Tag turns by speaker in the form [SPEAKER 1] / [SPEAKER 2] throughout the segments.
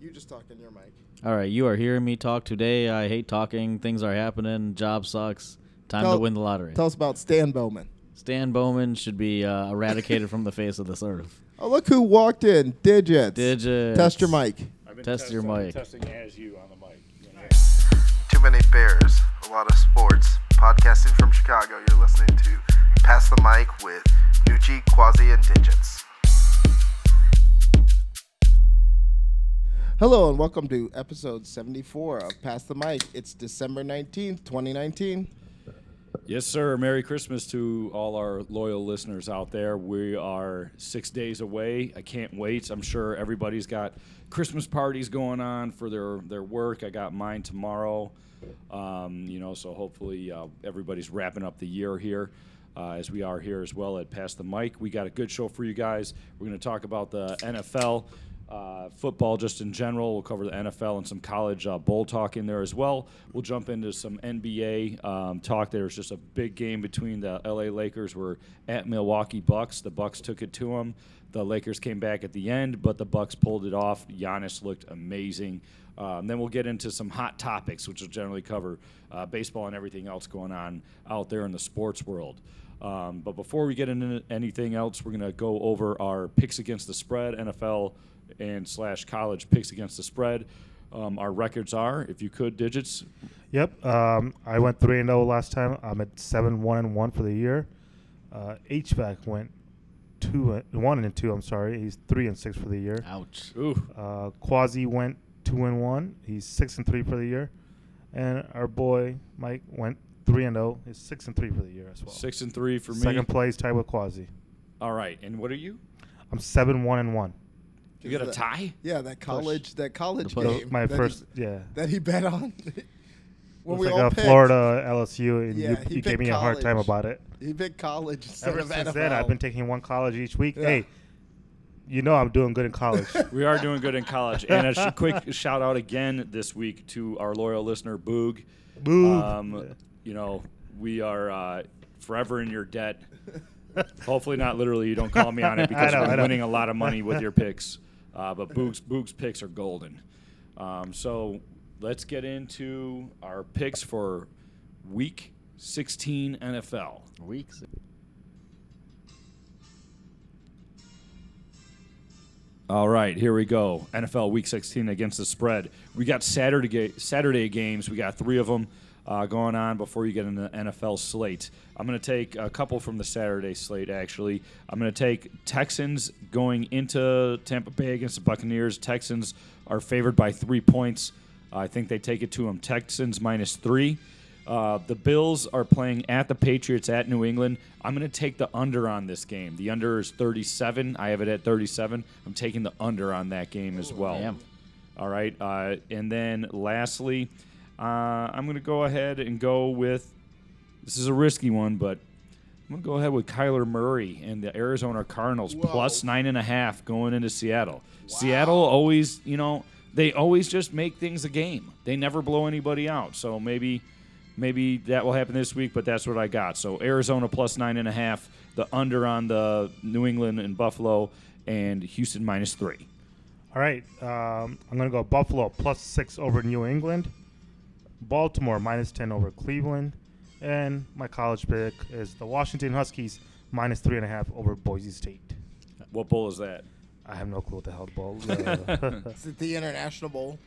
[SPEAKER 1] You just talk in your mic.
[SPEAKER 2] All right, you are hearing me talk today. I hate talking. Things are happening. Job sucks. Time
[SPEAKER 1] Tell-
[SPEAKER 2] to win the lottery.
[SPEAKER 1] Tell us about Stan Bowman.
[SPEAKER 2] Stan Bowman should be uh, eradicated from the face of this earth.
[SPEAKER 1] Oh, look who walked in. Digits.
[SPEAKER 2] Digits.
[SPEAKER 1] Test your mic.
[SPEAKER 3] I've been
[SPEAKER 2] Test
[SPEAKER 3] test-
[SPEAKER 2] your
[SPEAKER 3] I've been
[SPEAKER 2] mic.
[SPEAKER 3] Testing as you on the mic. you know.
[SPEAKER 4] Too Many Bears, a lot of sports, podcasting from Chicago. You're listening to Pass the Mic with Nucci, Quasi, and Digits.
[SPEAKER 1] Hello and welcome to episode 74 of Pass the Mic. It's December 19th, 2019.
[SPEAKER 3] Yes, sir. Merry Christmas to all our loyal listeners out there. We are six days away. I can't wait. I'm sure everybody's got Christmas parties going on for their, their work. I got mine tomorrow. Um, you know, so hopefully uh, everybody's wrapping up the year here. Uh, as we are here as well at Pass the Mic. We got a good show for you guys. We're going to talk about the NFL. uh, football just in general. We'll cover the NFL and some college uh, bowl talk in there as well. We'll jump into some NBA um, talk. There was just a big game between the LA Lakers were at Milwaukee Bucks. The Bucks took it to them. The Lakers came back at the end, but the Bucks pulled it off. Giannis looked amazing. Um, then we'll get into some hot topics, which will generally cover uh, baseball and everything else going on out there in the sports world. Um, but before we get into anything else, we're going to go over our picks against the spread, NFL and slash college picks against the spread. Um, our records are, if you could, digits.
[SPEAKER 5] Yep. Um, I went three and zero last time. I'm at seven one and one for the year. Uh, HVAC went two and- one and two. I'm sorry. He's three and six for the year.
[SPEAKER 2] Ouch.
[SPEAKER 3] Ooh,
[SPEAKER 5] Uh, Quasi went two and one. He's six and three for the year. And our boy Mike went three and zero. He's six and three for the year as well.
[SPEAKER 3] six and three for me.
[SPEAKER 5] Second place tied with Quasi.
[SPEAKER 3] All right, and what are you?
[SPEAKER 5] I'm seven one and one.
[SPEAKER 3] You got a tie?
[SPEAKER 1] Yeah, that college that college
[SPEAKER 2] The
[SPEAKER 5] So
[SPEAKER 1] game.
[SPEAKER 5] my
[SPEAKER 1] that he-
[SPEAKER 5] first, yeah.
[SPEAKER 1] that he bet on. when
[SPEAKER 5] It was
[SPEAKER 1] we
[SPEAKER 5] like
[SPEAKER 1] all
[SPEAKER 5] a
[SPEAKER 1] picked.
[SPEAKER 5] Florida uh, LSU, and
[SPEAKER 1] Yeah, he
[SPEAKER 5] you, you
[SPEAKER 1] picked
[SPEAKER 5] gave me a hard time
[SPEAKER 1] college.
[SPEAKER 5] about it.
[SPEAKER 1] He picked college instead
[SPEAKER 5] Ever
[SPEAKER 1] of
[SPEAKER 5] since
[SPEAKER 1] NFL.
[SPEAKER 5] then, I've been taking one college each week.
[SPEAKER 1] Yeah.
[SPEAKER 5] Hey, you know I'm doing good in college.
[SPEAKER 3] We are doing good in college. And a sh- quick shout out again this week to our loyal listener, Boog.
[SPEAKER 5] Boog.
[SPEAKER 3] Um, you know, we are uh, forever in your debt. Hopefully, not literally. You don't call me on it because
[SPEAKER 5] I know, I
[SPEAKER 3] we're
[SPEAKER 5] know.
[SPEAKER 3] winning a lot of money with your picks. Uh, but Boog's, Boog's picks are golden. Um, so let's get into our picks for week 16 NFL.
[SPEAKER 2] Weeks.
[SPEAKER 3] All right, here we go. NFL Week 16 against the spread. We got Saturday ga- Saturday games. We got three of them uh, going on before you get into the NFL slate. I'm going to take a couple from the Saturday slate. Actually, I'm going to take Texans going into Tampa Bay against the Buccaneers. Texans are favored by three points. I think they take it to them. Texans minus three. Uh, the Bills are playing at the Patriots at New England. I'm going to take the under on this game. The under is 37. I have it at 37. I'm taking the under on that game as well.
[SPEAKER 2] damn.
[SPEAKER 3] All right. Uh, and then lastly, uh, I'm going to go ahead and go with this is a risky one, but I'm going to go ahead with Kyler Murray and the Arizona Cardinals plus nine and a half going into Seattle. Seattle always, you know, they always just make things a game. They never blow anybody out. So maybe, maybe that will happen this week. But that's what I got. So Arizona plus nine and a half, the under on the New England and Buffalo, and Houston minus three.
[SPEAKER 5] All right, um, I'm gonna go Buffalo plus six over New England, Baltimore minus ten over Cleveland, and my college pick is the Washington Huskies minus three and a half over Boise State.
[SPEAKER 3] What bull is that?
[SPEAKER 5] I have no clue what the hell ball. Uh,
[SPEAKER 1] Is it the International Bowl?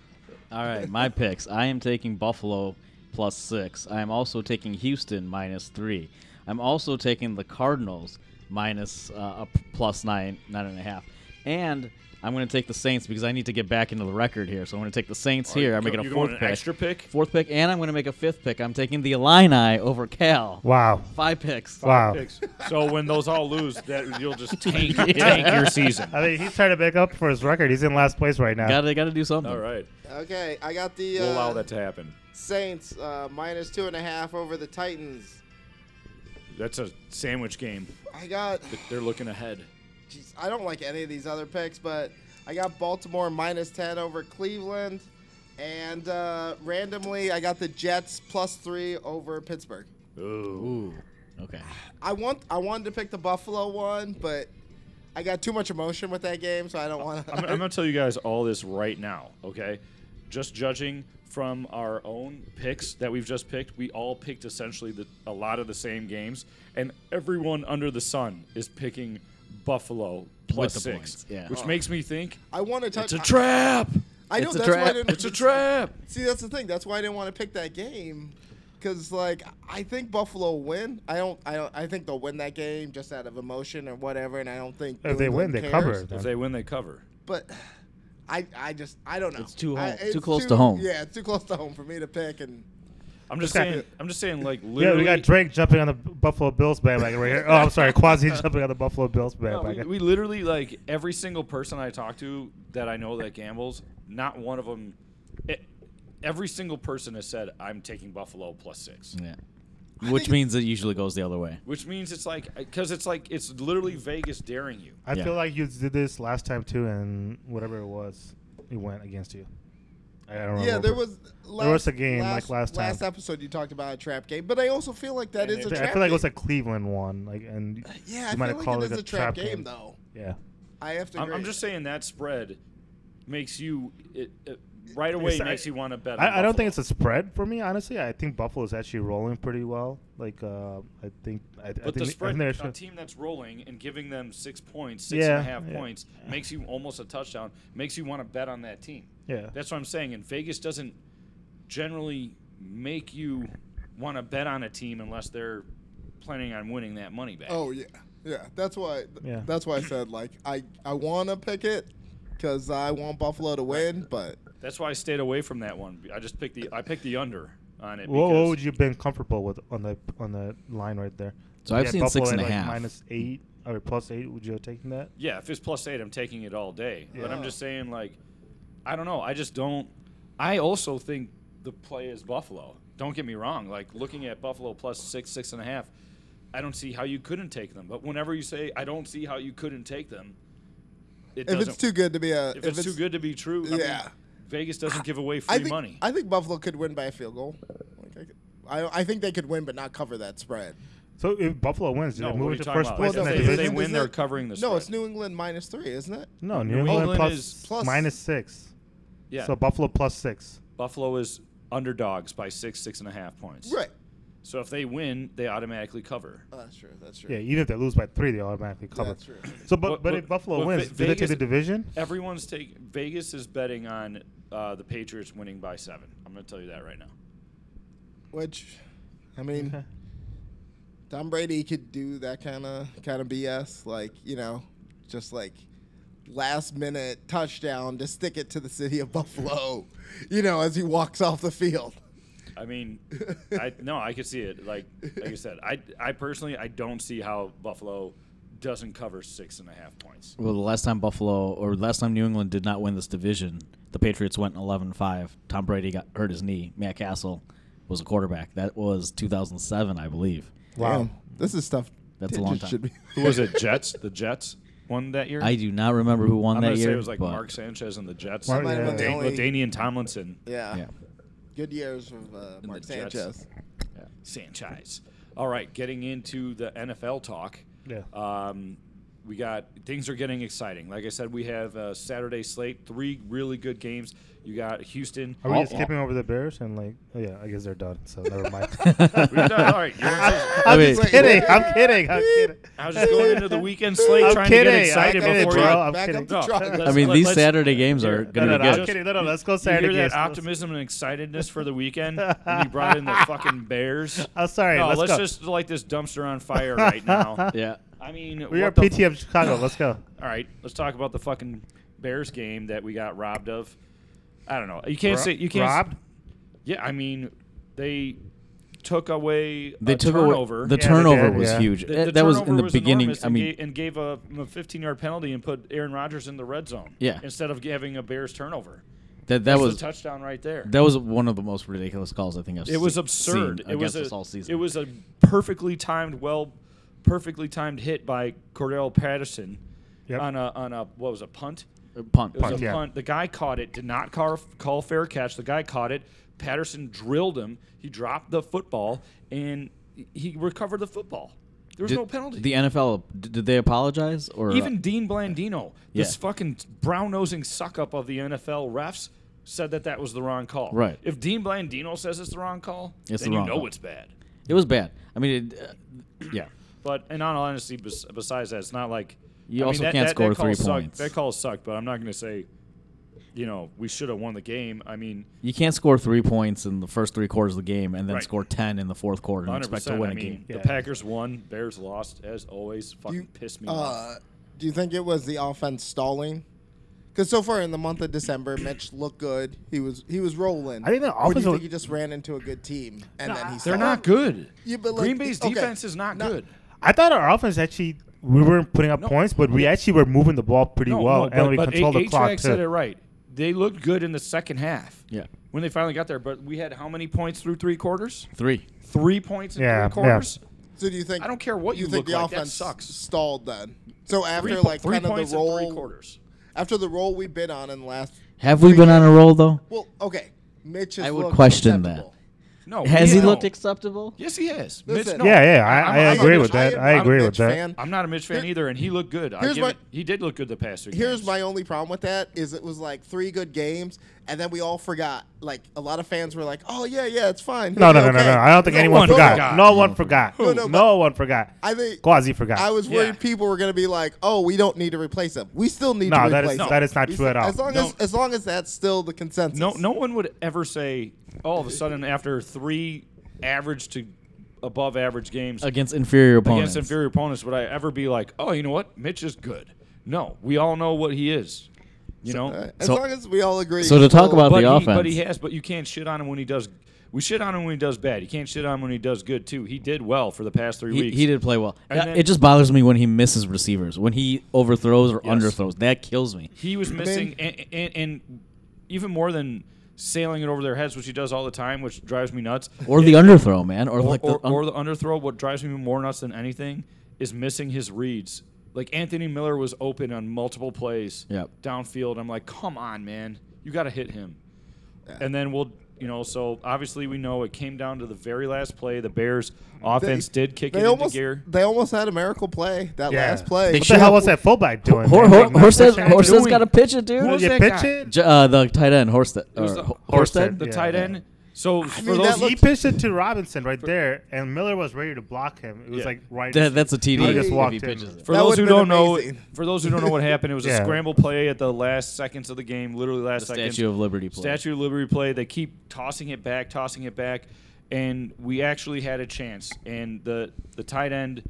[SPEAKER 2] All right, my picks. I am taking Buffalo plus six. I am also taking Houston minus three. I'm also taking the Cardinals minus uh, a p- plus nine, nine and a half. And I'm going to take the Saints because I need to get back into the record here. So I'm going to take the Saints here. I'm
[SPEAKER 3] You're
[SPEAKER 2] making a
[SPEAKER 3] going
[SPEAKER 2] fourth
[SPEAKER 3] an
[SPEAKER 2] pick.
[SPEAKER 3] extra pick?
[SPEAKER 2] Fourth pick, and I'm going to make a fifth pick. I'm taking the Illini over Cal.
[SPEAKER 5] wow,
[SPEAKER 2] Five picks.
[SPEAKER 5] wow.
[SPEAKER 3] so when those all lose, that you'll just tank, tank your season.
[SPEAKER 5] I mean, he's trying to make up for his record. He's in last place right now.
[SPEAKER 2] Got to, got to do something.
[SPEAKER 3] All right,
[SPEAKER 1] Okay, I got the uh,
[SPEAKER 3] we'll allow that to happen.
[SPEAKER 1] Saints uh, minus two and a half over the Titans.
[SPEAKER 3] That's a sandwich game.
[SPEAKER 1] I got.
[SPEAKER 3] They're looking ahead.
[SPEAKER 1] Jeez, I don't like any of these other picks, but I got Baltimore minus 10 over Cleveland. And uh, randomly, I got the Jets plus three over Pittsburgh.
[SPEAKER 3] Ooh.
[SPEAKER 2] Okay.
[SPEAKER 1] I want I wanted to pick the Buffalo one, but I got too much emotion with that game, so I don't want
[SPEAKER 3] I'm,
[SPEAKER 1] to.
[SPEAKER 3] I'm gonna tell you guys all this right now, okay? Just judging from our own picks that we've just picked, we all picked essentially the, a lot of the same games, and everyone under the sun is picking Buffalo plus
[SPEAKER 2] the
[SPEAKER 3] six,
[SPEAKER 2] points, yeah.
[SPEAKER 3] which makes me think
[SPEAKER 1] I want to touch.
[SPEAKER 3] it's a trap.
[SPEAKER 1] I know
[SPEAKER 2] It's a
[SPEAKER 1] that's why I
[SPEAKER 2] trap.
[SPEAKER 1] didn't.
[SPEAKER 3] It's a trap.
[SPEAKER 1] See, that's the thing. That's why I didn't want to pick that game, because like I think Buffalo win. I don't. I don't. I think they'll win that game just out of emotion or whatever. And I don't think
[SPEAKER 5] If
[SPEAKER 1] New
[SPEAKER 5] they win,
[SPEAKER 1] England
[SPEAKER 5] they
[SPEAKER 1] cares.
[SPEAKER 5] cover.
[SPEAKER 3] If
[SPEAKER 5] Then.
[SPEAKER 3] they win, they cover.
[SPEAKER 1] But I. I just. I don't know.
[SPEAKER 2] It's too
[SPEAKER 1] I-
[SPEAKER 2] home- too close to home.
[SPEAKER 1] Yeah, it's too close to home for me to pick. And
[SPEAKER 3] I'm just
[SPEAKER 5] Okay.
[SPEAKER 3] saying. I'm just saying. Like
[SPEAKER 5] yeah,
[SPEAKER 3] literally,
[SPEAKER 5] we got Drake jumping on the Buffalo Bills bandwagon right here. Oh, I'm sorry, Quasi jumping on the Buffalo Bills
[SPEAKER 3] No, we,
[SPEAKER 5] bandwagon.
[SPEAKER 3] we literally like every single person I talk to that I know that gambles, not one of them. It, every single person has said I'm taking Buffalo plus six,
[SPEAKER 2] Yeah. Which means it usually goes the other way.
[SPEAKER 3] which means it's like because it's like it's literally Vegas daring you.
[SPEAKER 5] I
[SPEAKER 2] Yeah.
[SPEAKER 5] feel like you did this last time too, and whatever it was, it went against you. I don't remember.
[SPEAKER 1] yeah, there was. Last,
[SPEAKER 5] was a game, like, last time.
[SPEAKER 1] Last episode, you talked about a trap game, but I also feel like that is
[SPEAKER 3] And
[SPEAKER 5] I
[SPEAKER 1] a
[SPEAKER 5] feel
[SPEAKER 1] trap.
[SPEAKER 5] like it was
[SPEAKER 1] game.
[SPEAKER 5] a Cleveland one, like, and
[SPEAKER 1] Yeah,
[SPEAKER 5] you
[SPEAKER 1] I feel
[SPEAKER 5] might have
[SPEAKER 1] like
[SPEAKER 5] called
[SPEAKER 1] it is a trap, game, though.
[SPEAKER 5] Yeah,
[SPEAKER 1] I have to.
[SPEAKER 3] I'm,
[SPEAKER 1] Agree.
[SPEAKER 3] I'm just saying that spread makes you it, it right away
[SPEAKER 5] It's- I-
[SPEAKER 3] makes you want to bet. on
[SPEAKER 5] I, I don't think it's
[SPEAKER 3] Buffalo.
[SPEAKER 5] a spread for me. Honestly, I think Buffalo's actually rolling pretty well. Like, uh, I think I, I
[SPEAKER 3] But
[SPEAKER 5] think
[SPEAKER 3] the
[SPEAKER 5] I think
[SPEAKER 3] spread,
[SPEAKER 5] they're
[SPEAKER 3] a
[SPEAKER 5] actually-
[SPEAKER 3] team that's rolling and giving them six points, six and a
[SPEAKER 5] Yeah,
[SPEAKER 3] half
[SPEAKER 5] yeah.
[SPEAKER 3] points, makes you almost a touchdown, makes you want to bet on that team.
[SPEAKER 5] Yeah.
[SPEAKER 3] That's what I'm saying. And Vegas doesn't generally make you want to bet on a team unless they're planning on winning that money back.
[SPEAKER 1] Oh yeah, yeah. That's why. th-
[SPEAKER 5] Yeah.
[SPEAKER 1] That's why I said like I I want to pick it because I want Buffalo to win, but
[SPEAKER 3] That's why I stayed away from that one. I just picked the I picked the under on it.
[SPEAKER 5] Wha- what,
[SPEAKER 3] because-
[SPEAKER 5] would you have been comfortable with on the on the line right there?
[SPEAKER 2] So
[SPEAKER 5] If
[SPEAKER 2] I've
[SPEAKER 5] you had
[SPEAKER 2] seen six
[SPEAKER 5] Buffalo
[SPEAKER 2] and
[SPEAKER 5] at,
[SPEAKER 2] a
[SPEAKER 5] like,
[SPEAKER 2] half.
[SPEAKER 5] minus eight or plus eight. Would you have taken that?
[SPEAKER 3] Yeah, if it's plus eight, I'm taking it all day. But I'm
[SPEAKER 1] Yeah.
[SPEAKER 3] just saying, like, I don't know. I just don't. I also think the play is Buffalo. Don't get me wrong. Like looking at Buffalo plus six, six and a half, I don't see how you couldn't take them. But whenever you say I don't see how you couldn't take them, it
[SPEAKER 1] if
[SPEAKER 3] doesn't.
[SPEAKER 1] it's too good to be a
[SPEAKER 3] if, it's, too good to be true, I mean,
[SPEAKER 1] Yeah.
[SPEAKER 3] Vegas doesn't give away free
[SPEAKER 1] I think
[SPEAKER 3] money.
[SPEAKER 1] I think Buffalo could win by a field goal. Like I, could, I I think they could win, but not cover that spread.
[SPEAKER 5] So if Buffalo wins, do
[SPEAKER 3] No,
[SPEAKER 5] they
[SPEAKER 3] what are
[SPEAKER 5] move
[SPEAKER 3] you
[SPEAKER 5] into
[SPEAKER 3] talking
[SPEAKER 5] first
[SPEAKER 3] about?
[SPEAKER 5] place
[SPEAKER 3] Well,
[SPEAKER 5] in
[SPEAKER 3] no,
[SPEAKER 5] the
[SPEAKER 3] if they
[SPEAKER 5] division?
[SPEAKER 3] win,
[SPEAKER 1] Isn't
[SPEAKER 3] they're
[SPEAKER 1] that-
[SPEAKER 3] covering
[SPEAKER 1] No,
[SPEAKER 3] the spread.
[SPEAKER 1] it's New England minus three, isn't it?
[SPEAKER 5] No, New,
[SPEAKER 3] New
[SPEAKER 5] England,
[SPEAKER 3] England
[SPEAKER 5] plus-
[SPEAKER 3] is-
[SPEAKER 1] Plus-
[SPEAKER 5] minus six.
[SPEAKER 3] yeah,
[SPEAKER 5] So Buffalo plus six.
[SPEAKER 3] Buffalo is underdogs by six, six and a half points.
[SPEAKER 1] Right.
[SPEAKER 3] So if they win, they automatically cover.
[SPEAKER 1] Oh, that's true. That's true.
[SPEAKER 5] Yeah, even if they lose by three, they automatically cover.
[SPEAKER 1] That's true.
[SPEAKER 5] So, but
[SPEAKER 3] What-
[SPEAKER 5] but
[SPEAKER 3] what-
[SPEAKER 5] if Buffalo
[SPEAKER 3] what
[SPEAKER 5] wins,
[SPEAKER 3] Ve-
[SPEAKER 5] do they take
[SPEAKER 3] Vegas-
[SPEAKER 5] the division?
[SPEAKER 3] Everyone's taking Vegas is betting on uh, the Patriots winning by seven. I'm going to tell you that right now.
[SPEAKER 1] Which, I mean,
[SPEAKER 5] Okay.
[SPEAKER 1] Tom Brady could do that kind of kind of BS, like you know, just like last minute touchdown to stick it to the city of Buffalo, you know, as he walks off the field.
[SPEAKER 3] I mean, I no, I could see it. Like like you said, I I personally I don't see how Buffalo doesn't cover six and a half points.
[SPEAKER 2] Well, the last time Buffalo or the last time New England did not win this division, the Patriots went 11-5. Tom Brady got hurt his knee. Matt Castle was a quarterback. That was 2007, I believe.
[SPEAKER 5] Wow.
[SPEAKER 1] Damn, this is stuff.
[SPEAKER 2] That's a
[SPEAKER 1] Digits
[SPEAKER 2] long time.
[SPEAKER 1] Should be.
[SPEAKER 3] Who was it? Jets. The Jets won that year.
[SPEAKER 2] I do not remember who won
[SPEAKER 3] am
[SPEAKER 2] that
[SPEAKER 3] gonna
[SPEAKER 2] year.
[SPEAKER 3] say it was like
[SPEAKER 2] but-
[SPEAKER 3] Mark Sanchez and the Jets.
[SPEAKER 5] Mark-
[SPEAKER 3] with
[SPEAKER 1] Might have been the
[SPEAKER 5] Yeah.
[SPEAKER 3] Dan-
[SPEAKER 1] only-
[SPEAKER 3] with Danian Tomlinson.
[SPEAKER 1] yeah.
[SPEAKER 2] Yeah.
[SPEAKER 1] Good years of uh, Mark
[SPEAKER 3] the Jets.
[SPEAKER 1] Sanchez.
[SPEAKER 3] Sanchez. All right, getting into the NFL talk.
[SPEAKER 5] Yeah.
[SPEAKER 3] Um, we got things are getting exciting. Like I said, we have a Saturday slate, three really good games. You got Houston.
[SPEAKER 5] Are we
[SPEAKER 3] All-
[SPEAKER 5] just skipping over the Bears and like? Oh yeah, I guess they're done. So never mind.
[SPEAKER 3] We're done. All right, you want to-
[SPEAKER 5] I'm
[SPEAKER 2] Wait.
[SPEAKER 5] just kidding. I'm kidding. I'm kidding.
[SPEAKER 3] I was just going into the weekend slate,
[SPEAKER 5] I'm
[SPEAKER 3] trying to
[SPEAKER 5] kidding,
[SPEAKER 3] get
[SPEAKER 5] I'm
[SPEAKER 3] excited
[SPEAKER 5] kidding,
[SPEAKER 3] before
[SPEAKER 5] bro.
[SPEAKER 3] you.
[SPEAKER 5] I'm
[SPEAKER 1] Back
[SPEAKER 5] kidding.
[SPEAKER 1] up the truck.
[SPEAKER 2] I mean,
[SPEAKER 3] Let's-
[SPEAKER 2] these
[SPEAKER 3] let's-
[SPEAKER 2] Saturday games are
[SPEAKER 3] No,
[SPEAKER 2] going to
[SPEAKER 5] no,
[SPEAKER 2] be
[SPEAKER 5] no,
[SPEAKER 2] good.
[SPEAKER 5] I'm kidding. No, no, let's go
[SPEAKER 3] You hear
[SPEAKER 5] Saturday.
[SPEAKER 3] that
[SPEAKER 5] games. Let's-
[SPEAKER 3] optimism and excitedness for the weekend? and you brought in the fucking Bears.
[SPEAKER 5] I'm sorry.
[SPEAKER 3] no,
[SPEAKER 5] let's
[SPEAKER 3] let's,
[SPEAKER 5] go.
[SPEAKER 3] just light this dumpster on fire right now.
[SPEAKER 2] Yeah.
[SPEAKER 3] I mean, what
[SPEAKER 5] we are
[SPEAKER 3] the
[SPEAKER 5] PTM Chicago. Let's go.
[SPEAKER 3] All right, let's talk about the fucking Bears game that we got robbed of. I don't know. You can't say you can't. s-
[SPEAKER 5] Robbed?
[SPEAKER 3] Yeah, I mean, they took away
[SPEAKER 2] They
[SPEAKER 3] a
[SPEAKER 2] took
[SPEAKER 3] Uh, turnover.
[SPEAKER 2] away the
[SPEAKER 5] they
[SPEAKER 2] turnover
[SPEAKER 5] did,
[SPEAKER 2] was
[SPEAKER 5] yeah.
[SPEAKER 2] huge.
[SPEAKER 3] The-
[SPEAKER 2] that
[SPEAKER 3] the
[SPEAKER 2] that was in
[SPEAKER 3] turnover
[SPEAKER 2] the beginning.
[SPEAKER 3] enormous
[SPEAKER 2] I
[SPEAKER 3] and
[SPEAKER 2] mean,
[SPEAKER 3] ga- and gave a 15-yard penalty and put Aaron Rodgers in the red zone.
[SPEAKER 2] Yeah.
[SPEAKER 3] instead of having a Bears turnover,
[SPEAKER 2] that that
[SPEAKER 3] that
[SPEAKER 2] was
[SPEAKER 3] was a touchdown right there.
[SPEAKER 2] that was one of the most ridiculous calls I think I've
[SPEAKER 3] it was
[SPEAKER 2] seen
[SPEAKER 3] absurd. It
[SPEAKER 2] against
[SPEAKER 3] was a,
[SPEAKER 2] us all season.
[SPEAKER 3] it was a perfectly timed, well, perfectly timed hit by Cordell Patterson
[SPEAKER 5] Yep.
[SPEAKER 3] on a on a what was a punt.
[SPEAKER 2] A Uh, punt.
[SPEAKER 3] It was
[SPEAKER 5] Punt,
[SPEAKER 3] a
[SPEAKER 5] yeah.
[SPEAKER 3] punt. The guy caught it. Did not call, call fair catch. The guy caught it. Patterson drilled him. He dropped the football and he recovered the football. There was
[SPEAKER 2] Did-
[SPEAKER 3] no penalty.
[SPEAKER 2] The NFL d- did they apologize or uh,
[SPEAKER 3] Even Dean Blandino, this
[SPEAKER 2] Yeah.
[SPEAKER 3] fucking brown nosing suck up of the NFL refs, said that that was the wrong call.
[SPEAKER 2] Right.
[SPEAKER 3] If Dean Blandino says it's the wrong call,
[SPEAKER 2] It's
[SPEAKER 3] then
[SPEAKER 2] the
[SPEAKER 3] you
[SPEAKER 2] wrong
[SPEAKER 3] know
[SPEAKER 2] call.
[SPEAKER 3] it's bad.
[SPEAKER 2] it was bad? I mean, it, uh, yeah.
[SPEAKER 3] But in all honesty, bes- besides that, it's not like
[SPEAKER 2] You
[SPEAKER 3] I mean,
[SPEAKER 2] also
[SPEAKER 3] that-
[SPEAKER 2] can't
[SPEAKER 3] that-
[SPEAKER 2] score
[SPEAKER 3] that call
[SPEAKER 2] three
[SPEAKER 3] sucked-
[SPEAKER 2] points.
[SPEAKER 3] That call sucked, but I'm not going to say, you know, we should have won the game. I mean,
[SPEAKER 2] You can't score three points in the first three quarters of the game and then
[SPEAKER 3] Right.
[SPEAKER 2] score ten in the fourth quarter and
[SPEAKER 3] 100.
[SPEAKER 2] expect to
[SPEAKER 3] percent
[SPEAKER 2] win
[SPEAKER 3] I
[SPEAKER 2] a
[SPEAKER 3] mean,
[SPEAKER 2] game.
[SPEAKER 3] the
[SPEAKER 5] Yeah.
[SPEAKER 3] Packers won, Bears lost, as always. Fucking pissed me off.
[SPEAKER 1] Uh, do you think it was the offense stalling? Because so far in the month of December, Mitch looked good. He was he was rolling.
[SPEAKER 5] I think the
[SPEAKER 1] Or do
[SPEAKER 5] offense
[SPEAKER 1] you
[SPEAKER 5] was-
[SPEAKER 1] think he just ran into a good team and then he
[SPEAKER 3] They're
[SPEAKER 1] stalled?
[SPEAKER 3] not good.
[SPEAKER 1] Yeah, but like
[SPEAKER 3] Green
[SPEAKER 1] the-
[SPEAKER 3] Bay's
[SPEAKER 1] okay.
[SPEAKER 3] defense is not
[SPEAKER 1] No.
[SPEAKER 3] good.
[SPEAKER 5] I thought our offense actually we weren't putting up
[SPEAKER 3] No.
[SPEAKER 5] points, but we actually were moving the ball pretty
[SPEAKER 3] No,
[SPEAKER 5] well,
[SPEAKER 3] no,
[SPEAKER 5] and we
[SPEAKER 3] but
[SPEAKER 5] controlled the
[SPEAKER 3] A-
[SPEAKER 5] clock
[SPEAKER 3] A-Track said it
[SPEAKER 5] too.
[SPEAKER 3] right. They looked good in the second half.
[SPEAKER 2] Yeah.
[SPEAKER 3] When they finally got there, but we had how many points through three quarters?
[SPEAKER 2] Three.
[SPEAKER 3] Three points in
[SPEAKER 5] Yeah,
[SPEAKER 3] three quarters.
[SPEAKER 1] So do you think
[SPEAKER 3] I don't care what you
[SPEAKER 1] think
[SPEAKER 3] look
[SPEAKER 1] the
[SPEAKER 3] like, that
[SPEAKER 1] offense
[SPEAKER 3] sucks.
[SPEAKER 1] stalled then? So after
[SPEAKER 3] Three, po-
[SPEAKER 1] like
[SPEAKER 3] three
[SPEAKER 1] kind of
[SPEAKER 3] points
[SPEAKER 1] the
[SPEAKER 3] in three
[SPEAKER 1] role
[SPEAKER 3] quarters.
[SPEAKER 1] after the role we've been on in the last
[SPEAKER 2] Have we been on a roll though?
[SPEAKER 1] well okay Mitch has
[SPEAKER 2] I would
[SPEAKER 1] looked
[SPEAKER 2] question that.
[SPEAKER 1] acceptable.
[SPEAKER 3] No,
[SPEAKER 2] Has he
[SPEAKER 3] no.
[SPEAKER 2] looked acceptable?
[SPEAKER 3] Yes, he is.
[SPEAKER 1] Listen.
[SPEAKER 3] Mitch, no.
[SPEAKER 5] Yeah, yeah, I-
[SPEAKER 3] I'm-
[SPEAKER 5] I
[SPEAKER 3] I'm
[SPEAKER 1] a
[SPEAKER 5] agree
[SPEAKER 1] Mitch-
[SPEAKER 5] with that.
[SPEAKER 1] am
[SPEAKER 5] I
[SPEAKER 1] not a
[SPEAKER 5] agree with
[SPEAKER 1] Mitch
[SPEAKER 5] that.
[SPEAKER 1] fan.
[SPEAKER 3] I'm not a Mitch fan
[SPEAKER 1] Here-
[SPEAKER 3] either, and he looked good. I
[SPEAKER 1] here's
[SPEAKER 3] give
[SPEAKER 1] my-
[SPEAKER 3] it- he did look good the past three.
[SPEAKER 1] Here's
[SPEAKER 3] games.
[SPEAKER 1] my only problem with that is it was like three good games, and then we all forgot. Like a lot of fans were like, "Oh yeah, yeah, it's fine."
[SPEAKER 5] No,
[SPEAKER 1] He'll
[SPEAKER 5] no,
[SPEAKER 1] be
[SPEAKER 5] no, no,
[SPEAKER 1] okay."
[SPEAKER 5] no. I don't think
[SPEAKER 3] No
[SPEAKER 5] anyone
[SPEAKER 3] one
[SPEAKER 5] forgot.
[SPEAKER 3] forgot.
[SPEAKER 5] No one forgot. No,
[SPEAKER 1] no, but-
[SPEAKER 5] one forgot.
[SPEAKER 1] I think
[SPEAKER 5] Quasi forgot.
[SPEAKER 1] I was
[SPEAKER 3] Yeah.
[SPEAKER 1] worried people were gonna be like, "Oh, we don't need to replace him. We still need
[SPEAKER 5] no,
[SPEAKER 1] to
[SPEAKER 5] that
[SPEAKER 1] replace
[SPEAKER 5] is
[SPEAKER 1] him."
[SPEAKER 5] that is not
[SPEAKER 1] We
[SPEAKER 5] true at
[SPEAKER 1] still-
[SPEAKER 5] all.
[SPEAKER 1] As long as
[SPEAKER 3] No.
[SPEAKER 1] as long as that's still the consensus.
[SPEAKER 3] No, no one would ever say "Oh, all of a sudden after three average to above average games
[SPEAKER 2] Against inferior opponents.
[SPEAKER 3] against inferior opponents would I ever be like, oh, you know what, Mitch is good. No, we all know what he is. You know,
[SPEAKER 1] Uh, As
[SPEAKER 2] So-
[SPEAKER 1] long as we all agree. Oh,
[SPEAKER 2] so to
[SPEAKER 1] he's
[SPEAKER 2] talk
[SPEAKER 1] still-
[SPEAKER 2] about-
[SPEAKER 3] but
[SPEAKER 2] the
[SPEAKER 3] he,
[SPEAKER 2] offense.
[SPEAKER 3] But he has. But you can't shit on him when he does. We shit on him when he does bad. You can't shit on him when he does good too. He did well for the past three
[SPEAKER 2] He,
[SPEAKER 3] weeks.
[SPEAKER 2] he did play well.
[SPEAKER 3] And
[SPEAKER 2] Uh,
[SPEAKER 3] then-
[SPEAKER 2] it just bothers me when he misses receivers, when he overthrows or
[SPEAKER 3] Yes.
[SPEAKER 2] underthrows. That kills me.
[SPEAKER 3] He was missing, and, and, and even more than sailing it over their heads, which he does all the time, which drives me nuts.
[SPEAKER 2] Or the underthrow, man. Or,
[SPEAKER 3] or,
[SPEAKER 2] like the,
[SPEAKER 3] or,
[SPEAKER 2] un-
[SPEAKER 3] or the underthrow. What drives me more nuts than anything is missing his reads. Like Anthony Miller was open on multiple plays
[SPEAKER 2] Yep.
[SPEAKER 3] downfield. I'm like, come on, man, you got to hit him. And then we'll, you know, so obviously we know it came down to the very last play. The Bears offense did kick it
[SPEAKER 1] They almost
[SPEAKER 3] into gear.
[SPEAKER 1] they almost had a miracle play that
[SPEAKER 5] yeah.
[SPEAKER 1] last play.
[SPEAKER 2] They
[SPEAKER 5] What
[SPEAKER 2] should
[SPEAKER 5] the hell
[SPEAKER 2] have-
[SPEAKER 5] was that fullback doing?
[SPEAKER 2] Hor-
[SPEAKER 5] man?
[SPEAKER 2] Hor-
[SPEAKER 5] Like, not
[SPEAKER 2] Horsehead,
[SPEAKER 5] pushing it?
[SPEAKER 2] Horsehead's
[SPEAKER 3] doing?
[SPEAKER 2] got to pitch it, dude.
[SPEAKER 3] Who was
[SPEAKER 5] You
[SPEAKER 3] that
[SPEAKER 5] pitch
[SPEAKER 3] guy?
[SPEAKER 5] it?
[SPEAKER 2] J- uh, the tight end, Horsted.
[SPEAKER 3] It was
[SPEAKER 2] or
[SPEAKER 3] the-
[SPEAKER 2] Ho-
[SPEAKER 5] Horsted.
[SPEAKER 2] Horsted.
[SPEAKER 3] The
[SPEAKER 5] Yeah,
[SPEAKER 3] tight
[SPEAKER 5] yeah.
[SPEAKER 3] end. So for
[SPEAKER 1] mean,
[SPEAKER 3] those
[SPEAKER 1] that
[SPEAKER 5] He
[SPEAKER 1] looked-
[SPEAKER 5] pitched it to Robinson right there, and Miller was ready to block him. It was
[SPEAKER 3] Yeah.
[SPEAKER 5] like right.
[SPEAKER 2] That- that's a TD.
[SPEAKER 5] He
[SPEAKER 2] if
[SPEAKER 5] just
[SPEAKER 2] he
[SPEAKER 5] walked in.
[SPEAKER 2] pitches it.
[SPEAKER 3] For
[SPEAKER 1] That
[SPEAKER 3] those
[SPEAKER 1] would've
[SPEAKER 3] who
[SPEAKER 1] been
[SPEAKER 3] don't know,
[SPEAKER 1] amazing.
[SPEAKER 3] for those who don't know what happened, it was
[SPEAKER 5] Yeah.
[SPEAKER 3] a scramble play at the last seconds of the game, literally last seconds.
[SPEAKER 2] Statue of Liberty play.
[SPEAKER 3] Statue of Liberty play. They keep tossing it back, tossing it back, and we actually had a chance. And the the tight end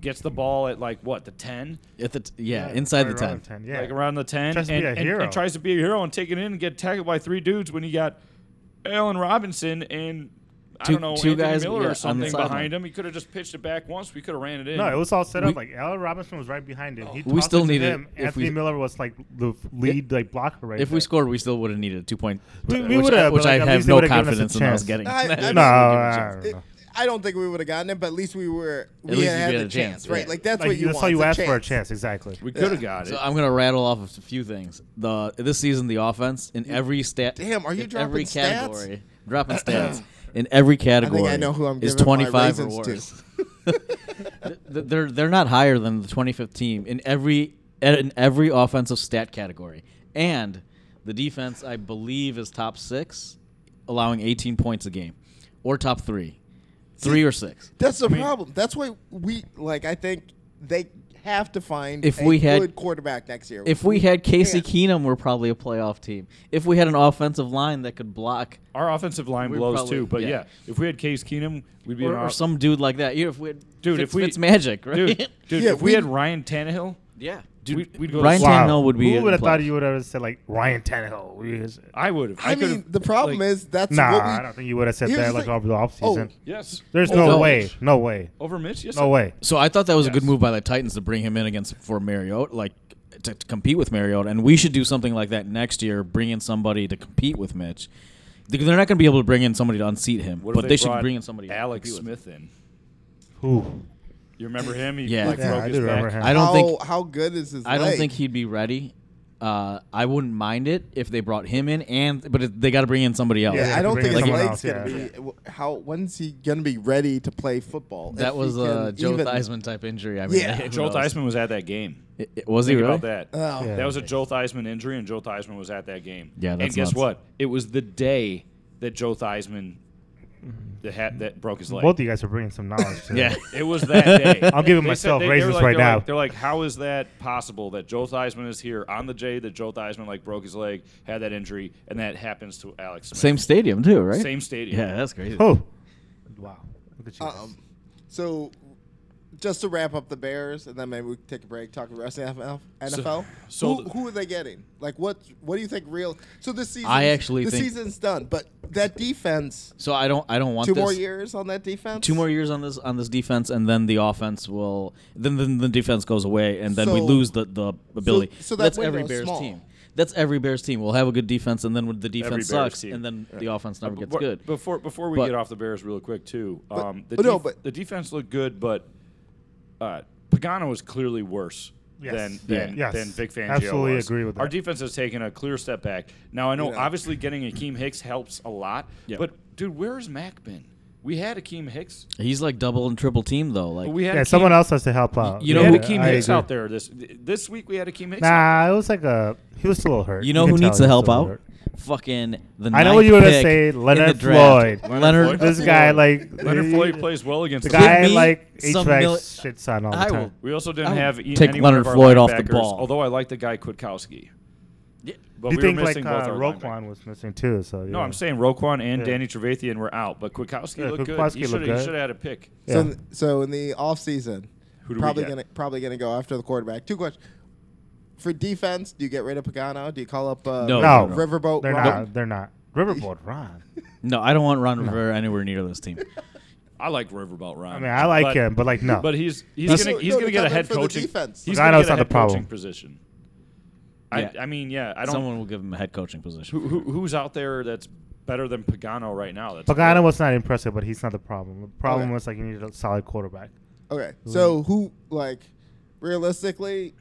[SPEAKER 3] gets the ball at like what the ten,
[SPEAKER 2] At the t- yeah, inside the
[SPEAKER 5] right around
[SPEAKER 2] 10.
[SPEAKER 5] Yeah.
[SPEAKER 3] like around the ten,
[SPEAKER 5] Tries to
[SPEAKER 3] and,
[SPEAKER 5] be a
[SPEAKER 3] and-
[SPEAKER 5] hero.
[SPEAKER 3] and tries to be a hero and take it in and get tackled by three dudes when he got Allen Robinson and. I
[SPEAKER 2] Two-
[SPEAKER 3] don't know
[SPEAKER 2] two
[SPEAKER 3] Anthony
[SPEAKER 2] guys,
[SPEAKER 3] Miller
[SPEAKER 2] yeah, on
[SPEAKER 3] or
[SPEAKER 2] the
[SPEAKER 3] something
[SPEAKER 2] sideline.
[SPEAKER 3] behind him. He could have just pitched it back once. We could have ran it in.
[SPEAKER 5] No, it was all set up.
[SPEAKER 2] We-
[SPEAKER 5] like Allen Robinson was right behind him. He
[SPEAKER 2] We
[SPEAKER 5] tossed
[SPEAKER 2] still
[SPEAKER 5] it to
[SPEAKER 2] needed-
[SPEAKER 5] him.
[SPEAKER 2] if
[SPEAKER 5] Anthony
[SPEAKER 2] we-
[SPEAKER 5] Miller was like the lead like blocker right
[SPEAKER 2] If
[SPEAKER 5] there.
[SPEAKER 2] we scored, we still would have needed a two point,
[SPEAKER 5] We- we
[SPEAKER 2] which,
[SPEAKER 5] would've,
[SPEAKER 2] I,
[SPEAKER 5] but,
[SPEAKER 2] which
[SPEAKER 5] like,
[SPEAKER 2] I
[SPEAKER 5] at
[SPEAKER 2] have
[SPEAKER 5] least they
[SPEAKER 2] no
[SPEAKER 5] would've given us a
[SPEAKER 2] confidence in us
[SPEAKER 5] chance.
[SPEAKER 2] getting.
[SPEAKER 1] I- I
[SPEAKER 2] That
[SPEAKER 1] mean,
[SPEAKER 5] no, uh,
[SPEAKER 2] was-
[SPEAKER 5] I don't
[SPEAKER 1] It-
[SPEAKER 5] know.
[SPEAKER 1] I don't think we would have gotten it, but at least we were we
[SPEAKER 2] least
[SPEAKER 1] had,
[SPEAKER 2] we
[SPEAKER 1] had
[SPEAKER 2] had
[SPEAKER 1] the
[SPEAKER 2] a
[SPEAKER 1] chance,
[SPEAKER 2] chance,
[SPEAKER 1] right?
[SPEAKER 2] yeah.
[SPEAKER 1] Like that's
[SPEAKER 5] Like,
[SPEAKER 1] what you
[SPEAKER 5] that's
[SPEAKER 1] want.
[SPEAKER 5] all you
[SPEAKER 1] a
[SPEAKER 5] asked for a chance, exactly.
[SPEAKER 3] we could have
[SPEAKER 1] Yeah.
[SPEAKER 3] got it.
[SPEAKER 2] So uh, I'm gonna rattle off a few things. The this season the offense in every stat.
[SPEAKER 1] Damn, are you
[SPEAKER 2] in every
[SPEAKER 1] dropping stats?
[SPEAKER 2] category? Dropping stats in every category.
[SPEAKER 1] know who I'm
[SPEAKER 2] is
[SPEAKER 1] giving my
[SPEAKER 2] 25 or
[SPEAKER 1] raisins
[SPEAKER 2] worse. Th- they're they're not higher than the 25th team in every in every offensive stat category, and the defense I believe is top six, allowing 18 points a game, or top three, three or six.
[SPEAKER 1] That's the problem. That's why we like. I think they have to find
[SPEAKER 2] If
[SPEAKER 1] a
[SPEAKER 2] we had-
[SPEAKER 1] good quarterback next year.
[SPEAKER 2] If we had Casey
[SPEAKER 1] Yeah.
[SPEAKER 2] Keenum, we're probably a playoff team. If we had an offensive line that could block
[SPEAKER 3] Our offensive line
[SPEAKER 2] We
[SPEAKER 3] blows
[SPEAKER 2] probably-
[SPEAKER 3] too, but yeah.
[SPEAKER 2] yeah.
[SPEAKER 3] if we had Case Keenum, we'd be
[SPEAKER 2] or,
[SPEAKER 3] an
[SPEAKER 2] or
[SPEAKER 3] off-
[SPEAKER 2] some dude like that. Yeah, if we had
[SPEAKER 3] dude.
[SPEAKER 2] Fitz-
[SPEAKER 3] if we
[SPEAKER 2] Fitz magic, right?
[SPEAKER 3] dude, dude,
[SPEAKER 1] Yeah,
[SPEAKER 3] if we
[SPEAKER 1] we-
[SPEAKER 3] had Ryan Tannehill,
[SPEAKER 2] yeah,
[SPEAKER 3] dude, we'd, we'd go.
[SPEAKER 2] Ryan
[SPEAKER 3] to,
[SPEAKER 2] Tannehill would be
[SPEAKER 5] Who
[SPEAKER 2] in
[SPEAKER 5] would have thought
[SPEAKER 2] playoffs.
[SPEAKER 5] you would have said like Ryan Tannehill? We just-
[SPEAKER 3] I would have.
[SPEAKER 1] I, mean, the problem is that's
[SPEAKER 5] Nah,
[SPEAKER 1] what we,
[SPEAKER 5] I don't think you would have said
[SPEAKER 1] Here's
[SPEAKER 5] that
[SPEAKER 1] the
[SPEAKER 5] like
[SPEAKER 1] thing- Oh.
[SPEAKER 5] over the offseason.
[SPEAKER 3] yes.
[SPEAKER 5] There's
[SPEAKER 3] Over
[SPEAKER 5] no
[SPEAKER 3] Mitch.
[SPEAKER 5] way, no way,
[SPEAKER 3] over Mitch. Yes,
[SPEAKER 5] no way.
[SPEAKER 2] Oh, So I thought that was a good
[SPEAKER 3] Yes.
[SPEAKER 2] move by the Titans to bring him in against for Mariota, like to, to compete with Mariota, and we should do something like that next year. Bring in somebody to compete with Mitch. They- They're not going to be able to bring in somebody to unseat him,
[SPEAKER 3] What if
[SPEAKER 2] but they,
[SPEAKER 3] brought
[SPEAKER 2] should bring in somebody. to
[SPEAKER 3] Alex
[SPEAKER 2] compete with him.
[SPEAKER 3] Smith in.
[SPEAKER 5] Who?
[SPEAKER 3] You remember him? He
[SPEAKER 2] Yeah.
[SPEAKER 3] like
[SPEAKER 2] Yeah,
[SPEAKER 3] broke
[SPEAKER 5] I
[SPEAKER 3] his
[SPEAKER 5] do remember
[SPEAKER 3] back.
[SPEAKER 5] him.
[SPEAKER 2] I don't
[SPEAKER 1] how,
[SPEAKER 2] think
[SPEAKER 1] how good is his.
[SPEAKER 2] I don't
[SPEAKER 1] leg?
[SPEAKER 2] think he'd be ready. Uh, I wouldn't mind it if they brought him in, and but it, they got to bring in somebody else.
[SPEAKER 1] Yeah,
[SPEAKER 5] yeah,
[SPEAKER 1] I don't
[SPEAKER 5] bring
[SPEAKER 1] think his
[SPEAKER 5] someone
[SPEAKER 1] leg's
[SPEAKER 5] else,
[SPEAKER 1] gonna
[SPEAKER 5] yeah.
[SPEAKER 1] be. w- How when's he gonna be ready to play football? If
[SPEAKER 2] That
[SPEAKER 1] he
[SPEAKER 2] was a
[SPEAKER 1] can
[SPEAKER 2] Joe
[SPEAKER 1] even-
[SPEAKER 2] Theismann type injury. I mean,
[SPEAKER 1] Yeah.
[SPEAKER 2] who
[SPEAKER 3] Joe
[SPEAKER 2] knows?
[SPEAKER 3] Theismann was at that game.
[SPEAKER 2] I- I- was he
[SPEAKER 3] Think
[SPEAKER 2] really?
[SPEAKER 3] about that.
[SPEAKER 1] Oh.
[SPEAKER 5] Yeah.
[SPEAKER 3] That was a Joe Theismann injury, and Joe Theismann was at that game.
[SPEAKER 2] Yeah,
[SPEAKER 3] and
[SPEAKER 2] that's
[SPEAKER 3] guess
[SPEAKER 2] nuts.
[SPEAKER 3] what? It was the day that Joe Theismann that had, that broke his leg.
[SPEAKER 5] Both of you guys are bringing some knowledge. To
[SPEAKER 2] Yeah.
[SPEAKER 5] it.
[SPEAKER 3] It was that day.
[SPEAKER 5] I'm giving
[SPEAKER 3] They
[SPEAKER 5] myself
[SPEAKER 3] said- were
[SPEAKER 5] raisins
[SPEAKER 3] like-
[SPEAKER 5] right
[SPEAKER 3] they're
[SPEAKER 5] now.
[SPEAKER 3] Like, they're like, how is that possible that Joe Theismann is here on the day that Joe Theismann like broke his leg, had that injury, and that happens to Alex? Smith.
[SPEAKER 2] Same stadium too, right?
[SPEAKER 3] Same stadium.
[SPEAKER 2] Yeah, that's crazy.
[SPEAKER 5] Oh, wow. Look at you. guys.
[SPEAKER 1] Um, so just to wrap up the Bears, and then maybe we can take a break, talk about the rest of the NFL. NFL.
[SPEAKER 3] so
[SPEAKER 1] who,
[SPEAKER 3] the-
[SPEAKER 1] who are they getting? Like, what what do you think? Real. So this season,
[SPEAKER 2] I actually
[SPEAKER 1] the
[SPEAKER 2] think-
[SPEAKER 1] season's done, but that defense.
[SPEAKER 2] So I don't, I don't want
[SPEAKER 1] Two
[SPEAKER 2] this.
[SPEAKER 1] more years on that defense.
[SPEAKER 2] Two more years on this on this defense, and then the offense will. Then then the defense goes away, and then we
[SPEAKER 1] So-
[SPEAKER 2] lose the the ability.
[SPEAKER 1] so that
[SPEAKER 2] that's
[SPEAKER 1] window
[SPEAKER 2] every
[SPEAKER 1] is
[SPEAKER 2] Bears
[SPEAKER 1] small.
[SPEAKER 2] team. That's every Bears team. We'll have a good defense, and then when the
[SPEAKER 3] Every
[SPEAKER 2] defense
[SPEAKER 3] Bears
[SPEAKER 2] sucks,
[SPEAKER 3] team.
[SPEAKER 2] and then the offense never gets
[SPEAKER 3] Before-
[SPEAKER 2] good.
[SPEAKER 3] Before before we
[SPEAKER 2] But-
[SPEAKER 3] get off the Bears real quick too, um, the,
[SPEAKER 1] but no,
[SPEAKER 3] def-
[SPEAKER 1] but-
[SPEAKER 3] the defense looked good, but uh, Pagano was clearly worse.
[SPEAKER 5] Yes.
[SPEAKER 3] Than than,
[SPEAKER 5] Yeah. Yes.
[SPEAKER 3] than Vic Fangio
[SPEAKER 5] Absolutely
[SPEAKER 3] was.
[SPEAKER 5] agree with
[SPEAKER 3] Our
[SPEAKER 5] that.
[SPEAKER 3] defense has taken a clear step back. Now I know
[SPEAKER 1] Yeah.
[SPEAKER 3] obviously getting Akeem Hicks helps a lot,
[SPEAKER 2] Yeah.
[SPEAKER 3] but dude, where's Mac been? We had Akeem Hicks.
[SPEAKER 2] He's like double and triple team though. Like
[SPEAKER 3] But we had
[SPEAKER 5] yeah,
[SPEAKER 3] Akeem-
[SPEAKER 5] someone else has to help out.
[SPEAKER 2] you
[SPEAKER 3] We
[SPEAKER 2] know
[SPEAKER 5] yeah,
[SPEAKER 3] had
[SPEAKER 2] who-
[SPEAKER 3] Akeem
[SPEAKER 5] I
[SPEAKER 3] Hicks
[SPEAKER 5] agree.
[SPEAKER 3] out there this this week. We had Akeem Hicks. out.
[SPEAKER 5] Nah, it was like a. He was a little hurt.
[SPEAKER 2] You know
[SPEAKER 5] can
[SPEAKER 2] who
[SPEAKER 5] tell
[SPEAKER 2] needs
[SPEAKER 5] he
[SPEAKER 2] to
[SPEAKER 5] was a
[SPEAKER 2] help
[SPEAKER 5] little
[SPEAKER 2] out?
[SPEAKER 5] hurt.
[SPEAKER 2] Fucking the
[SPEAKER 5] I know
[SPEAKER 2] ninth
[SPEAKER 5] what you were gonna
[SPEAKER 2] pick
[SPEAKER 5] say,
[SPEAKER 2] in the
[SPEAKER 5] Leonard
[SPEAKER 2] draft.
[SPEAKER 5] Floyd.
[SPEAKER 2] Leonard,
[SPEAKER 3] Floyd.
[SPEAKER 5] This guy, like
[SPEAKER 3] Leonard
[SPEAKER 5] he-
[SPEAKER 3] Floyd plays well against
[SPEAKER 5] The
[SPEAKER 3] us.
[SPEAKER 5] guy
[SPEAKER 2] me
[SPEAKER 5] like
[SPEAKER 2] some
[SPEAKER 5] HVAC
[SPEAKER 2] mil-
[SPEAKER 5] shits on all the
[SPEAKER 2] I
[SPEAKER 5] time.
[SPEAKER 2] will-
[SPEAKER 3] We also
[SPEAKER 2] I
[SPEAKER 3] didn't
[SPEAKER 2] would
[SPEAKER 3] have e-
[SPEAKER 2] take
[SPEAKER 3] any
[SPEAKER 2] Leonard
[SPEAKER 3] one of our
[SPEAKER 2] Floyd off the
[SPEAKER 3] linebackers,
[SPEAKER 2] ball.
[SPEAKER 3] Although I like the guy Kwiatkowski.
[SPEAKER 2] Yeah.
[SPEAKER 3] But
[SPEAKER 5] you
[SPEAKER 3] we
[SPEAKER 5] think
[SPEAKER 3] were
[SPEAKER 5] like
[SPEAKER 3] missing
[SPEAKER 5] uh,
[SPEAKER 3] both our linebackers.
[SPEAKER 5] Roquan was missing too? So yeah.
[SPEAKER 3] No, I'm saying Roquan and
[SPEAKER 5] Yeah.
[SPEAKER 3] Danny Trevathan were out, but Kwiatkowski
[SPEAKER 5] Yeah,
[SPEAKER 3] looked
[SPEAKER 5] Kwiatkowski
[SPEAKER 3] good. He should
[SPEAKER 5] looked
[SPEAKER 3] have
[SPEAKER 5] good.
[SPEAKER 3] had a pick.
[SPEAKER 5] Yeah.
[SPEAKER 1] So, in, so in the offseason,
[SPEAKER 3] Who do we
[SPEAKER 1] probably
[SPEAKER 3] get?
[SPEAKER 1] gonna probably gonna go after the quarterback. Two questions. For defense, do you get rid of Pagano? Do you call up uh,
[SPEAKER 2] No.
[SPEAKER 5] no,
[SPEAKER 1] Riverboat?
[SPEAKER 5] They're
[SPEAKER 1] Ron?
[SPEAKER 5] not. They're not. Riverboat Ron.
[SPEAKER 2] No, I don't want Ron Rivera anywhere near this team.
[SPEAKER 3] I like Riverboat Rwn.
[SPEAKER 5] I mean, I like
[SPEAKER 3] but,
[SPEAKER 5] him, but like no.
[SPEAKER 3] But he's he's
[SPEAKER 1] He's-
[SPEAKER 3] gonna he's
[SPEAKER 1] No,
[SPEAKER 3] gonna
[SPEAKER 1] to
[SPEAKER 3] get a
[SPEAKER 1] cover
[SPEAKER 3] head
[SPEAKER 1] for the
[SPEAKER 3] coaching.
[SPEAKER 1] defense.
[SPEAKER 3] He's
[SPEAKER 5] Logano's
[SPEAKER 3] gonna get a
[SPEAKER 5] not
[SPEAKER 3] head
[SPEAKER 5] the problem.
[SPEAKER 3] coaching position.
[SPEAKER 2] Yeah.
[SPEAKER 3] I I mean, yeah, I don't.
[SPEAKER 2] Someone will give him a head coaching position.
[SPEAKER 3] who, who- who's out there that's better than Pagano right now? That's
[SPEAKER 5] Pagano was not impressive, but he's not the problem. The problem
[SPEAKER 1] Okay.
[SPEAKER 5] was like you needed a solid quarterback.
[SPEAKER 1] Okay. So who like realistically?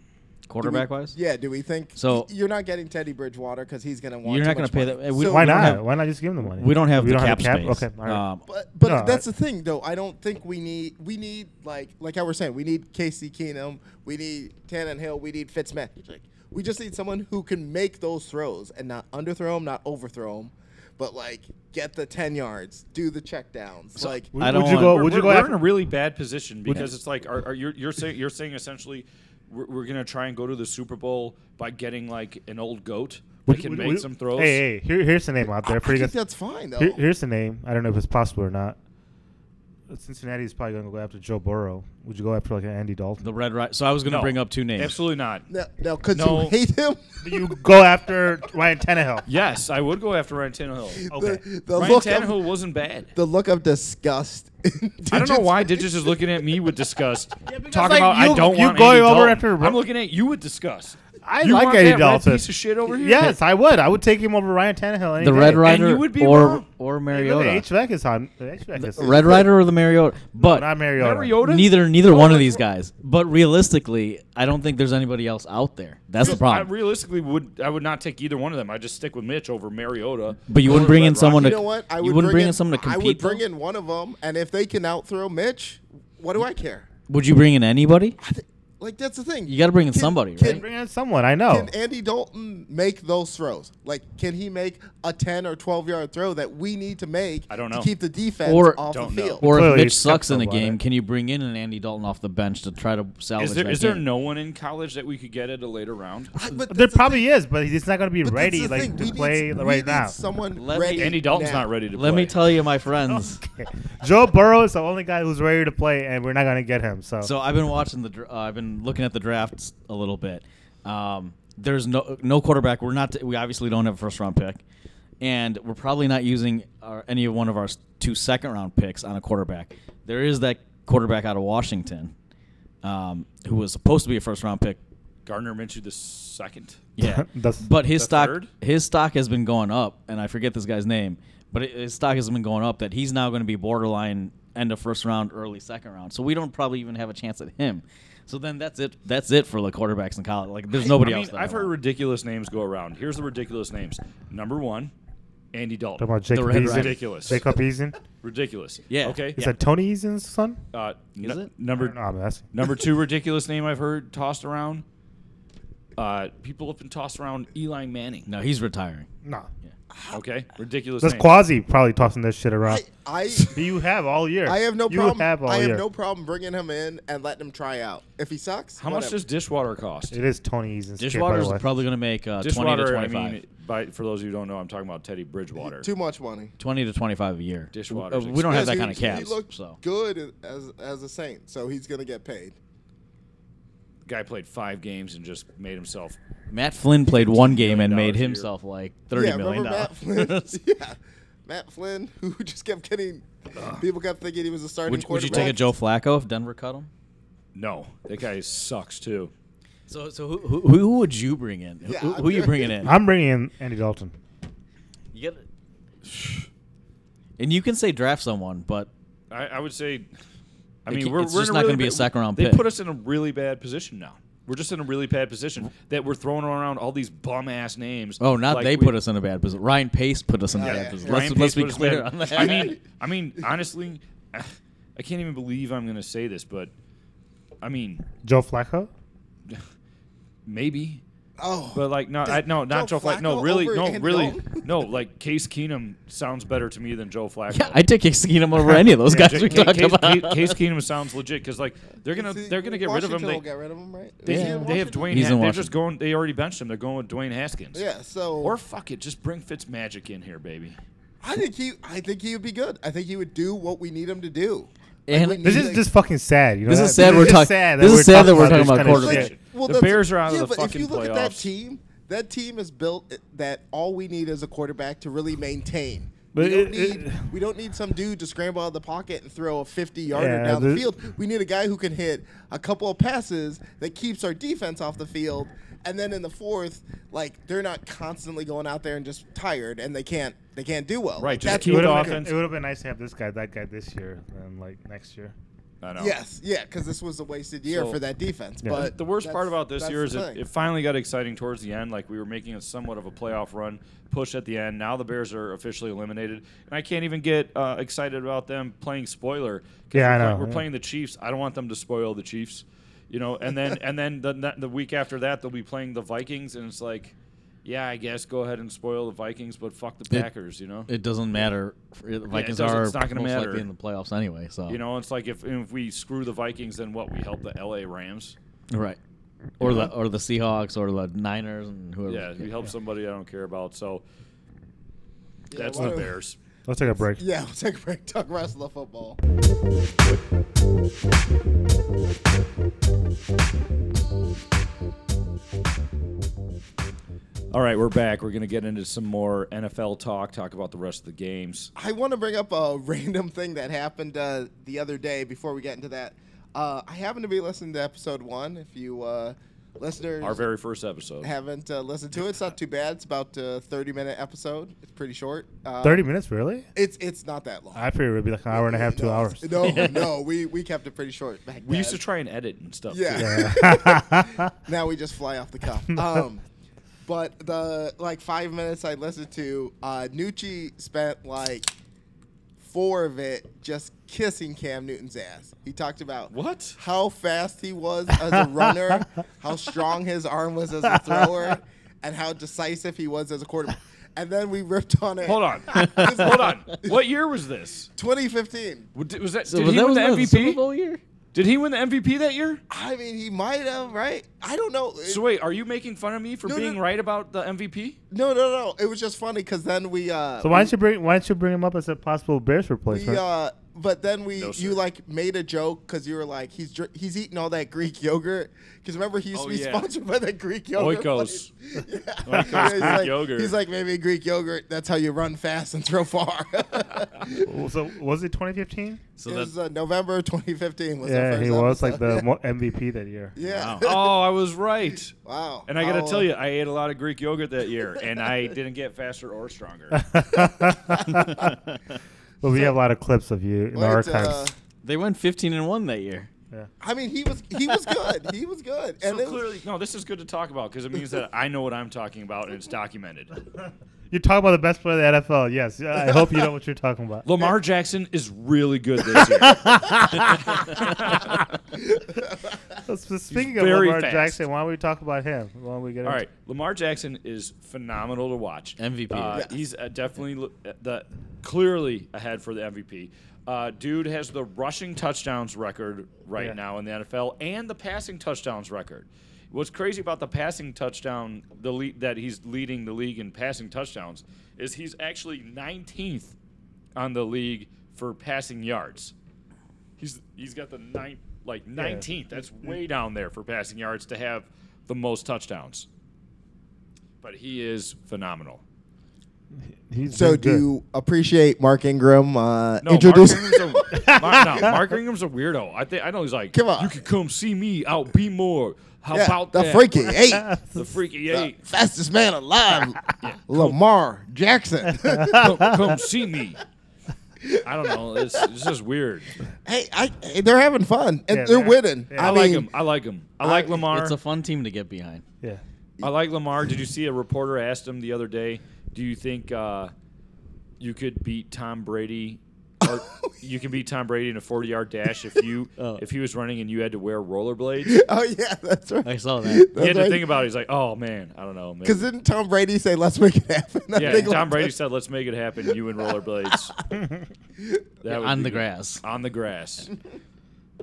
[SPEAKER 2] Quarterback wise?
[SPEAKER 1] Yeah. Do we think
[SPEAKER 2] So-
[SPEAKER 1] you're not getting Teddy Bridgewater because he's gonna want?
[SPEAKER 2] You're
[SPEAKER 1] too
[SPEAKER 2] not gonna
[SPEAKER 1] much
[SPEAKER 2] pay
[SPEAKER 1] money.
[SPEAKER 2] that- we-
[SPEAKER 1] So-
[SPEAKER 5] Why not?
[SPEAKER 2] have-
[SPEAKER 5] Why not just give him the money?
[SPEAKER 2] We don't have
[SPEAKER 5] We
[SPEAKER 2] the
[SPEAKER 5] don't
[SPEAKER 2] cap,
[SPEAKER 5] have the cap.
[SPEAKER 2] space.
[SPEAKER 5] Okay, all right.
[SPEAKER 2] Um,
[SPEAKER 1] But but
[SPEAKER 5] No,
[SPEAKER 1] that's
[SPEAKER 5] I-
[SPEAKER 1] the thing though. I don't think we need we need like like I was saying we need Casey Keenum, we need Tannenhill, we need Fitzmagic. We just need someone who can make those throws and not underthrow them, not overthrow them, but like get the ten yards, do the checkdowns. like
[SPEAKER 5] Would-
[SPEAKER 2] I don't
[SPEAKER 5] would you
[SPEAKER 2] want-
[SPEAKER 5] go?
[SPEAKER 3] we're,
[SPEAKER 5] Would you
[SPEAKER 3] we're-
[SPEAKER 5] go
[SPEAKER 3] we're
[SPEAKER 5] after?
[SPEAKER 3] in a really bad position because it's like are, are you're you're saying you're saying essentially we're, we're gonna try and go to the Super Bowl by getting like an old goat that
[SPEAKER 5] would-
[SPEAKER 3] can
[SPEAKER 5] would-
[SPEAKER 3] make
[SPEAKER 5] would-
[SPEAKER 3] some throws.
[SPEAKER 5] Hey, hey, here, here's the name out
[SPEAKER 1] I, I
[SPEAKER 5] there for you
[SPEAKER 1] think
[SPEAKER 5] guys.
[SPEAKER 1] that's fine though.
[SPEAKER 5] Here, here's the name. I don't know if it's possible or not. Cincinnati is probably going to go after Joe Burrow. Would you go after like an Andy Dalton?
[SPEAKER 2] the Red Ri So I was going to
[SPEAKER 3] No,
[SPEAKER 2] bring up two names.
[SPEAKER 3] Absolutely not.
[SPEAKER 1] no, no, could
[SPEAKER 3] No.
[SPEAKER 1] you hate him?
[SPEAKER 5] you go after Ryan Tannehill.
[SPEAKER 3] Yes, I would go after Ryan Tannehill.
[SPEAKER 5] Okay.
[SPEAKER 1] The, the
[SPEAKER 3] Ryan
[SPEAKER 1] look
[SPEAKER 3] Tannehill
[SPEAKER 1] of
[SPEAKER 3] wasn't bad.
[SPEAKER 1] the look of disgust.
[SPEAKER 3] I don't know
[SPEAKER 1] Digits-
[SPEAKER 3] why Digits is looking at me with disgust. Talking
[SPEAKER 5] like,
[SPEAKER 3] about
[SPEAKER 5] you-
[SPEAKER 3] I don't
[SPEAKER 5] you
[SPEAKER 3] want
[SPEAKER 5] going
[SPEAKER 3] Andy
[SPEAKER 5] over
[SPEAKER 3] Dalton.
[SPEAKER 5] after-
[SPEAKER 3] I'm looking at you with disgust.
[SPEAKER 5] I
[SPEAKER 3] You
[SPEAKER 5] like
[SPEAKER 3] want
[SPEAKER 5] Andy
[SPEAKER 3] that red
[SPEAKER 5] Dalton.
[SPEAKER 3] piece of shit over here?
[SPEAKER 5] Yes, I would. I would take him over Ryan Tannehill. Any
[SPEAKER 2] the
[SPEAKER 5] day.
[SPEAKER 2] Red Rider
[SPEAKER 3] you would be
[SPEAKER 2] or
[SPEAKER 3] wrong.
[SPEAKER 2] or
[SPEAKER 5] Hey, look,
[SPEAKER 2] Mariota.
[SPEAKER 5] The HVAC is on. The HVAC is
[SPEAKER 2] Red Rider or the Mariota. But
[SPEAKER 5] Not Mariota.
[SPEAKER 3] Mariota?
[SPEAKER 2] neither neither
[SPEAKER 3] No,
[SPEAKER 2] one of
[SPEAKER 3] that's
[SPEAKER 2] these guys. But realistically, I don't think there's anybody else out there. That's the
[SPEAKER 3] I
[SPEAKER 2] problem.
[SPEAKER 3] realistically would I would not take either one of them. I would just stick with Mitch over Mariota.
[SPEAKER 2] But you
[SPEAKER 3] over
[SPEAKER 2] wouldn't bring
[SPEAKER 3] Red
[SPEAKER 2] in someone
[SPEAKER 3] Rocket.
[SPEAKER 2] to
[SPEAKER 1] You know what? I
[SPEAKER 2] you
[SPEAKER 1] would
[SPEAKER 2] wouldn't bring
[SPEAKER 1] in-
[SPEAKER 2] in someone to
[SPEAKER 1] I
[SPEAKER 2] compete.
[SPEAKER 1] would bring
[SPEAKER 2] though?
[SPEAKER 1] in one of them, and if they can outthrow Mitch, what do I care?
[SPEAKER 2] Would you bring in anybody?
[SPEAKER 1] Like that's the thing.
[SPEAKER 2] You got to bring in
[SPEAKER 1] Can-
[SPEAKER 2] somebody,
[SPEAKER 1] can-
[SPEAKER 2] right?
[SPEAKER 5] Bring in someone. I know.
[SPEAKER 1] Can Andy Dalton make those throws? Like, can he make a ten or twelve yard throw that we need to make
[SPEAKER 3] I don't
[SPEAKER 1] to
[SPEAKER 3] know.
[SPEAKER 1] keep the defense
[SPEAKER 2] Or-
[SPEAKER 1] off
[SPEAKER 3] Don't
[SPEAKER 1] the
[SPEAKER 3] know.
[SPEAKER 1] field?
[SPEAKER 2] Or if
[SPEAKER 5] Clearly
[SPEAKER 2] Mitch sucks in a
[SPEAKER 5] skeptical about
[SPEAKER 2] game,
[SPEAKER 5] it.
[SPEAKER 2] can you bring in an Andy Dalton off the bench to try to salvage
[SPEAKER 3] Is there
[SPEAKER 2] that
[SPEAKER 3] is there
[SPEAKER 2] game?
[SPEAKER 3] no one in college that we could get at a later round?
[SPEAKER 1] but
[SPEAKER 5] there
[SPEAKER 1] that's the
[SPEAKER 5] probably is, but he's not going to be
[SPEAKER 1] thing- but that's
[SPEAKER 5] ready
[SPEAKER 1] the
[SPEAKER 5] like
[SPEAKER 1] thing.
[SPEAKER 5] to
[SPEAKER 1] We need-
[SPEAKER 5] play
[SPEAKER 1] we
[SPEAKER 5] right
[SPEAKER 1] need
[SPEAKER 5] now.
[SPEAKER 1] Someone
[SPEAKER 2] Let me-
[SPEAKER 1] ready.
[SPEAKER 3] Andy Dalton's
[SPEAKER 1] now.
[SPEAKER 3] not ready to
[SPEAKER 2] Let
[SPEAKER 3] play.
[SPEAKER 2] me tell you, my friends.
[SPEAKER 5] Joe Burrow is the only guy who's ready to play, and we're not going to get him. So,
[SPEAKER 2] So I've been watching the. dr- Uh, I've been looking at the drafts a little bit. Um, there's no no quarterback. We're not. We obviously don't have a first round pick, and we're probably not using our, any of one of our s- two second round picks on a quarterback. There is that quarterback out of Washington, um, who was supposed to be a first round pick.
[SPEAKER 3] Gardner Minshew the second.
[SPEAKER 2] Yeah,
[SPEAKER 5] That's-
[SPEAKER 2] but his
[SPEAKER 3] The
[SPEAKER 2] stock
[SPEAKER 3] third?
[SPEAKER 2] his stock has been going up, and I forget this guy's name, but it- his stock has been going up that he's now going to be borderline end of first round, early second round. So we don't probably even have a chance at him. So then that's it. That's it for the quarterbacks in college. Like there's nobody
[SPEAKER 3] I mean,
[SPEAKER 2] else. That I
[SPEAKER 3] I've heard
[SPEAKER 2] want.
[SPEAKER 3] ridiculous names go around. Here's the ridiculous names. Number one, Andy Dalton.
[SPEAKER 5] Talking about Jacob
[SPEAKER 2] Red
[SPEAKER 5] Eason.
[SPEAKER 2] Rider.
[SPEAKER 3] ridiculous.
[SPEAKER 5] Jacob Eason.
[SPEAKER 3] ridiculous.
[SPEAKER 2] Yeah.
[SPEAKER 3] Okay.
[SPEAKER 5] Is that Tony Eason's son?
[SPEAKER 3] Uh,
[SPEAKER 2] Is
[SPEAKER 3] nu-
[SPEAKER 2] it?
[SPEAKER 5] Or,
[SPEAKER 3] Number
[SPEAKER 5] no, I'm asking.
[SPEAKER 3] number two ridiculous name I've heard tossed around. Uh, people have been tossed around Eli Manning.
[SPEAKER 2] No, he's retiring.
[SPEAKER 5] Nah.
[SPEAKER 3] Okay. Ridiculous.
[SPEAKER 5] That's
[SPEAKER 3] name.
[SPEAKER 5] Quasi probably tossing this shit around.
[SPEAKER 1] I, I,
[SPEAKER 5] Do you have all year?
[SPEAKER 1] I have no
[SPEAKER 5] you
[SPEAKER 1] problem.
[SPEAKER 5] Have all
[SPEAKER 1] I have
[SPEAKER 5] year.
[SPEAKER 1] no problem bringing him in and letting him try out. If he sucks,
[SPEAKER 3] How much
[SPEAKER 1] whatever.
[SPEAKER 3] does dishwater cost?
[SPEAKER 5] It is Tony Eason's kid, by
[SPEAKER 2] Dishwater's
[SPEAKER 5] the way.
[SPEAKER 2] probably going to make uh, 20 to
[SPEAKER 3] Dishwater. I
[SPEAKER 2] 25.
[SPEAKER 3] mean, by, for those who don't know, I'm talking about Teddy Bridgewater.
[SPEAKER 1] too much money?
[SPEAKER 2] 20 to 25 a year.
[SPEAKER 3] Dishwater's
[SPEAKER 2] Uh, We don't
[SPEAKER 1] Yes,
[SPEAKER 2] have that
[SPEAKER 1] he-
[SPEAKER 2] kind of
[SPEAKER 1] He
[SPEAKER 2] cash.
[SPEAKER 1] looked
[SPEAKER 2] So
[SPEAKER 1] good as as a saint, so he's gonna get paid.
[SPEAKER 3] Guy played five games and just made himself.
[SPEAKER 2] Matt Flynn played one game and
[SPEAKER 3] million
[SPEAKER 2] made
[SPEAKER 3] dollars a year.
[SPEAKER 2] himself like thirty
[SPEAKER 1] yeah,
[SPEAKER 2] million
[SPEAKER 1] remember Matt Flynn?
[SPEAKER 2] dollars.
[SPEAKER 1] yeah, Matt Flynn, who just kept getting people kept thinking he was a starting
[SPEAKER 2] would, would you
[SPEAKER 1] quarterback.
[SPEAKER 2] take a Joe Flacco if Denver cut him?
[SPEAKER 3] No, that guy sucks too.
[SPEAKER 2] So, so who, who, who would you bring in? Who,
[SPEAKER 1] Yeah,
[SPEAKER 2] who, who you bringing in?
[SPEAKER 5] I'm bringing in Andy Dalton.
[SPEAKER 2] You get And you can say draft someone, but
[SPEAKER 3] I, I would say. I
[SPEAKER 2] It
[SPEAKER 3] mean,
[SPEAKER 2] ca-
[SPEAKER 3] we're,
[SPEAKER 2] it's
[SPEAKER 3] we're
[SPEAKER 2] just
[SPEAKER 3] in
[SPEAKER 2] not
[SPEAKER 3] really
[SPEAKER 2] gonna be a
[SPEAKER 3] bad-
[SPEAKER 2] second-round
[SPEAKER 3] They
[SPEAKER 2] pick.
[SPEAKER 3] put us in a really bad position now. We're just in a really bad position that we're throwing around all these bum ass names.
[SPEAKER 2] oh, not
[SPEAKER 3] Like
[SPEAKER 2] they
[SPEAKER 3] we-
[SPEAKER 2] put us in a bad position. Ryan Pace put us in a
[SPEAKER 1] Yeah,
[SPEAKER 2] bad
[SPEAKER 1] yeah.
[SPEAKER 2] position. Let's,
[SPEAKER 3] Ryan Pace
[SPEAKER 2] let's be
[SPEAKER 3] put us in
[SPEAKER 2] clear
[SPEAKER 3] bad-
[SPEAKER 2] on that.
[SPEAKER 3] I mean, I mean, honestly, I can't even believe I'm going to say this, but I mean,
[SPEAKER 5] Joe Flacco?
[SPEAKER 3] maybe,
[SPEAKER 1] Oh,
[SPEAKER 3] but like, no, I, no, not Joe,
[SPEAKER 1] Joe
[SPEAKER 3] Flacco. No,
[SPEAKER 1] Flacco
[SPEAKER 3] really,
[SPEAKER 1] over
[SPEAKER 3] no,
[SPEAKER 1] Andy
[SPEAKER 3] really,
[SPEAKER 1] Dalton?
[SPEAKER 3] no. Like Case Keenum sounds better to me than Joe Flacco.
[SPEAKER 2] yeah, I'd take Keenum over any of those
[SPEAKER 3] Yeah,
[SPEAKER 2] guys
[SPEAKER 3] J-
[SPEAKER 2] we
[SPEAKER 3] Case,
[SPEAKER 2] talked about.
[SPEAKER 3] Case- Case Keenum sounds legit because like they're gonna they're gonna get rid of him.
[SPEAKER 1] Washington
[SPEAKER 3] They,
[SPEAKER 1] will get rid of him, right?
[SPEAKER 3] They,
[SPEAKER 1] Is he
[SPEAKER 2] Yeah.
[SPEAKER 1] in
[SPEAKER 3] they have
[SPEAKER 1] Washington?
[SPEAKER 3] Dwayne.
[SPEAKER 2] He's
[SPEAKER 3] Ha-
[SPEAKER 2] in
[SPEAKER 3] they're
[SPEAKER 2] Washington.
[SPEAKER 3] just going. They already benched him. They're going with Dwayne Haskins.
[SPEAKER 1] Yeah, so
[SPEAKER 3] Or fuck it, just bring Fitzmagic in here, baby.
[SPEAKER 1] I think he, I think he would be good. I think he would do what we need him to do.
[SPEAKER 2] And-
[SPEAKER 1] we
[SPEAKER 5] This
[SPEAKER 1] need
[SPEAKER 5] is
[SPEAKER 1] a-
[SPEAKER 5] just fucking sad. You know
[SPEAKER 2] This
[SPEAKER 5] that?
[SPEAKER 2] is sad we're
[SPEAKER 5] just
[SPEAKER 2] talk-
[SPEAKER 5] sad
[SPEAKER 2] this is sad that we're talking
[SPEAKER 5] this kind of
[SPEAKER 2] about
[SPEAKER 5] shit.
[SPEAKER 2] quarterback.
[SPEAKER 3] Well, the
[SPEAKER 1] that's-
[SPEAKER 3] Bears are out of the
[SPEAKER 1] but
[SPEAKER 3] fucking
[SPEAKER 1] if you look at that
[SPEAKER 3] playoffs.
[SPEAKER 1] team, that team is built that all we need is a quarterback to really maintain. we,
[SPEAKER 5] But
[SPEAKER 1] don't
[SPEAKER 5] it-
[SPEAKER 1] need,
[SPEAKER 5] it-
[SPEAKER 1] we don't need some dude to scramble out of the pocket and throw a 50 yarder
[SPEAKER 5] Yeah,
[SPEAKER 1] down
[SPEAKER 5] the-
[SPEAKER 1] the field. We need a guy who can hit a couple of passes that keeps our defense off the field. And then in the fourth, like they're not constantly going out there and just tired and they can't they can't do well.
[SPEAKER 3] Right,
[SPEAKER 1] Like,
[SPEAKER 3] just
[SPEAKER 1] that's
[SPEAKER 3] keep
[SPEAKER 5] It
[SPEAKER 1] what-
[SPEAKER 5] would
[SPEAKER 3] the
[SPEAKER 5] have been,
[SPEAKER 3] offense.
[SPEAKER 5] it would've been nice to have this guy, that guy this year, and like next year.
[SPEAKER 3] I know.
[SPEAKER 1] Yes, yeah, because this was a wasted year
[SPEAKER 3] So-
[SPEAKER 1] for that defense.
[SPEAKER 5] Yeah.
[SPEAKER 1] But
[SPEAKER 3] The worst part
[SPEAKER 1] that's-
[SPEAKER 3] about this
[SPEAKER 1] that's
[SPEAKER 3] year
[SPEAKER 1] the
[SPEAKER 3] is it,
[SPEAKER 1] thing.
[SPEAKER 3] it finally got exciting towards the end. Like we were making it somewhat of a playoff run push at the end. Now the Bears are officially eliminated, and I can't even get uh, excited about them playing spoiler. 'cause
[SPEAKER 5] Yeah,
[SPEAKER 3] we're
[SPEAKER 5] I
[SPEAKER 3] play-
[SPEAKER 5] know,
[SPEAKER 3] We're
[SPEAKER 5] yeah.
[SPEAKER 3] playing the Chiefs. I don't want them to spoil the Chiefs, you know. And then and then the the- the week after that they'll be playing the Vikings, and it's like, yeah, I guess go ahead and spoil the Vikings, but fuck the
[SPEAKER 2] It-
[SPEAKER 3] Packers, you know.
[SPEAKER 2] It doesn't matter. The Vikings
[SPEAKER 3] doesn't-
[SPEAKER 2] are
[SPEAKER 3] it's not gonna
[SPEAKER 2] most
[SPEAKER 3] matter.
[SPEAKER 2] likely in the playoffs anyway. So
[SPEAKER 3] You know, it's like if if we screw the Vikings, then what? We help the L.A. Rams.
[SPEAKER 2] right, or the or the Seahawks or the Niners and whoever.
[SPEAKER 3] Yeah, we help somebody I don't care about. So that's
[SPEAKER 1] why
[SPEAKER 3] the
[SPEAKER 1] don't-
[SPEAKER 3] Bears.
[SPEAKER 5] Let's take a break.
[SPEAKER 1] Yeah, we'll take a break. Talk wrestling football.
[SPEAKER 3] All right, we're back. We're gonna get into some more NFL talk. Talk about the rest of the games.
[SPEAKER 1] I want to bring up a random thing that happened uh, the other day before we get into that. Uh, I happen to be listening to episode one. If you uh, listeners
[SPEAKER 3] Our very first episode.
[SPEAKER 1] haven't uh, listened to it, it's not too bad. It's about a 30 minute episode. It's pretty short. Uh,
[SPEAKER 5] 30 minutes, really?
[SPEAKER 1] It's it's not that long.
[SPEAKER 5] I figured it would be like an hour and a half, two
[SPEAKER 1] No,
[SPEAKER 5] hours.
[SPEAKER 1] No, no, we, we kept it pretty short back
[SPEAKER 3] We used to
[SPEAKER 1] then.
[SPEAKER 3] try and edit and stuff. too.
[SPEAKER 1] Yeah. now we just fly off the cuff. Um, but the like five minutes I listened to, uh, Nucci spent like four of it just kissing Cam Newton's ass. He talked about
[SPEAKER 3] What?
[SPEAKER 1] how fast he was as a runner, how strong his arm was as a thrower, and how decisive he was as a quarterback. And then we ripped on it.
[SPEAKER 3] Hold on. Hold on. What year was this?
[SPEAKER 1] 2015.
[SPEAKER 3] Wa- di- Was that?
[SPEAKER 2] So
[SPEAKER 3] did
[SPEAKER 2] was
[SPEAKER 3] he
[SPEAKER 2] that was
[SPEAKER 3] win the
[SPEAKER 2] what, Super
[SPEAKER 3] MVP?
[SPEAKER 2] Bowl year.
[SPEAKER 3] Did he win the MVP that year?
[SPEAKER 1] I mean, he might have, right? I don't know. It-
[SPEAKER 3] So wait, are you making fun of me for
[SPEAKER 1] No,
[SPEAKER 3] being
[SPEAKER 1] no.
[SPEAKER 3] right about the MVP?
[SPEAKER 1] no, no, no. It was just funny because then we. Uh,
[SPEAKER 5] So why don't you bring why don't you bring him up as a possible Bears replacement?
[SPEAKER 1] We, uh, but then we,
[SPEAKER 3] No,
[SPEAKER 1] you
[SPEAKER 3] sir.
[SPEAKER 1] like made a joke because you were like, he's dr- he's eating all that Greek yogurt. Because remember, he used
[SPEAKER 3] Oh,
[SPEAKER 1] to be
[SPEAKER 3] yeah.
[SPEAKER 1] sponsored by that Greek yogurt.
[SPEAKER 3] Oikos.
[SPEAKER 1] place. Yeah.
[SPEAKER 3] Oikos
[SPEAKER 1] Yeah,
[SPEAKER 3] Greek
[SPEAKER 1] he's, like,
[SPEAKER 3] yogurt.
[SPEAKER 1] he's like, maybe Greek yogurt. That's how you run fast and throw far. it
[SPEAKER 5] Well, so was it 2015?
[SPEAKER 2] So
[SPEAKER 1] was uh, November 2015. Was our
[SPEAKER 5] Yeah,
[SPEAKER 1] first
[SPEAKER 5] he was like
[SPEAKER 1] episode.
[SPEAKER 5] the mo- MVP that year.
[SPEAKER 1] Yeah.
[SPEAKER 2] Wow.
[SPEAKER 1] Yeah.
[SPEAKER 3] Oh, I was right.
[SPEAKER 1] Wow.
[SPEAKER 3] And I gotta
[SPEAKER 1] How,
[SPEAKER 3] tell
[SPEAKER 1] uh,
[SPEAKER 3] you, I ate a lot of Greek yogurt that year, and I didn't get faster or stronger.
[SPEAKER 5] But we have a lot of clips of you in the
[SPEAKER 1] wait,
[SPEAKER 5] archives.
[SPEAKER 1] uh,
[SPEAKER 2] they went 15 and one that year.
[SPEAKER 5] Yeah.
[SPEAKER 1] I mean, he was he was good. He was good.
[SPEAKER 3] So
[SPEAKER 1] it was-
[SPEAKER 3] clearly, no, this is good to talk about because it means that I know what I'm talking about and it's documented.
[SPEAKER 5] You're talking about the best player in the NFL. Yes. I hope you know what you're talking about.
[SPEAKER 3] Lamar Jackson is really good this year.
[SPEAKER 5] So sp- Speaking of
[SPEAKER 3] very
[SPEAKER 5] Lamar
[SPEAKER 3] fast.
[SPEAKER 5] Jackson, why don't we talk about him? Why don't we get
[SPEAKER 3] All
[SPEAKER 5] into-
[SPEAKER 3] right, Lamar Jackson is phenomenal to watch.
[SPEAKER 2] MVP.
[SPEAKER 3] Uh,
[SPEAKER 1] Yeah.
[SPEAKER 3] He's uh, definitely l- uh, the clearly ahead for the MVP. Uh, dude has the rushing touchdowns record right
[SPEAKER 5] Yeah.
[SPEAKER 3] now in the NFL and the passing touchdowns record. What's crazy about the passing touchdown, the lead, that he's leading the league in passing touchdowns, is he's actually 19th on the league for passing yards. He's he's got the ninth, like 19th. That's way down there for passing yards to have the most touchdowns. But he is phenomenal.
[SPEAKER 5] He's
[SPEAKER 1] So
[SPEAKER 5] been
[SPEAKER 1] do
[SPEAKER 5] good.
[SPEAKER 1] you appreciate Mark Ingram uh,
[SPEAKER 3] No,
[SPEAKER 1] introducing?
[SPEAKER 3] Mark Ingram's a, Mar- no, Mark Ingram's a weirdo. I think I know he's like,
[SPEAKER 1] Come on.
[SPEAKER 3] you can come see me out, be more. How
[SPEAKER 1] Yeah,
[SPEAKER 3] about
[SPEAKER 1] the
[SPEAKER 3] that?
[SPEAKER 1] freaky eight,
[SPEAKER 3] the freaky
[SPEAKER 5] Uh,
[SPEAKER 1] the
[SPEAKER 3] eight.
[SPEAKER 1] fastest man alive, Lamar Jackson.
[SPEAKER 3] come, come see me. I don't know. This, this is weird.
[SPEAKER 1] hey, I, hey, they're having fun and
[SPEAKER 5] Yeah,
[SPEAKER 1] they're
[SPEAKER 5] man.
[SPEAKER 1] winning.
[SPEAKER 5] Yeah.
[SPEAKER 3] I,
[SPEAKER 1] I, mean,
[SPEAKER 3] like him. I like him. I like Lamar.
[SPEAKER 2] It's a fun team to get behind.
[SPEAKER 5] Yeah.
[SPEAKER 3] I like Lamar. Did you see a reporter asked him the other day? Do you think uh, you could beat Tom Brady? Or you can beat Tom Brady in a forty-yard dash if you
[SPEAKER 2] Oh.
[SPEAKER 3] if he was running and you had to wear rollerblades.
[SPEAKER 1] Oh yeah, that's right.
[SPEAKER 2] I saw that.
[SPEAKER 3] He had to think about it. He's like, oh man, I don't know. maybe."
[SPEAKER 1] Because didn't Tom Brady say, "Let's make it happen"? I
[SPEAKER 3] yeah,
[SPEAKER 1] think
[SPEAKER 3] Tom
[SPEAKER 1] like-
[SPEAKER 3] Brady said, "Let's make it happen." You and rollerblades That would
[SPEAKER 2] on
[SPEAKER 3] be
[SPEAKER 2] the
[SPEAKER 3] good.
[SPEAKER 2] grass.
[SPEAKER 3] On the grass.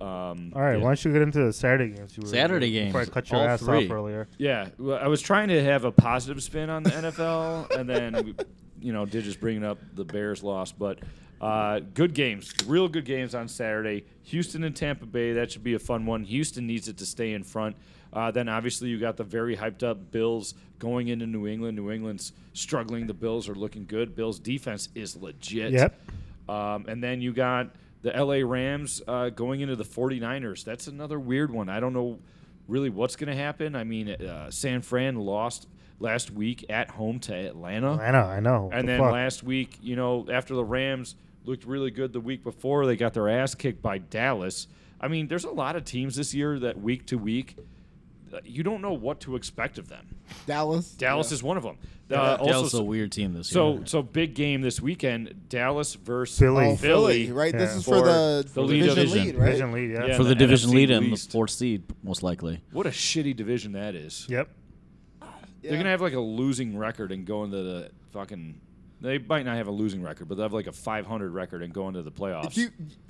[SPEAKER 3] Um,
[SPEAKER 5] All right. Why don't you get into the Saturday games? You were-
[SPEAKER 2] Saturday games,
[SPEAKER 5] Before I cut your
[SPEAKER 2] all
[SPEAKER 5] ass
[SPEAKER 2] three.
[SPEAKER 5] off earlier.
[SPEAKER 3] Yeah, well, I was trying to have a positive spin on the NFL, and then we, you know did just bringing up the Bears loss, but uh, good games, real good games on Saturday. Houston and Tampa Bay, that should be a fun one. Houston needs it to stay in front. Uh, then obviously you got the very hyped up Bills going into New England. New England's struggling. The Bills are looking good. Bills defense is legit.
[SPEAKER 5] Yep.
[SPEAKER 3] Um, and then you got the LA Rams uh, going into the 49ers. That's another weird one. I don't know really what's going to happen. I mean, uh, San Fran lost last week at home to Atlanta.
[SPEAKER 5] I know. I know.
[SPEAKER 3] And
[SPEAKER 5] The
[SPEAKER 3] then
[SPEAKER 5] fuck?
[SPEAKER 3] last week, you know, after the Rams looked really good the week before, they got their ass kicked by Dallas. I mean, there's a lot of teams this year that week to week, uh, you don't know what to expect of them.
[SPEAKER 1] Dallas.
[SPEAKER 3] Dallas is one of them. Uh,
[SPEAKER 2] Dallas is
[SPEAKER 3] also,
[SPEAKER 2] a weird team this
[SPEAKER 3] so
[SPEAKER 2] year.
[SPEAKER 3] so big game this weekend. Dallas versus
[SPEAKER 5] Philly.
[SPEAKER 1] Oh, Philly,
[SPEAKER 3] Philly,
[SPEAKER 1] right? This
[SPEAKER 5] yeah.
[SPEAKER 1] is for, the,
[SPEAKER 3] For the lead
[SPEAKER 1] division
[SPEAKER 3] division.
[SPEAKER 1] lead, right?
[SPEAKER 5] Division lead. Yeah.
[SPEAKER 3] Yeah.
[SPEAKER 2] for the,
[SPEAKER 3] the
[SPEAKER 2] division
[SPEAKER 3] NFC
[SPEAKER 2] lead and the
[SPEAKER 3] least.
[SPEAKER 2] fourth seed, most likely.
[SPEAKER 3] What a shitty division that is.
[SPEAKER 5] Yep.
[SPEAKER 3] They're gonna have like a losing record and go into the fucking. They might not have a losing record, but they will have like a 500 record and go into the playoffs.
[SPEAKER 1] If you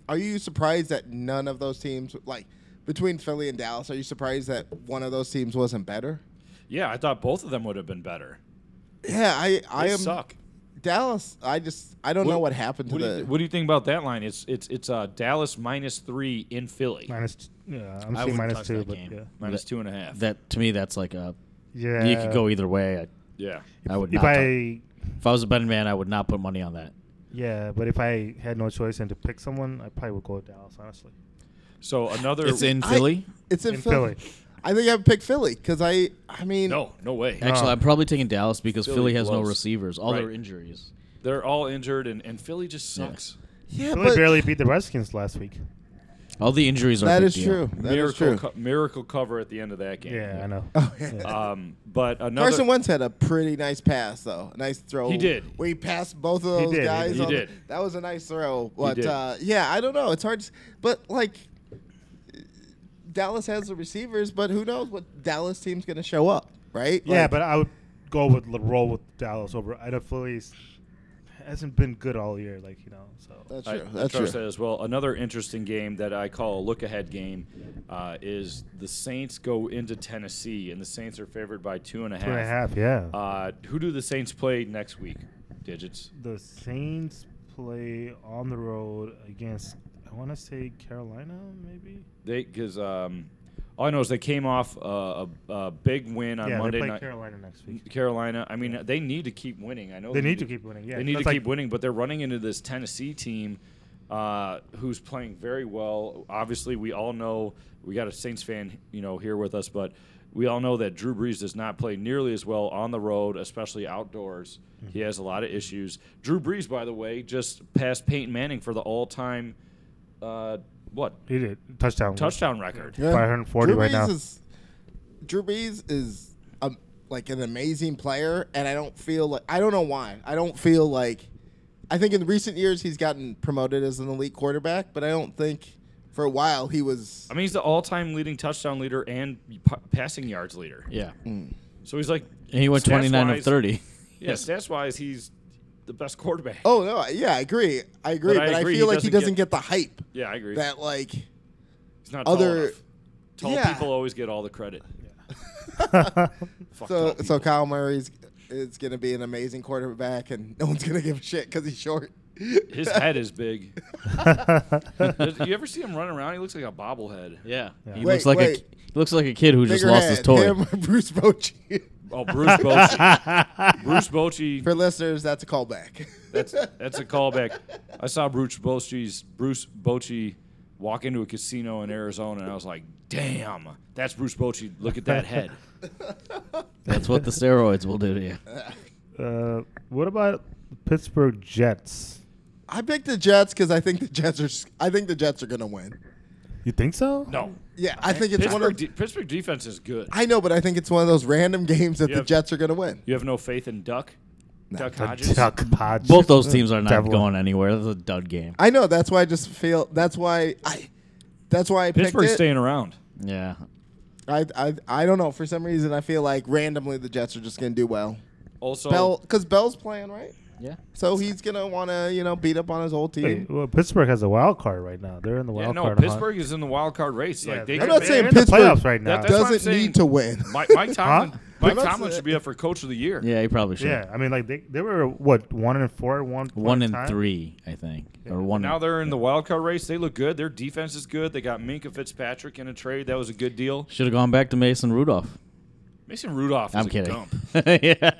[SPEAKER 1] are you surprised that none of those teams like between Philly and Dallas? Are you surprised that one of those teams wasn't better?
[SPEAKER 3] yeah, I thought both of them would have been better.
[SPEAKER 1] Yeah, I
[SPEAKER 3] They
[SPEAKER 1] I am
[SPEAKER 3] suck.
[SPEAKER 1] Dallas. I just I don't know what happened to
[SPEAKER 3] What do,
[SPEAKER 1] the.
[SPEAKER 3] you, what do you think about that line? It's it's it's uh, Dallas minus three in Philly,
[SPEAKER 5] Minus. T- yeah. I'm
[SPEAKER 2] I wouldn't
[SPEAKER 5] seeing minus
[SPEAKER 2] touch
[SPEAKER 5] two,
[SPEAKER 2] that
[SPEAKER 5] but
[SPEAKER 2] game.
[SPEAKER 5] yeah.
[SPEAKER 3] minus
[SPEAKER 2] That-
[SPEAKER 3] two and a half.
[SPEAKER 2] That to me, that's like a.
[SPEAKER 5] Yeah.
[SPEAKER 2] You could go either way.
[SPEAKER 3] yeah,
[SPEAKER 2] I, I would.
[SPEAKER 5] If
[SPEAKER 2] not touch-
[SPEAKER 5] I.
[SPEAKER 2] if I was a betting man, I would not put money on that.
[SPEAKER 5] Yeah, but if I had no choice and to pick someone, I probably would go with Dallas. Honestly.
[SPEAKER 3] so another.
[SPEAKER 2] It's in
[SPEAKER 1] I-
[SPEAKER 2] Philly.
[SPEAKER 1] it's in,
[SPEAKER 5] In
[SPEAKER 1] Philly.
[SPEAKER 5] Philly.
[SPEAKER 1] I think I would pick Philly because I I mean
[SPEAKER 3] No, no way.
[SPEAKER 2] Actually, I'm probably taking Dallas because
[SPEAKER 3] Philly
[SPEAKER 2] Philly, has no
[SPEAKER 3] blows.
[SPEAKER 2] receivers. All their
[SPEAKER 3] Right.
[SPEAKER 2] injuries.
[SPEAKER 3] They're all injured, and, and Philly just
[SPEAKER 2] Yeah.
[SPEAKER 3] sucks.
[SPEAKER 1] yeah,
[SPEAKER 5] Philly
[SPEAKER 1] but
[SPEAKER 5] barely beat the Redskins last week.
[SPEAKER 2] All the injuries are. a
[SPEAKER 1] that
[SPEAKER 2] big
[SPEAKER 1] is
[SPEAKER 2] deal.
[SPEAKER 1] true. That is
[SPEAKER 3] miracle
[SPEAKER 1] true.
[SPEAKER 3] co- miracle cover at the end of that game.
[SPEAKER 5] Yeah, I know.
[SPEAKER 1] Oh,
[SPEAKER 3] Um, but another
[SPEAKER 1] Carson Wentz had a pretty nice pass though, a nice throw.
[SPEAKER 3] He did.
[SPEAKER 1] Where he passed both of
[SPEAKER 5] He
[SPEAKER 1] those
[SPEAKER 5] did, he
[SPEAKER 1] guys.
[SPEAKER 5] did.
[SPEAKER 3] He
[SPEAKER 1] on the-
[SPEAKER 3] did.
[SPEAKER 1] that was a nice throw, but
[SPEAKER 3] did.
[SPEAKER 1] uh, yeah, I don't know. It's hard, to, s- but like Dallas has the receivers, but who knows what Dallas team's going to show up, right?
[SPEAKER 5] yeah,
[SPEAKER 1] Like,
[SPEAKER 5] but I would go with the roll with Dallas over. I know Philly's hasn't been good all year, like you know. So
[SPEAKER 1] that's true.
[SPEAKER 3] I,
[SPEAKER 1] that's
[SPEAKER 3] I trust
[SPEAKER 1] true.
[SPEAKER 3] that as well. Another interesting game that I call a look ahead game uh, is the Saints go into Tennessee, and the Saints are favored by two and a half.
[SPEAKER 5] two and a half, yeah.
[SPEAKER 3] Uh, who do the Saints play next week? Digits.
[SPEAKER 5] the Saints play on the road against I want to say Carolina, maybe.
[SPEAKER 3] They because um, all I know is they came off a, a, a big win on
[SPEAKER 5] yeah,
[SPEAKER 3] Monday
[SPEAKER 5] they play
[SPEAKER 3] night.
[SPEAKER 5] Carolina next week.
[SPEAKER 3] Carolina. I mean, they need to keep winning. I know
[SPEAKER 5] They need to keep winning, yeah.
[SPEAKER 3] Oh, they need to
[SPEAKER 5] That's like-
[SPEAKER 3] keep winning, but they're running into this Tennessee team uh, who's playing very well. Obviously, we all know we got a Saints fan, you know, here with us, but we all know that Drew Brees does not play nearly as well on the road, especially outdoors.
[SPEAKER 5] Mm-hmm.
[SPEAKER 3] He has a lot of issues. Drew Brees, by the way, just passed Peyton Manning for the all-time uh, what
[SPEAKER 5] He did touchdown.
[SPEAKER 3] touchdown record.
[SPEAKER 1] Yeah.
[SPEAKER 5] 540
[SPEAKER 1] Drew
[SPEAKER 5] right now.
[SPEAKER 1] Brees Is, Drew Brees is um like an amazing player, and I don't feel like I don't know why. I don't feel like I think in recent years he's gotten promoted as an elite quarterback, but I don't think for a while he was.
[SPEAKER 3] I mean, he's the all-time leading touchdown leader and p- passing yards leader.
[SPEAKER 2] Yeah.
[SPEAKER 3] So he's like
[SPEAKER 2] And he went
[SPEAKER 3] stats
[SPEAKER 2] 29 of
[SPEAKER 3] wise-
[SPEAKER 2] 30.
[SPEAKER 3] Yeah, stats-wise, he's the best quarterback.
[SPEAKER 1] Oh no! I- Yeah, I agree. I agree,
[SPEAKER 3] But
[SPEAKER 1] but
[SPEAKER 3] I
[SPEAKER 1] I,
[SPEAKER 3] agree,
[SPEAKER 1] feel
[SPEAKER 3] he
[SPEAKER 1] like he doesn't
[SPEAKER 3] doesn't
[SPEAKER 1] get
[SPEAKER 3] get-
[SPEAKER 1] the hype
[SPEAKER 3] Yeah, I agree.
[SPEAKER 1] that like.
[SPEAKER 3] he's not tall
[SPEAKER 1] other-
[SPEAKER 3] enough. Tall
[SPEAKER 1] Yeah.
[SPEAKER 3] people always get all the credit. Fuck tall
[SPEAKER 1] So
[SPEAKER 3] people.
[SPEAKER 1] so Kyle Murray's is gonna be an amazing quarterback, and no one's gonna give a shit because he's short.
[SPEAKER 3] His head is big. Does- you ever see him run around? He looks like a bobblehead.
[SPEAKER 2] Yeah. He
[SPEAKER 1] Wait,
[SPEAKER 2] looks like a
[SPEAKER 1] wait.
[SPEAKER 2] he looks like a kid who just
[SPEAKER 1] Bigger
[SPEAKER 2] lost his
[SPEAKER 1] head,
[SPEAKER 2] toy.
[SPEAKER 1] him or Bruce Bochy.
[SPEAKER 3] Oh, Bruce Bochy. Bruce Bochy.
[SPEAKER 1] For listeners, that's a callback.
[SPEAKER 3] That's that's a callback. I saw Bruce Bochy's Bruce Bochy walk into a casino in Arizona, and I was like, "Damn, that's Bruce Bochy. Look at that head."
[SPEAKER 2] That's what the steroids will do to you.
[SPEAKER 5] Uh, what about Pittsburgh Jets?
[SPEAKER 1] I picked the Jets because I think the Jets are. I think the Jets are gonna win.
[SPEAKER 5] You think so?
[SPEAKER 3] No,
[SPEAKER 1] Yeah, I think it's
[SPEAKER 3] Pittsburgh,
[SPEAKER 1] one of.
[SPEAKER 3] de- Pittsburgh defense is good.
[SPEAKER 1] I know, but I think it's one of those random games that
[SPEAKER 3] You
[SPEAKER 1] the
[SPEAKER 3] have-
[SPEAKER 1] Jets are gonna win.
[SPEAKER 3] You have no faith in Duck. Duck
[SPEAKER 5] The
[SPEAKER 3] Hodges.
[SPEAKER 5] Duck Hodges.
[SPEAKER 2] Both those teams are not
[SPEAKER 5] Devil.
[SPEAKER 2] going anywhere. That's a dud game.
[SPEAKER 1] I know. That's why I just feel. That's why I. That's why I picked
[SPEAKER 3] Pittsburgh's
[SPEAKER 1] it.
[SPEAKER 3] staying around.
[SPEAKER 2] Yeah.
[SPEAKER 1] I, I I don't know. For some reason, I feel like randomly the Jets are just gonna do well.
[SPEAKER 3] Also,
[SPEAKER 1] Bell, because Bell's playing right,
[SPEAKER 2] Yeah.
[SPEAKER 1] so he's gonna want to you know beat up on his old team.
[SPEAKER 5] Wait, well, Pittsburgh has a wild card right now. They're in the
[SPEAKER 3] yeah,
[SPEAKER 5] wild
[SPEAKER 3] no,
[SPEAKER 5] card. hunt.
[SPEAKER 3] Pittsburgh is in the wild card race.
[SPEAKER 5] Yeah,
[SPEAKER 3] like they
[SPEAKER 5] they're-
[SPEAKER 1] I'm
[SPEAKER 3] could
[SPEAKER 1] not
[SPEAKER 3] make-
[SPEAKER 1] saying
[SPEAKER 5] they're in the
[SPEAKER 1] Pittsburgh-
[SPEAKER 5] playoffs right now.
[SPEAKER 3] That's what I'm
[SPEAKER 1] Doesn't
[SPEAKER 3] saying.
[SPEAKER 1] need to win.
[SPEAKER 3] Mike, Mike Tomlin,
[SPEAKER 5] Huh?
[SPEAKER 3] Mike
[SPEAKER 1] I'm not
[SPEAKER 3] Tomlin
[SPEAKER 1] saying-
[SPEAKER 3] should be up for coach of the year.
[SPEAKER 2] Yeah, he probably should.
[SPEAKER 5] yeah, I mean, like they, they were what one and four, one point
[SPEAKER 2] One
[SPEAKER 5] in
[SPEAKER 2] and
[SPEAKER 5] time?
[SPEAKER 2] three, I think, or one.
[SPEAKER 3] Now
[SPEAKER 2] and,
[SPEAKER 3] they're in the wild card race. They look good. Their defense is good. They got Minka Fitzpatrick in a trade. That was a good deal.
[SPEAKER 2] should have gone back to Mason Rudolph.
[SPEAKER 3] Mason Rudolph is
[SPEAKER 2] I'm
[SPEAKER 3] a
[SPEAKER 2] kidding.
[SPEAKER 3] dump.
[SPEAKER 2] yeah.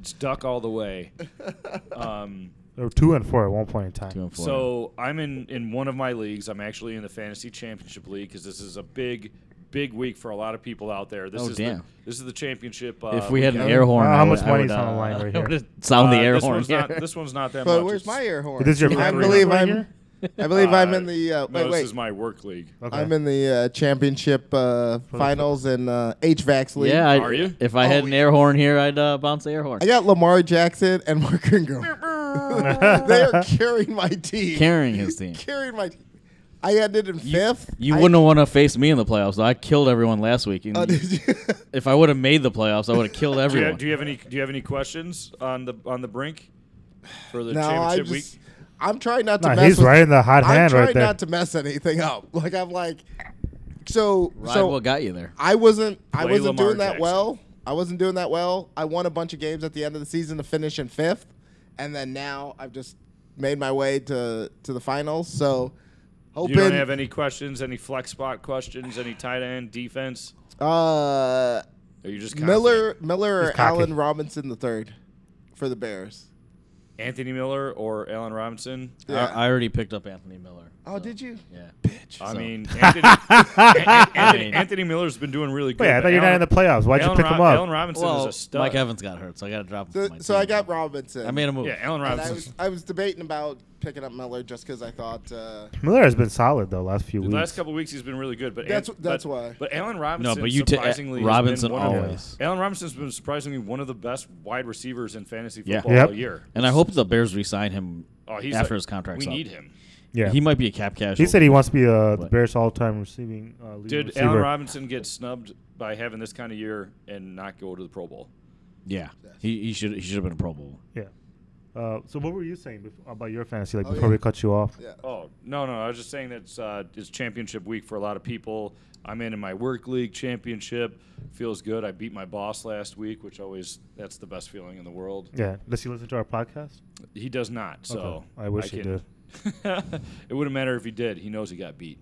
[SPEAKER 3] It's duck all the way. Um,
[SPEAKER 5] They were two and four at one point in time.
[SPEAKER 2] Two and four.
[SPEAKER 3] so I'm in in one of my leagues. I'm actually in the fantasy championship league because this is a big, big week for a lot of people out there. This
[SPEAKER 2] Oh,
[SPEAKER 3] is The,
[SPEAKER 2] damn.
[SPEAKER 3] this is the championship. Uh,
[SPEAKER 2] if we had an
[SPEAKER 3] weekend.
[SPEAKER 2] air horn,
[SPEAKER 5] Uh,
[SPEAKER 2] I
[SPEAKER 5] how
[SPEAKER 2] would-
[SPEAKER 5] much
[SPEAKER 2] I
[SPEAKER 5] money's
[SPEAKER 2] would,
[SPEAKER 5] on the
[SPEAKER 2] uh,
[SPEAKER 5] line right
[SPEAKER 2] I would
[SPEAKER 5] here?
[SPEAKER 2] sound the
[SPEAKER 3] Uh,
[SPEAKER 2] air
[SPEAKER 3] this
[SPEAKER 2] horn
[SPEAKER 3] one's
[SPEAKER 2] here.
[SPEAKER 3] not this one's not that
[SPEAKER 1] but
[SPEAKER 3] much.
[SPEAKER 1] where's
[SPEAKER 3] It's-
[SPEAKER 1] my air horn?
[SPEAKER 5] This is your
[SPEAKER 1] I
[SPEAKER 5] favorite
[SPEAKER 1] believe
[SPEAKER 5] right
[SPEAKER 1] I'm.
[SPEAKER 5] here?
[SPEAKER 1] I believe I'm
[SPEAKER 3] Uh,
[SPEAKER 1] in the. Uh,
[SPEAKER 3] No,
[SPEAKER 1] wait,
[SPEAKER 3] this
[SPEAKER 1] wait.
[SPEAKER 3] is my work league.
[SPEAKER 5] Okay.
[SPEAKER 1] I'm in the uh, championship uh, finals in uh, HVAC's league.
[SPEAKER 2] yeah, I,
[SPEAKER 3] Are you?
[SPEAKER 2] if I had an air horn here, I'd uh, bounce the air horn.
[SPEAKER 1] I got Lamar Jackson and Mark Ingram. they are carrying my team.
[SPEAKER 2] Carrying his team.
[SPEAKER 1] Carrying my. I ended in fifth.
[SPEAKER 2] You
[SPEAKER 1] I-
[SPEAKER 2] wouldn't want to face me in the playoffs. though. I killed everyone last week. and
[SPEAKER 1] Oh, did you?
[SPEAKER 2] if I would have made the playoffs, I would have killed
[SPEAKER 3] Do you,
[SPEAKER 2] everyone.
[SPEAKER 3] have, do you have any Do you have any questions on the on the brink for the
[SPEAKER 1] no, I
[SPEAKER 3] championship
[SPEAKER 1] just.
[SPEAKER 3] week?
[SPEAKER 1] I'm trying not to
[SPEAKER 5] Nah,
[SPEAKER 1] mess.
[SPEAKER 5] he's
[SPEAKER 1] with-
[SPEAKER 5] right in the hot
[SPEAKER 1] I'm
[SPEAKER 5] hand
[SPEAKER 1] trying
[SPEAKER 5] right there.
[SPEAKER 1] not to mess anything up. Like I'm like. So
[SPEAKER 2] Ride
[SPEAKER 1] so
[SPEAKER 2] what got you there?
[SPEAKER 1] I wasn't. I
[SPEAKER 3] Play
[SPEAKER 1] wasn't
[SPEAKER 3] Lamar
[SPEAKER 1] doing that
[SPEAKER 3] Jackson.
[SPEAKER 1] well. I wasn't doing that well. I won a bunch of games at the end of the season to finish in fifth, and then now I've just made my way to to the finals. So
[SPEAKER 3] You
[SPEAKER 1] hoping.
[SPEAKER 3] don't have any questions, any flex spot questions, any tight end defense?
[SPEAKER 1] uh,
[SPEAKER 3] Or you just confident?
[SPEAKER 1] Miller Miller
[SPEAKER 5] He's
[SPEAKER 1] or
[SPEAKER 5] cocky.
[SPEAKER 1] Allen Robinson the third for the Bears.
[SPEAKER 3] Anthony Miller or Allen Robinson?
[SPEAKER 1] Yeah.
[SPEAKER 2] I, I already picked up Anthony Miller.
[SPEAKER 1] oh,
[SPEAKER 2] so,
[SPEAKER 1] did you?
[SPEAKER 2] Yeah.
[SPEAKER 1] Bitch.
[SPEAKER 3] I
[SPEAKER 2] So-
[SPEAKER 3] mean, Anthony, An- Anthony,
[SPEAKER 2] mean-
[SPEAKER 3] Anthony Miller's been doing really good.
[SPEAKER 5] Wait, I
[SPEAKER 3] but
[SPEAKER 5] thought you're not
[SPEAKER 3] Allen-
[SPEAKER 5] in the playoffs. Why'd you
[SPEAKER 3] Allen
[SPEAKER 5] pick
[SPEAKER 3] Ro-
[SPEAKER 5] him up?
[SPEAKER 3] Allen Robinson
[SPEAKER 2] well,
[SPEAKER 3] is a stud.
[SPEAKER 2] Mike Evans got hurt, so I got to drop him.
[SPEAKER 1] So,
[SPEAKER 2] from my
[SPEAKER 1] so
[SPEAKER 2] team.
[SPEAKER 1] I got Robinson.
[SPEAKER 2] I made a move.
[SPEAKER 3] Yeah, Allen
[SPEAKER 1] And I
[SPEAKER 3] Robinson.
[SPEAKER 1] was I was debating about picking up Miller just because I thought. Uh,
[SPEAKER 5] Miller has been solid though last few
[SPEAKER 3] The
[SPEAKER 5] weeks.
[SPEAKER 3] last couple weeks he's been really good, but
[SPEAKER 1] That's-
[SPEAKER 3] Ant-
[SPEAKER 1] that's
[SPEAKER 3] but-
[SPEAKER 1] why.
[SPEAKER 3] But Allen
[SPEAKER 2] no,
[SPEAKER 3] Robinson,
[SPEAKER 2] but you
[SPEAKER 3] surprisingly,
[SPEAKER 2] take
[SPEAKER 3] has been
[SPEAKER 2] Robinson
[SPEAKER 3] one of the-
[SPEAKER 2] always.
[SPEAKER 3] Allen Robinson's been surprisingly one of the best wide receivers in fantasy
[SPEAKER 2] Yeah.
[SPEAKER 3] football
[SPEAKER 5] Yep.
[SPEAKER 3] all year.
[SPEAKER 2] And I hope the Bears re-sign him
[SPEAKER 3] Oh, he's
[SPEAKER 2] after
[SPEAKER 3] like,
[SPEAKER 2] his contract's
[SPEAKER 3] we
[SPEAKER 2] up.
[SPEAKER 3] need him.
[SPEAKER 5] yeah,
[SPEAKER 2] He
[SPEAKER 5] he,
[SPEAKER 2] might be a cap casual.
[SPEAKER 5] said he wants to be uh, the
[SPEAKER 2] What?
[SPEAKER 5] Bears all-time receiving. Uh, leading
[SPEAKER 3] Did
[SPEAKER 5] receiver.
[SPEAKER 3] Allen Robinson get snubbed by having this kind of year and not go to the Pro Bowl?
[SPEAKER 2] Yeah, he, he should he should have been a Pro Bowl.
[SPEAKER 5] Yeah. Uh, so what were you saying bef- about your fantasy? Like
[SPEAKER 1] Oh,
[SPEAKER 5] before
[SPEAKER 1] yeah.
[SPEAKER 5] we cut you off.
[SPEAKER 1] yeah.
[SPEAKER 3] Oh no, no, I was just saying that's uh, it's championship week for a lot of people. I'm in in my work league championship. Feels good. I beat my boss last week, which always that's the best feeling in the world.
[SPEAKER 5] Yeah. Does he listen to our podcast?
[SPEAKER 3] He does not, so
[SPEAKER 5] Okay. I wish he
[SPEAKER 3] can- it wouldn't matter if he did. He knows he got beat.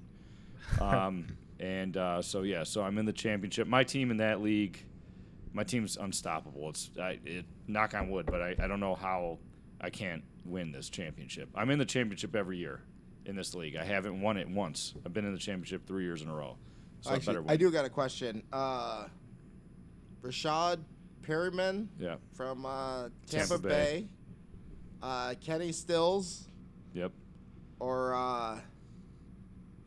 [SPEAKER 3] Um, and uh, so yeah, so I'm in the championship. My team in that league, my team's unstoppable. It's I, it knock on wood, but I, I don't know how I can't win this championship. I'm in the championship every year in this league. I haven't won it once. I've been in the championship three years in a row. So I
[SPEAKER 1] Actually,
[SPEAKER 3] better win.
[SPEAKER 1] I do got a question. Uh, Rashad Perryman
[SPEAKER 3] Yeah.
[SPEAKER 1] from uh,
[SPEAKER 3] Tampa
[SPEAKER 1] Tampa,
[SPEAKER 3] Bay.
[SPEAKER 1] Bay, Uh, Kenny Stills,
[SPEAKER 3] Yep.
[SPEAKER 1] or uh,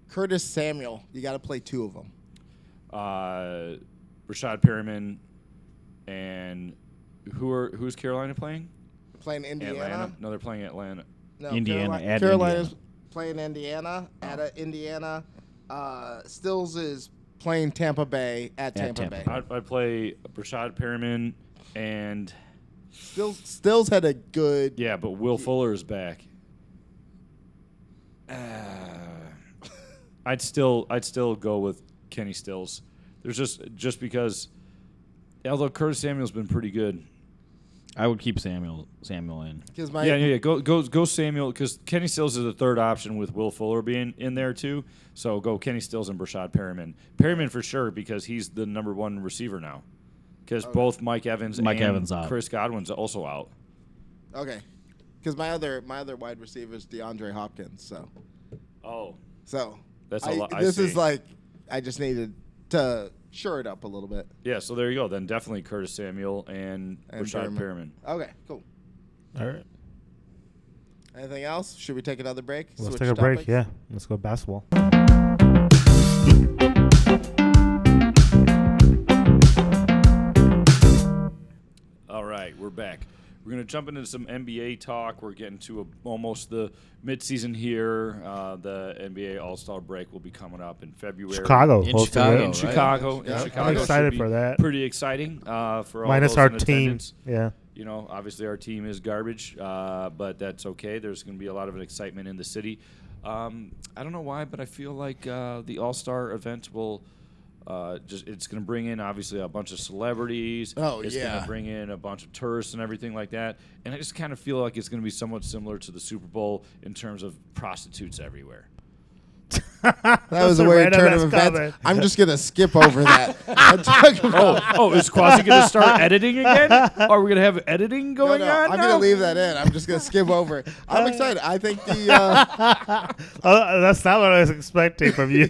[SPEAKER 1] Curtis Samuel. You got to play two of them.
[SPEAKER 3] Uh, Rashad Perryman, and who are who's Carolina playing?
[SPEAKER 1] Playing Indiana.
[SPEAKER 3] Atlanta. No, they're playing Atlanta.
[SPEAKER 1] No,
[SPEAKER 2] Indiana,
[SPEAKER 1] Caroli-
[SPEAKER 2] at
[SPEAKER 1] Carolina's
[SPEAKER 2] Indiana.
[SPEAKER 1] playing Indiana at uh, Indiana. Uh, Stills is playing Tampa Bay at Tampa,
[SPEAKER 2] Tampa
[SPEAKER 1] Bay.
[SPEAKER 2] Bay.
[SPEAKER 3] I'd, I'd play Rashad Perryman, and
[SPEAKER 1] Stills Stills had a good.
[SPEAKER 3] yeah, but Will Fuller is back. Uh, I'd still I'd still go with Kenny Stills. There's just just because, although Curtis Samuel's been pretty good,
[SPEAKER 2] I would keep Samuel Samuel in.
[SPEAKER 1] Because my
[SPEAKER 3] yeah, yeah, yeah. Go, go, go, Samuel, because Kenny Stills is the third option with Will Fuller being in there too. So go Kenny Stills and Brashad Perryman. Perryman for sure because he's the number one receiver now. Because both Mike Evans,
[SPEAKER 2] Mike
[SPEAKER 3] and
[SPEAKER 2] Evans out.
[SPEAKER 3] Chris Godwin's also out.
[SPEAKER 1] okay. Because my other my other wide receiver is DeAndre Hopkins. So
[SPEAKER 3] Oh,
[SPEAKER 1] so
[SPEAKER 3] That's a
[SPEAKER 1] I,
[SPEAKER 3] lot- I
[SPEAKER 1] This is
[SPEAKER 3] see.
[SPEAKER 1] like I just needed to shore it up a little bit.
[SPEAKER 3] yeah. So there you go. Then definitely Curtis Samuel and,
[SPEAKER 1] And
[SPEAKER 3] Brashad
[SPEAKER 1] Perriman.
[SPEAKER 3] Perryman.
[SPEAKER 1] Okay, cool.
[SPEAKER 5] All right.
[SPEAKER 1] Anything else? Should we take another break?
[SPEAKER 5] Let's
[SPEAKER 1] Switch
[SPEAKER 5] take a break.
[SPEAKER 1] topics?
[SPEAKER 5] Yeah. Let's go basketball.
[SPEAKER 3] All right, we're back. We're gonna jump into some NBA talk. We're getting to a, almost the midseason here. Uh, the NBA All Star break will be coming up in February.
[SPEAKER 5] Chicago.
[SPEAKER 2] In
[SPEAKER 5] hosting
[SPEAKER 2] Chicago,
[SPEAKER 5] it.
[SPEAKER 2] right?
[SPEAKER 3] Chicago. in
[SPEAKER 1] Yeah. I'm
[SPEAKER 3] Chicago should
[SPEAKER 5] excited
[SPEAKER 3] be
[SPEAKER 5] for that.
[SPEAKER 3] Pretty exciting uh, for all
[SPEAKER 5] Minus
[SPEAKER 3] those
[SPEAKER 5] our
[SPEAKER 3] in
[SPEAKER 5] team.
[SPEAKER 3] attendance.
[SPEAKER 5] Yeah.
[SPEAKER 3] You know, obviously our team is garbage, uh, but that's okay. There's going to be a lot of excitement in the city. Um, I don't know why, but I feel like uh, the All Star event will. Uh, just it's going to bring in obviously a bunch of celebrities.
[SPEAKER 1] Oh,
[SPEAKER 3] it's going
[SPEAKER 1] yeah.
[SPEAKER 3] to bring in a bunch of tourists and everything like that. And I just kind of feel like it's going to be somewhat similar to the Super Bowl in terms of prostitutes everywhere.
[SPEAKER 1] That was a
[SPEAKER 5] That's a
[SPEAKER 1] weird
[SPEAKER 5] random
[SPEAKER 1] turn
[SPEAKER 5] ass
[SPEAKER 1] of events.
[SPEAKER 5] comment.
[SPEAKER 1] I'm just gonna skip over that. and talk about-
[SPEAKER 3] Oh, oh, is Quasi going to start editing again? Are we going to have editing
[SPEAKER 1] No,
[SPEAKER 3] going
[SPEAKER 1] no,
[SPEAKER 3] on?
[SPEAKER 1] I'm
[SPEAKER 3] now?
[SPEAKER 1] gonna leave that in. I'm just gonna skip over. it. I'm excited. I think the uh,
[SPEAKER 5] Uh, that's not what I was expecting from you.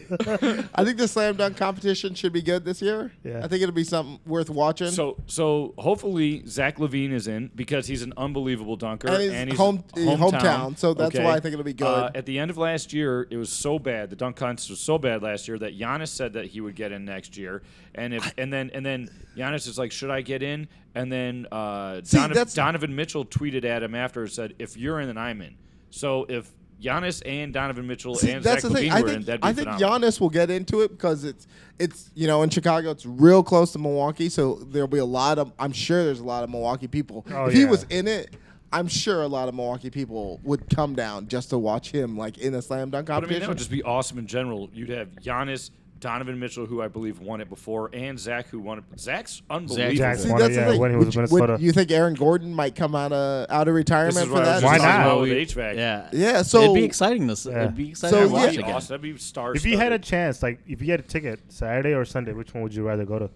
[SPEAKER 1] I think the slam dunk competition should be good this year.
[SPEAKER 5] Yeah.
[SPEAKER 1] I think it'll be something worth watching.
[SPEAKER 3] So, so hopefully Zach Levine is in because he's an unbelievable dunker
[SPEAKER 1] And he's home- uh, hometown, so that's why I think it'll be good.
[SPEAKER 3] Uh, at the end of last year, it was so bad. The dunk contest was so bad last year that Giannis said that he would get in next year, and if and then and then Giannis is like, should I get in? And then uh,
[SPEAKER 1] See,
[SPEAKER 3] Donovan,
[SPEAKER 1] that's-
[SPEAKER 3] Donovan Mitchell tweeted at him after and said, if you're in, then I'm in. So if Giannis and Donovan Mitchell
[SPEAKER 1] See,
[SPEAKER 3] and
[SPEAKER 1] that's
[SPEAKER 3] Zach
[SPEAKER 1] the thing.
[SPEAKER 3] Levine
[SPEAKER 1] I
[SPEAKER 3] were
[SPEAKER 1] think
[SPEAKER 3] in, that'd be
[SPEAKER 1] I think
[SPEAKER 3] phenomenal.
[SPEAKER 1] Giannis will get into it because it's it's you know in Chicago it's real close to Milwaukee, so there'll be a lot of I'm sure there's a lot of Milwaukee people.
[SPEAKER 5] Oh,
[SPEAKER 1] if he
[SPEAKER 5] yeah.
[SPEAKER 1] was in it, I'm sure a lot of Milwaukee people would come down just to watch him like in a slam dunk
[SPEAKER 3] But I mean,
[SPEAKER 1] competition.
[SPEAKER 3] that would just be awesome in general. You'd have Giannis, Donovan Mitchell, who I believe won it before, and Zach, who won it. Zach's unbelievable.
[SPEAKER 5] Zach's
[SPEAKER 1] See,
[SPEAKER 5] won it,
[SPEAKER 1] that's the
[SPEAKER 5] yeah,
[SPEAKER 1] thing.
[SPEAKER 5] when he was
[SPEAKER 1] Would
[SPEAKER 5] in
[SPEAKER 1] you- would
[SPEAKER 5] Minnesota.
[SPEAKER 1] you think Aaron Gordon might come out of out of retirement
[SPEAKER 3] This is
[SPEAKER 1] for
[SPEAKER 3] what I was
[SPEAKER 1] that?
[SPEAKER 5] Why
[SPEAKER 3] just talking
[SPEAKER 5] not?
[SPEAKER 3] about with HVAC.
[SPEAKER 2] Yeah.
[SPEAKER 1] Yeah, so
[SPEAKER 2] it'd be exciting. This
[SPEAKER 5] Yeah.
[SPEAKER 2] it'd be exciting.
[SPEAKER 1] So,
[SPEAKER 2] to
[SPEAKER 3] That'd
[SPEAKER 2] watch
[SPEAKER 3] be
[SPEAKER 1] yeah.
[SPEAKER 2] again.
[SPEAKER 3] awesome. That'd be star.
[SPEAKER 5] if you had a chance, like if you had a ticket Saturday or Sunday, which one would you rather go to?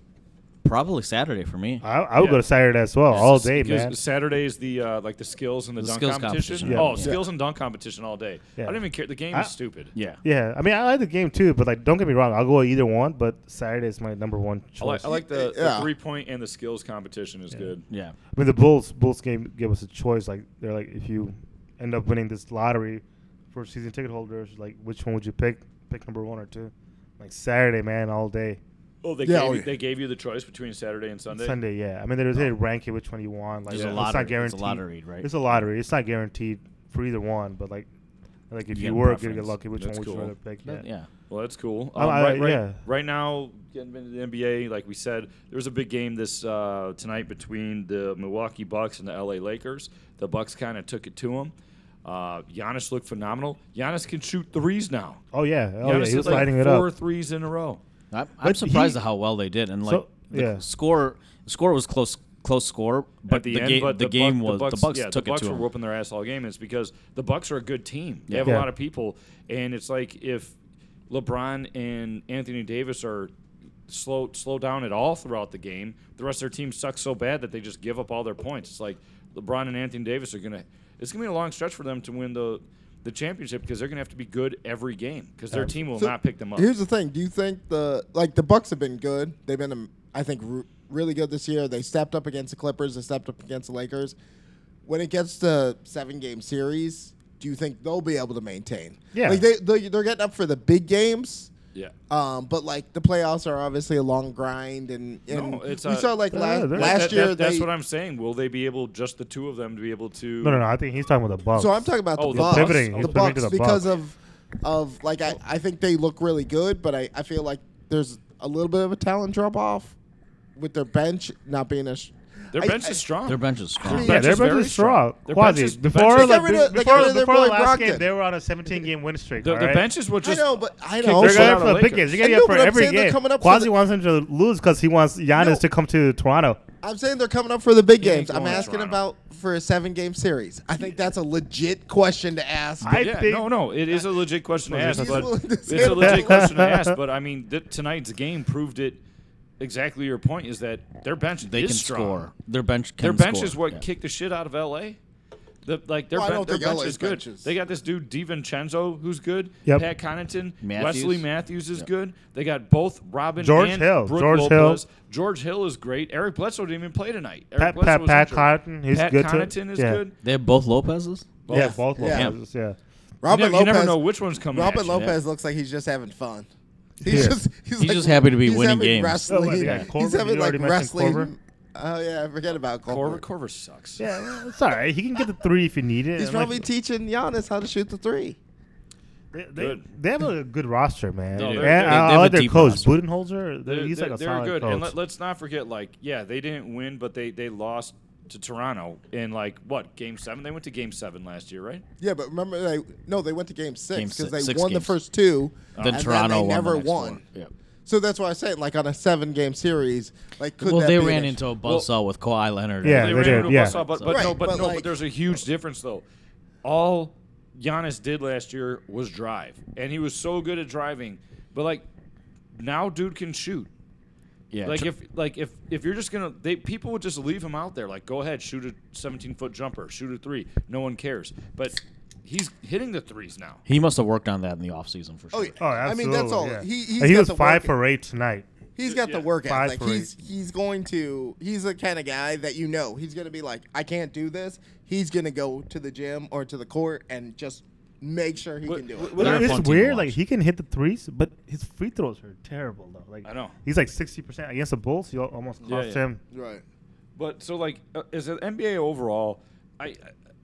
[SPEAKER 2] Probably Saturday for me.
[SPEAKER 5] I, I would
[SPEAKER 3] Yeah.
[SPEAKER 5] go to Saturday as well, all day, man.
[SPEAKER 3] Saturday is the uh, like the skills and the,
[SPEAKER 2] The
[SPEAKER 3] dunk
[SPEAKER 2] skills
[SPEAKER 3] competition.
[SPEAKER 2] competition,
[SPEAKER 5] Yeah.
[SPEAKER 3] Oh,
[SPEAKER 5] yeah.
[SPEAKER 3] skills and dunk competition all day. I
[SPEAKER 5] Yeah.
[SPEAKER 3] don't even care. The game
[SPEAKER 5] I-
[SPEAKER 3] is stupid.
[SPEAKER 2] yeah.
[SPEAKER 5] Yeah, I mean, I like the game too, but like, don't get me wrong, I'll go either one. But Saturday is my number one choice.
[SPEAKER 3] I like, I like the,
[SPEAKER 1] Yeah.
[SPEAKER 3] the three point and the skills competition is good.
[SPEAKER 2] Yeah.
[SPEAKER 5] I mean, the Bulls Bulls game gave us a choice. Like they're like, if you end up winning this lottery for season ticket holders, like which one would you pick? Pick number one or two. Like Saturday, man, all day.
[SPEAKER 3] Oh, they
[SPEAKER 1] Yeah,
[SPEAKER 3] gave
[SPEAKER 1] oh,
[SPEAKER 3] you,
[SPEAKER 1] yeah.
[SPEAKER 3] they gave you the choice between Saturday and Sunday.
[SPEAKER 5] Sunday, yeah. I mean, they they rank it which one you want. Like
[SPEAKER 2] Oh. There's
[SPEAKER 3] a
[SPEAKER 5] it's
[SPEAKER 2] lottery-
[SPEAKER 5] not
[SPEAKER 2] it's a
[SPEAKER 5] guaranteed.
[SPEAKER 2] lottery, right?
[SPEAKER 5] It's a lottery. It's not guaranteed for either one, but like, like if
[SPEAKER 2] You
[SPEAKER 5] you
[SPEAKER 2] get
[SPEAKER 5] were gonna get
[SPEAKER 2] preference.
[SPEAKER 5] lucky, which
[SPEAKER 3] That's
[SPEAKER 5] one would
[SPEAKER 3] cool.
[SPEAKER 5] you rather pick?
[SPEAKER 2] But, yeah.
[SPEAKER 3] Well, that's cool.
[SPEAKER 5] Um,
[SPEAKER 3] Um,
[SPEAKER 5] I-
[SPEAKER 3] right, right,
[SPEAKER 5] yeah.
[SPEAKER 3] right now, getting into the NBA, like we said, there was a big game this uh, tonight between the Milwaukee Bucks and the LA Lakers. The Bucks kind of took it to them. Uh, Giannis looked phenomenal. Giannis can shoot threes now.
[SPEAKER 5] Oh yeah. Oh
[SPEAKER 3] Giannis
[SPEAKER 5] yeah. He
[SPEAKER 3] hit,
[SPEAKER 5] was
[SPEAKER 3] like
[SPEAKER 5] lighting it
[SPEAKER 3] four
[SPEAKER 5] up.
[SPEAKER 3] threes in a row.
[SPEAKER 2] I'm, I'm
[SPEAKER 5] But
[SPEAKER 2] surprised
[SPEAKER 5] he-
[SPEAKER 2] at how well they did, and like
[SPEAKER 5] So-
[SPEAKER 2] the
[SPEAKER 5] yeah.
[SPEAKER 2] score score was close close score, but
[SPEAKER 3] At the,
[SPEAKER 2] the,
[SPEAKER 3] end,
[SPEAKER 2] game
[SPEAKER 3] but
[SPEAKER 2] the,
[SPEAKER 3] Buck-
[SPEAKER 2] game was
[SPEAKER 3] Bucks,
[SPEAKER 2] the Bucks
[SPEAKER 3] yeah,
[SPEAKER 2] took
[SPEAKER 3] the Bucks
[SPEAKER 2] it to
[SPEAKER 3] were
[SPEAKER 2] them.
[SPEAKER 3] whooping their ass all game. It's because the Bucks are a good team. They have a
[SPEAKER 5] Yeah.
[SPEAKER 3] lot of people, and it's like if LeBron and Anthony Davis are slow slow down at all throughout the game, the rest of their team sucks so bad that they just give up all their points. It's like LeBron and Anthony Davis are gonna. It's gonna be a long stretch for them to win the the championship because they're gonna have to be good every game because their team will
[SPEAKER 1] So,
[SPEAKER 3] not pick them up.
[SPEAKER 1] Here's the thing: Do you think the like the Bucks have been good? They've been, um, I think, r- really good this year. They stepped up against the Clippers. They stepped up against the Lakers. When it gets to seven game series, do you think they'll be able to maintain?
[SPEAKER 5] Yeah.
[SPEAKER 1] like they, they they're getting up for the big games.
[SPEAKER 3] Yeah.
[SPEAKER 1] Um, but like the playoffs are obviously a long grind, and, and
[SPEAKER 3] No, it's
[SPEAKER 1] we
[SPEAKER 3] a-
[SPEAKER 1] saw like
[SPEAKER 5] Yeah,
[SPEAKER 1] last,
[SPEAKER 5] they're-
[SPEAKER 1] last
[SPEAKER 3] That- that-
[SPEAKER 1] year.
[SPEAKER 3] that's
[SPEAKER 1] they,
[SPEAKER 3] what I'm saying. Will they be able, just the two of them, to be able to?
[SPEAKER 5] No, no, no. I think he's talking about the Bucks.
[SPEAKER 1] So I'm talking about
[SPEAKER 3] Oh,
[SPEAKER 1] the
[SPEAKER 3] the
[SPEAKER 1] Bucks.
[SPEAKER 3] Bucks. Pivoting.
[SPEAKER 1] The
[SPEAKER 3] He's
[SPEAKER 5] pivoting
[SPEAKER 1] Bucks
[SPEAKER 5] to the
[SPEAKER 1] because
[SPEAKER 5] Bucks.
[SPEAKER 1] of of like I, I think they look really good, but I, I feel like there's a little bit of a talent drop off with their bench not being as
[SPEAKER 3] Their
[SPEAKER 1] I-
[SPEAKER 3] bench
[SPEAKER 1] I-
[SPEAKER 3] is strong.
[SPEAKER 2] Their bench is strong.
[SPEAKER 5] Yeah,
[SPEAKER 1] bench
[SPEAKER 5] their
[SPEAKER 3] is
[SPEAKER 5] bench
[SPEAKER 3] very
[SPEAKER 5] is strong.
[SPEAKER 3] strong. Their
[SPEAKER 5] Quasi.
[SPEAKER 3] bench is-
[SPEAKER 5] before,
[SPEAKER 3] They
[SPEAKER 1] got
[SPEAKER 5] like,
[SPEAKER 1] rid of- they got
[SPEAKER 5] before,
[SPEAKER 1] rid of their
[SPEAKER 5] before
[SPEAKER 1] boy
[SPEAKER 5] the last
[SPEAKER 1] Brogdon.
[SPEAKER 5] game, they were on a 17 game win streak.
[SPEAKER 3] The,
[SPEAKER 5] all
[SPEAKER 3] the
[SPEAKER 5] right?
[SPEAKER 3] bench is what just.
[SPEAKER 1] I know, but I
[SPEAKER 3] kick
[SPEAKER 1] know.
[SPEAKER 3] their
[SPEAKER 5] They're
[SPEAKER 1] also-
[SPEAKER 3] guy
[SPEAKER 5] going
[SPEAKER 3] out of
[SPEAKER 5] for the big
[SPEAKER 3] Lakers.
[SPEAKER 5] games. They
[SPEAKER 1] I
[SPEAKER 5] got
[SPEAKER 1] know,
[SPEAKER 5] it for
[SPEAKER 1] but I'm
[SPEAKER 5] every
[SPEAKER 1] saying they're
[SPEAKER 5] game.
[SPEAKER 1] coming up for
[SPEAKER 5] Quasi
[SPEAKER 1] the-
[SPEAKER 5] wants them to lose because he wants Giannis
[SPEAKER 1] No.
[SPEAKER 5] to come to Toronto.
[SPEAKER 1] I'm saying they're coming up for the big
[SPEAKER 3] ain't
[SPEAKER 1] games. I'm
[SPEAKER 3] going to
[SPEAKER 1] asking
[SPEAKER 3] Toronto.
[SPEAKER 1] about for a seven game series. I think that's a legit question to ask.
[SPEAKER 5] I
[SPEAKER 3] yeah,
[SPEAKER 5] think-
[SPEAKER 3] no, no, it is a legit question to ask,
[SPEAKER 1] He's
[SPEAKER 3] but
[SPEAKER 1] willing to
[SPEAKER 3] it's
[SPEAKER 1] say
[SPEAKER 3] a legit
[SPEAKER 5] that.
[SPEAKER 3] question to ask. But I mean, th- tonight's game proved it. Exactly your point is that their bench
[SPEAKER 2] They
[SPEAKER 3] is
[SPEAKER 2] can
[SPEAKER 3] strong.
[SPEAKER 2] score. Their bench can
[SPEAKER 3] Their bench
[SPEAKER 2] score.
[SPEAKER 3] is what
[SPEAKER 2] Yeah.
[SPEAKER 3] kicked the shit out of L.A. The, like their,
[SPEAKER 1] Well, I
[SPEAKER 3] ben-
[SPEAKER 1] don't
[SPEAKER 3] their
[SPEAKER 1] think
[SPEAKER 3] bench
[SPEAKER 1] LA 's
[SPEAKER 3] is good.
[SPEAKER 1] bench is-
[SPEAKER 3] They got this dude Divincenzo who's good.
[SPEAKER 5] Yep.
[SPEAKER 3] Pat Connaughton,
[SPEAKER 2] Matthews.
[SPEAKER 3] Wesley Matthews is good. They got both Robin
[SPEAKER 5] George
[SPEAKER 3] and
[SPEAKER 5] Hill.
[SPEAKER 3] Brook
[SPEAKER 5] George
[SPEAKER 3] Lopez.
[SPEAKER 5] Hill.
[SPEAKER 3] George Hill is great. Eric Bledsoe didn't even play tonight. Eric
[SPEAKER 5] Pat-
[SPEAKER 3] Bledsoe
[SPEAKER 5] Pat-
[SPEAKER 3] was
[SPEAKER 5] Pat
[SPEAKER 3] injured.
[SPEAKER 5] Connaughton, he's
[SPEAKER 3] Pat
[SPEAKER 5] good too.
[SPEAKER 3] Connaughton is
[SPEAKER 5] Yeah.
[SPEAKER 3] good.
[SPEAKER 2] They have both Lopez's.
[SPEAKER 5] Yeah, both
[SPEAKER 1] Yeah.
[SPEAKER 5] Lopez's, Yeah.
[SPEAKER 1] Robert
[SPEAKER 3] you, never, you
[SPEAKER 1] Lopez.
[SPEAKER 3] never know which one's coming. at
[SPEAKER 1] Robert
[SPEAKER 3] you.
[SPEAKER 1] Lopez looks like he's just having fun. He's
[SPEAKER 5] Yeah.
[SPEAKER 1] just he's,
[SPEAKER 2] He's
[SPEAKER 1] like-
[SPEAKER 2] just happy to be
[SPEAKER 1] he's
[SPEAKER 2] winning
[SPEAKER 1] having
[SPEAKER 2] games.
[SPEAKER 1] Wrestling.
[SPEAKER 5] Oh, my God.
[SPEAKER 1] he's
[SPEAKER 5] Corver,
[SPEAKER 1] having
[SPEAKER 5] you
[SPEAKER 1] like
[SPEAKER 5] already mentioned
[SPEAKER 1] wrestling.
[SPEAKER 5] Corver?
[SPEAKER 1] Oh yeah, I forget about
[SPEAKER 3] Corver,
[SPEAKER 1] Corver.
[SPEAKER 3] Corver sucks.
[SPEAKER 5] Yeah, well, it's all right. He can get the three if you need it.
[SPEAKER 1] He's
[SPEAKER 5] And, like,
[SPEAKER 1] probably teaching Giannis how to shoot the three.
[SPEAKER 5] they, they,
[SPEAKER 3] Good.
[SPEAKER 5] they have a good roster, man.
[SPEAKER 3] No,
[SPEAKER 5] and
[SPEAKER 3] they're-
[SPEAKER 5] I,
[SPEAKER 3] they-
[SPEAKER 5] I
[SPEAKER 2] they have
[SPEAKER 5] like
[SPEAKER 2] a
[SPEAKER 5] their
[SPEAKER 2] deep
[SPEAKER 5] coach,
[SPEAKER 2] roster.
[SPEAKER 5] Budenholzer.
[SPEAKER 3] They're,
[SPEAKER 5] he's like
[SPEAKER 3] they're-
[SPEAKER 5] a
[SPEAKER 3] they're
[SPEAKER 5] solid
[SPEAKER 3] good.
[SPEAKER 5] coach.
[SPEAKER 3] And let, us not forget, like, yeah, they didn't win, but they they lost to Toronto in like what game seven? They went to game seven last year, right?
[SPEAKER 1] Yeah, but remember they no, they went to game
[SPEAKER 2] Game
[SPEAKER 1] six because
[SPEAKER 2] six-
[SPEAKER 1] they
[SPEAKER 2] six
[SPEAKER 1] won the
[SPEAKER 2] games.
[SPEAKER 1] first two.
[SPEAKER 2] Then
[SPEAKER 1] and
[SPEAKER 2] Toronto
[SPEAKER 1] then they
[SPEAKER 2] won the
[SPEAKER 1] never
[SPEAKER 2] next
[SPEAKER 1] won.
[SPEAKER 2] one. Yep.
[SPEAKER 1] So that's why I say like on a seven game series, like could
[SPEAKER 2] well,
[SPEAKER 1] that
[SPEAKER 2] they
[SPEAKER 1] be an
[SPEAKER 2] ran
[SPEAKER 1] issue?
[SPEAKER 2] into a buzzsaw with Kawhi Leonard.
[SPEAKER 5] Yeah,
[SPEAKER 3] they,
[SPEAKER 5] they
[SPEAKER 3] ran
[SPEAKER 5] did,
[SPEAKER 3] into a
[SPEAKER 5] yeah.
[SPEAKER 3] buzzsaw, but, but
[SPEAKER 1] Right,
[SPEAKER 3] no, but,
[SPEAKER 1] but,
[SPEAKER 3] no,
[SPEAKER 1] like-
[SPEAKER 3] but there's a huge difference though. All Giannis did last year was drive, and he was so good at driving. But like now, dude can shoot.
[SPEAKER 2] yeah.
[SPEAKER 3] Like
[SPEAKER 2] Tr-
[SPEAKER 3] if like if if you're just gonna they people would just leave him out there like go ahead shoot a 17 foot jumper shoot a three no one cares but he's hitting the threes now
[SPEAKER 2] he must have worked on that in the offseason for sure.
[SPEAKER 1] Oh yeah,
[SPEAKER 5] Oh,
[SPEAKER 1] I mean that's
[SPEAKER 5] absolutely,
[SPEAKER 1] all.
[SPEAKER 5] yeah.
[SPEAKER 1] He he's
[SPEAKER 5] And he
[SPEAKER 1] got
[SPEAKER 5] was
[SPEAKER 1] the
[SPEAKER 5] five
[SPEAKER 1] work-
[SPEAKER 5] for eight tonight.
[SPEAKER 1] He's got the
[SPEAKER 3] Yeah.
[SPEAKER 1] work
[SPEAKER 5] Five
[SPEAKER 1] ethic.
[SPEAKER 5] for
[SPEAKER 1] He's he's going to he's the kind of guy that you know he's gonna be like I can't do this. He's gonna go to the gym or to the court and just make sure he
[SPEAKER 3] What-
[SPEAKER 1] can do
[SPEAKER 3] what-
[SPEAKER 1] it.
[SPEAKER 3] what- They're a
[SPEAKER 5] it's
[SPEAKER 2] fun team to
[SPEAKER 5] weird. Like
[SPEAKER 2] watch.
[SPEAKER 5] he can hit the threes, but his free throws are terrible though. Like
[SPEAKER 3] I know.
[SPEAKER 5] he's like sixty percent against the Bulls. He al- almost cost
[SPEAKER 3] Yeah, yeah.
[SPEAKER 5] him.
[SPEAKER 1] Right.
[SPEAKER 3] But so like uh, as an NBA overall, I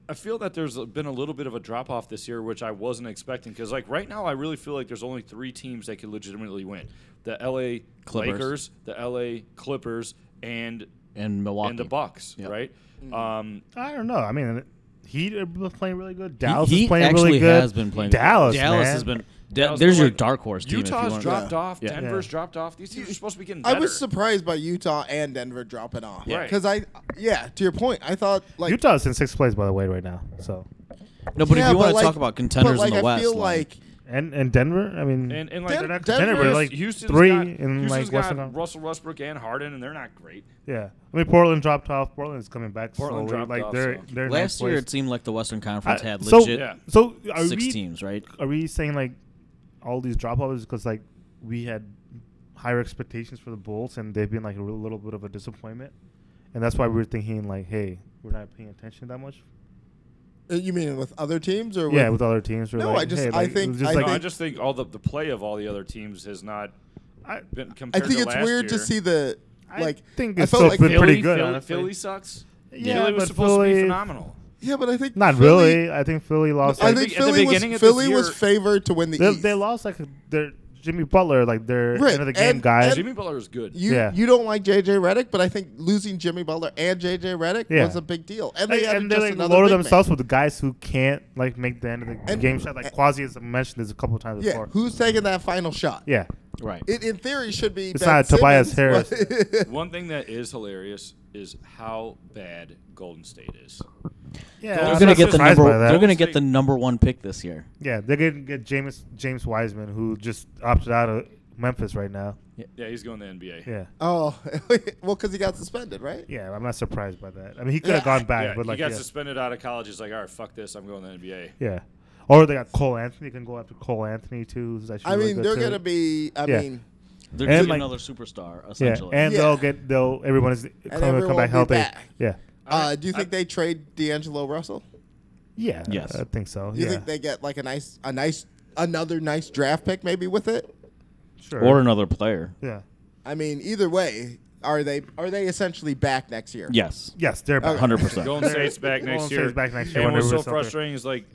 [SPEAKER 3] I feel that there's been a little bit of a drop off this year, which I wasn't expecting because like right now I really feel like there's only three teams that could legitimately win: the LA
[SPEAKER 2] Clippers.
[SPEAKER 3] Lakers, the LA Clippers, and
[SPEAKER 2] And Milwaukee.
[SPEAKER 3] and the Bucks,
[SPEAKER 2] Yep.
[SPEAKER 3] right?
[SPEAKER 1] Mm-hmm.
[SPEAKER 3] Um,
[SPEAKER 5] I don't know. I mean, he was playing really good. Dallas
[SPEAKER 2] he
[SPEAKER 5] is playing
[SPEAKER 2] actually
[SPEAKER 5] really good.
[SPEAKER 2] has been playing good.
[SPEAKER 5] Dallas.
[SPEAKER 2] Dallas
[SPEAKER 5] man.
[SPEAKER 2] has been.
[SPEAKER 3] that
[SPEAKER 2] Da-
[SPEAKER 3] was-
[SPEAKER 2] there's
[SPEAKER 3] but,
[SPEAKER 2] your
[SPEAKER 3] like,
[SPEAKER 2] dark horse team. if you
[SPEAKER 3] Utah's
[SPEAKER 2] want-
[SPEAKER 3] dropped
[SPEAKER 1] Yeah.
[SPEAKER 3] off.
[SPEAKER 2] Yeah.
[SPEAKER 3] Denver's
[SPEAKER 5] Yeah.
[SPEAKER 3] dropped off. These teams are supposed to be getting
[SPEAKER 1] I
[SPEAKER 3] better.
[SPEAKER 1] was surprised by Utah and Denver dropping off.
[SPEAKER 3] Yeah.
[SPEAKER 1] Because I, yeah, to your point, I thought like
[SPEAKER 5] Utah's in sixth place by the way right now. So
[SPEAKER 2] No, but
[SPEAKER 1] yeah,
[SPEAKER 2] if you want to
[SPEAKER 1] like-
[SPEAKER 2] talk about contenders
[SPEAKER 1] but like,
[SPEAKER 2] in the
[SPEAKER 1] I
[SPEAKER 2] West,
[SPEAKER 1] feel like,
[SPEAKER 5] and and Denver. I mean,
[SPEAKER 3] and, and like
[SPEAKER 1] Den-
[SPEAKER 3] they're not
[SPEAKER 1] Denver-
[SPEAKER 5] Denver, like
[SPEAKER 3] Houston's
[SPEAKER 5] three
[SPEAKER 3] got,
[SPEAKER 5] in
[SPEAKER 3] Houston's
[SPEAKER 5] like Western.
[SPEAKER 3] got Russell Westbrook and Harden, and they're not great.
[SPEAKER 5] yeah, I mean Portland dropped off. Portland is coming back
[SPEAKER 3] Portland
[SPEAKER 5] slowly.
[SPEAKER 3] dropped
[SPEAKER 5] Like
[SPEAKER 3] off,
[SPEAKER 5] they're
[SPEAKER 3] so.
[SPEAKER 5] they're
[SPEAKER 2] last
[SPEAKER 5] ninth
[SPEAKER 2] year
[SPEAKER 5] place.
[SPEAKER 2] it seemed like the Western Conference
[SPEAKER 5] I-
[SPEAKER 2] had
[SPEAKER 5] so-
[SPEAKER 2] legit
[SPEAKER 3] Yeah.
[SPEAKER 5] So are
[SPEAKER 2] six
[SPEAKER 5] we,
[SPEAKER 2] teams, right?
[SPEAKER 5] Are we saying like all these dropouts because like we had higher expectations for the Bulls and they've been like a real- little bit of a disappointment, and that's why we were thinking like, hey, we're not paying attention that much.
[SPEAKER 1] uh, you mean with other teams or
[SPEAKER 5] yeah,
[SPEAKER 1] with,
[SPEAKER 5] with other teams. We're
[SPEAKER 1] No,
[SPEAKER 5] like,
[SPEAKER 1] I just-
[SPEAKER 5] hey,
[SPEAKER 1] I
[SPEAKER 5] like, it
[SPEAKER 1] think-
[SPEAKER 5] was just
[SPEAKER 1] I
[SPEAKER 5] like,
[SPEAKER 3] no, I just think all the, the play of all the other teams has not
[SPEAKER 5] I,
[SPEAKER 3] been
[SPEAKER 1] I
[SPEAKER 3] compared.
[SPEAKER 1] think
[SPEAKER 3] to
[SPEAKER 1] it's
[SPEAKER 3] last
[SPEAKER 1] weird to
[SPEAKER 3] year.
[SPEAKER 1] see the
[SPEAKER 5] I
[SPEAKER 1] like.
[SPEAKER 5] think
[SPEAKER 1] I
[SPEAKER 5] it's
[SPEAKER 1] felt
[SPEAKER 5] still
[SPEAKER 1] like
[SPEAKER 5] been
[SPEAKER 1] Philly-
[SPEAKER 5] pretty good.
[SPEAKER 3] Philly,
[SPEAKER 5] honestly.
[SPEAKER 3] Philly sucks.
[SPEAKER 5] Yeah,
[SPEAKER 3] Philly was
[SPEAKER 5] but
[SPEAKER 3] supposed to be
[SPEAKER 5] Philly-
[SPEAKER 3] phenomenal.
[SPEAKER 1] Yeah, but I think
[SPEAKER 5] Not
[SPEAKER 1] Philly,
[SPEAKER 5] really. I think Philly lost.
[SPEAKER 1] I
[SPEAKER 5] Like,
[SPEAKER 1] think
[SPEAKER 3] At the
[SPEAKER 1] Philly
[SPEAKER 3] beginning
[SPEAKER 1] was
[SPEAKER 3] of this
[SPEAKER 1] Philly was
[SPEAKER 3] year-
[SPEAKER 1] favored to win the
[SPEAKER 5] they,
[SPEAKER 1] East.
[SPEAKER 5] they lost like their Jimmy Butler, like their
[SPEAKER 1] Right,
[SPEAKER 5] end of the game
[SPEAKER 1] and-
[SPEAKER 5] guy.
[SPEAKER 1] and-
[SPEAKER 3] Jimmy Butler is good.
[SPEAKER 1] You
[SPEAKER 5] Yeah.
[SPEAKER 1] you don't like JJ Redick, but I think losing Jimmy Butler and JJ Redick
[SPEAKER 5] Yeah.
[SPEAKER 1] was a big deal. And they
[SPEAKER 5] Like,
[SPEAKER 1] had
[SPEAKER 5] and they
[SPEAKER 1] just
[SPEAKER 5] like
[SPEAKER 1] another
[SPEAKER 5] loaded
[SPEAKER 1] big man.
[SPEAKER 5] themselves with the guys who can't like make the end of the
[SPEAKER 1] And-
[SPEAKER 5] game shot. Like Quasi has mentioned this a couple times
[SPEAKER 1] Yeah,
[SPEAKER 5] before.
[SPEAKER 1] who's taking that final shot?
[SPEAKER 5] yeah,
[SPEAKER 2] Right.
[SPEAKER 1] It in theory should be
[SPEAKER 5] It's
[SPEAKER 1] Ben
[SPEAKER 5] not Tobias
[SPEAKER 1] Simmons,
[SPEAKER 5] Harris.
[SPEAKER 1] but-
[SPEAKER 3] One thing that is hilarious is how bad Golden State is. They're
[SPEAKER 5] yeah. I'm
[SPEAKER 2] they're
[SPEAKER 5] not
[SPEAKER 2] gonna get the
[SPEAKER 5] surprised
[SPEAKER 2] number.
[SPEAKER 5] by that.
[SPEAKER 2] They're gonna get the
[SPEAKER 3] Golden
[SPEAKER 2] number one pick this year.
[SPEAKER 5] yeah, they're gonna get James James Wiseman, who just opted out of Memphis right now.
[SPEAKER 3] Yeah, he's going to the NBA.
[SPEAKER 5] Yeah,
[SPEAKER 1] oh, well, because he got suspended, right?
[SPEAKER 5] yeah. I'm not surprised by that. I mean, he could have
[SPEAKER 1] Yeah.
[SPEAKER 5] gone back,
[SPEAKER 3] Yeah,
[SPEAKER 5] but like,
[SPEAKER 3] he got
[SPEAKER 5] yeah.
[SPEAKER 3] suspended out of college. He's like, all right, fuck this. I'm going to the NBA.
[SPEAKER 5] yeah. Or they got Cole Anthony. Can go after Cole Anthony too. Who's actually
[SPEAKER 1] I
[SPEAKER 5] really
[SPEAKER 1] mean,
[SPEAKER 5] good
[SPEAKER 1] they're
[SPEAKER 5] too.
[SPEAKER 1] gonna be. I
[SPEAKER 5] Yeah.
[SPEAKER 1] mean,
[SPEAKER 2] They're
[SPEAKER 5] And,
[SPEAKER 2] getting
[SPEAKER 5] like-
[SPEAKER 2] another superstar
[SPEAKER 5] Yeah,
[SPEAKER 2] essentially.
[SPEAKER 5] and
[SPEAKER 1] Yeah.
[SPEAKER 5] they'll get they'll everyone is gonna
[SPEAKER 1] everyone
[SPEAKER 5] come back
[SPEAKER 1] will be
[SPEAKER 5] healthy.
[SPEAKER 1] back.
[SPEAKER 5] Yeah,
[SPEAKER 1] uh, do you think they trade D'Angelo Russell?
[SPEAKER 5] Yeah.
[SPEAKER 2] Yes.
[SPEAKER 5] I think so.
[SPEAKER 1] You
[SPEAKER 5] yeah.
[SPEAKER 1] think they get like a nice, a nice, another nice draft pick maybe with it?
[SPEAKER 5] sure.
[SPEAKER 2] or another player.
[SPEAKER 5] yeah.
[SPEAKER 1] I mean, either way, are they are they essentially back next year?
[SPEAKER 2] Yes,
[SPEAKER 5] Yes, they're back.
[SPEAKER 2] hundred percent.
[SPEAKER 3] Golden State's back
[SPEAKER 5] Golden
[SPEAKER 3] next
[SPEAKER 5] State's
[SPEAKER 3] year.
[SPEAKER 5] back next year
[SPEAKER 3] And
[SPEAKER 5] when
[SPEAKER 3] what's
[SPEAKER 5] they
[SPEAKER 3] so
[SPEAKER 5] were something.
[SPEAKER 3] frustrating is like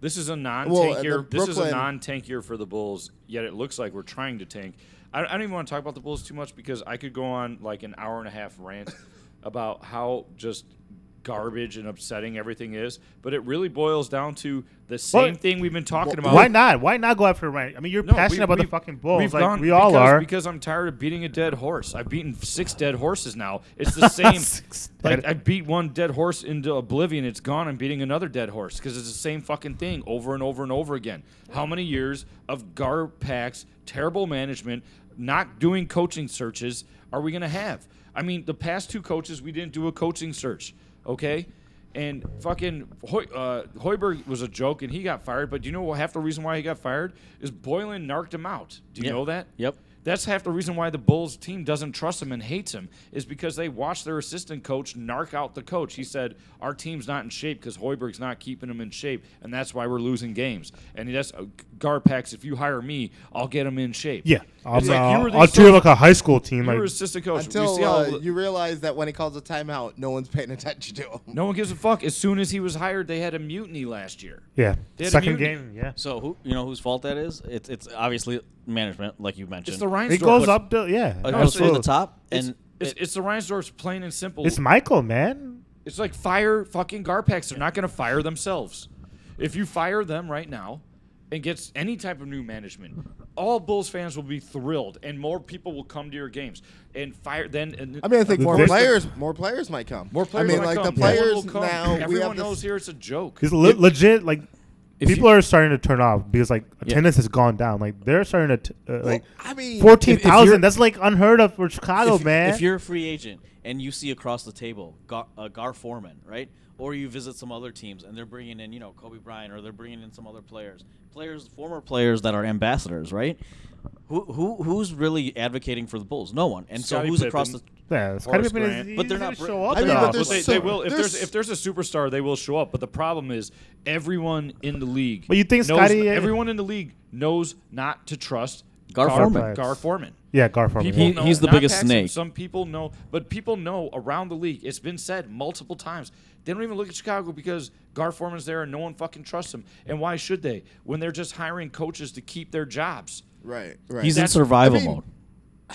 [SPEAKER 3] this is a non-tank
[SPEAKER 1] Well, and
[SPEAKER 3] year.
[SPEAKER 1] the
[SPEAKER 3] This is a
[SPEAKER 1] Brooklyn-
[SPEAKER 3] non-tank year for the Bulls. Yet it looks like we're trying to tank. I, I don't even want to talk about the Bulls too much because I could go on like an hour and a half rant about how just garbage and upsetting everything is. But it really boils down to the same thing we've been talking about.
[SPEAKER 5] Why not? Why not go after Ryan? I mean, you're
[SPEAKER 3] No,
[SPEAKER 5] passionate
[SPEAKER 3] we-
[SPEAKER 5] about the
[SPEAKER 3] we've-
[SPEAKER 5] fucking Bulls,
[SPEAKER 3] we've
[SPEAKER 5] like
[SPEAKER 3] gone-
[SPEAKER 5] we all
[SPEAKER 3] because,
[SPEAKER 5] are.
[SPEAKER 3] Because I'm tired of beating a dead horse. I've beaten six dead horses now. It's the same.
[SPEAKER 5] Six
[SPEAKER 3] like
[SPEAKER 5] dead-
[SPEAKER 3] I beat one dead horse into oblivion. It's gone. I'm beating another dead horse because it's the same fucking thing over and over and over again. How many years of gar packs, terrible management, not doing coaching searches are we gonna have? I mean, the past two coaches we didn't do a coaching search. Okay. And fucking Hoy, uh, Hoiberg was a joke, and he got fired. But do you know what? Half the reason why he got fired is Boylan narked him out. Do you
[SPEAKER 2] Yeah.
[SPEAKER 3] know that?
[SPEAKER 2] Yep.
[SPEAKER 3] That's half the reason why the Bulls team doesn't trust him and hates him is because they watched their assistant coach narc out the coach. He said, "Our team's not in shape because Hoiberg's not keeping him in shape, and that's why we're losing games." And that's uh, Garpax. If you hire me, I'll get him in shape.
[SPEAKER 5] yeah,
[SPEAKER 3] it's
[SPEAKER 5] I'm,
[SPEAKER 3] like you
[SPEAKER 5] uh,
[SPEAKER 3] were the
[SPEAKER 5] I'll treat it
[SPEAKER 3] assistant-
[SPEAKER 5] like a high school team.
[SPEAKER 3] you
[SPEAKER 5] Like
[SPEAKER 3] were assistant coach. Oh, We see
[SPEAKER 1] Until
[SPEAKER 3] how-
[SPEAKER 1] uh, you realize that when he calls a timeout, no one's paying attention to him.
[SPEAKER 3] no one gives a fuck. As soon as he was hired, they had a mutiny last year.
[SPEAKER 5] yeah,
[SPEAKER 3] They had a
[SPEAKER 5] second
[SPEAKER 3] mutiny.
[SPEAKER 5] game. Yeah,
[SPEAKER 2] So who you know whose fault that is? It's it's obviously management, like you mentioned.
[SPEAKER 3] It's the Reinsdorf.
[SPEAKER 5] it goes up to yeah.
[SPEAKER 2] It goes through
[SPEAKER 5] absolutely.
[SPEAKER 2] the top,
[SPEAKER 3] It's,
[SPEAKER 2] and
[SPEAKER 3] it's,
[SPEAKER 2] it-
[SPEAKER 3] it's the Reinsdorf's plain and simple.
[SPEAKER 5] It's Michael, man.
[SPEAKER 3] It's like fire fucking Garpax. They're not going to fire themselves. If you fire them right now and gets any type of new management, all Bulls fans will be thrilled, and more people will come to your games. And fire then. And,
[SPEAKER 1] I mean, I think
[SPEAKER 5] The-
[SPEAKER 1] more
[SPEAKER 5] the-
[SPEAKER 1] players, more players might come.
[SPEAKER 3] more players.
[SPEAKER 1] I mean,
[SPEAKER 3] will
[SPEAKER 1] like
[SPEAKER 3] come.
[SPEAKER 1] the
[SPEAKER 3] Everyone
[SPEAKER 1] players
[SPEAKER 3] will come.
[SPEAKER 1] now.
[SPEAKER 3] Everyone
[SPEAKER 1] we have
[SPEAKER 3] knows
[SPEAKER 1] this,
[SPEAKER 3] here it's a joke.
[SPEAKER 5] It's le- legit. Like people
[SPEAKER 2] you-
[SPEAKER 5] are starting to turn off because like attendance has gone down. Like they're starting to t- uh, like
[SPEAKER 1] I mean,
[SPEAKER 5] fourteen
[SPEAKER 2] you're-
[SPEAKER 5] thousand. That's like unheard of for Chicago,
[SPEAKER 2] if,
[SPEAKER 5] man.
[SPEAKER 2] if you're a free agent and you see across the table Gar, uh, Gar Foreman, right? Or you visit some other teams and they're bringing in, you know, Kobe Bryant or they're bringing in some other players, players, former players that are ambassadors, right? Who, who who's really advocating for the Bulls? No one. And
[SPEAKER 3] Scottie
[SPEAKER 2] so who's across the
[SPEAKER 3] Pippen.
[SPEAKER 5] yeah, it's
[SPEAKER 3] Horace
[SPEAKER 5] gotta be-
[SPEAKER 3] Grant.
[SPEAKER 5] he's
[SPEAKER 2] But they're
[SPEAKER 5] gonna
[SPEAKER 2] not br-
[SPEAKER 5] show up.
[SPEAKER 1] I mean,
[SPEAKER 5] now.
[SPEAKER 1] but
[SPEAKER 3] Well,
[SPEAKER 1] there's
[SPEAKER 3] they,
[SPEAKER 1] so-
[SPEAKER 3] they will if there's,
[SPEAKER 1] there's-
[SPEAKER 3] if there's a superstar, they will show up. But the problem is everyone in the league.
[SPEAKER 5] But you think
[SPEAKER 3] knows-
[SPEAKER 5] Scotty- uh,
[SPEAKER 3] Everyone in the league knows not to trust
[SPEAKER 2] Gar Foreman.
[SPEAKER 3] Gar Foreman.
[SPEAKER 5] yeah, Garforman.
[SPEAKER 3] People
[SPEAKER 2] He-
[SPEAKER 3] know,
[SPEAKER 2] he's the
[SPEAKER 3] not
[SPEAKER 2] biggest
[SPEAKER 3] Paxton,
[SPEAKER 2] snake.
[SPEAKER 3] Some people know, but people know around the league. It's been said multiple times. They don't even look at Chicago because Gar Forman's there and no one fucking trusts him. And why should they when they're just hiring coaches to keep their jobs?
[SPEAKER 1] right, right.
[SPEAKER 2] He's in
[SPEAKER 3] That's-
[SPEAKER 2] survival
[SPEAKER 1] I mean,
[SPEAKER 2] mode.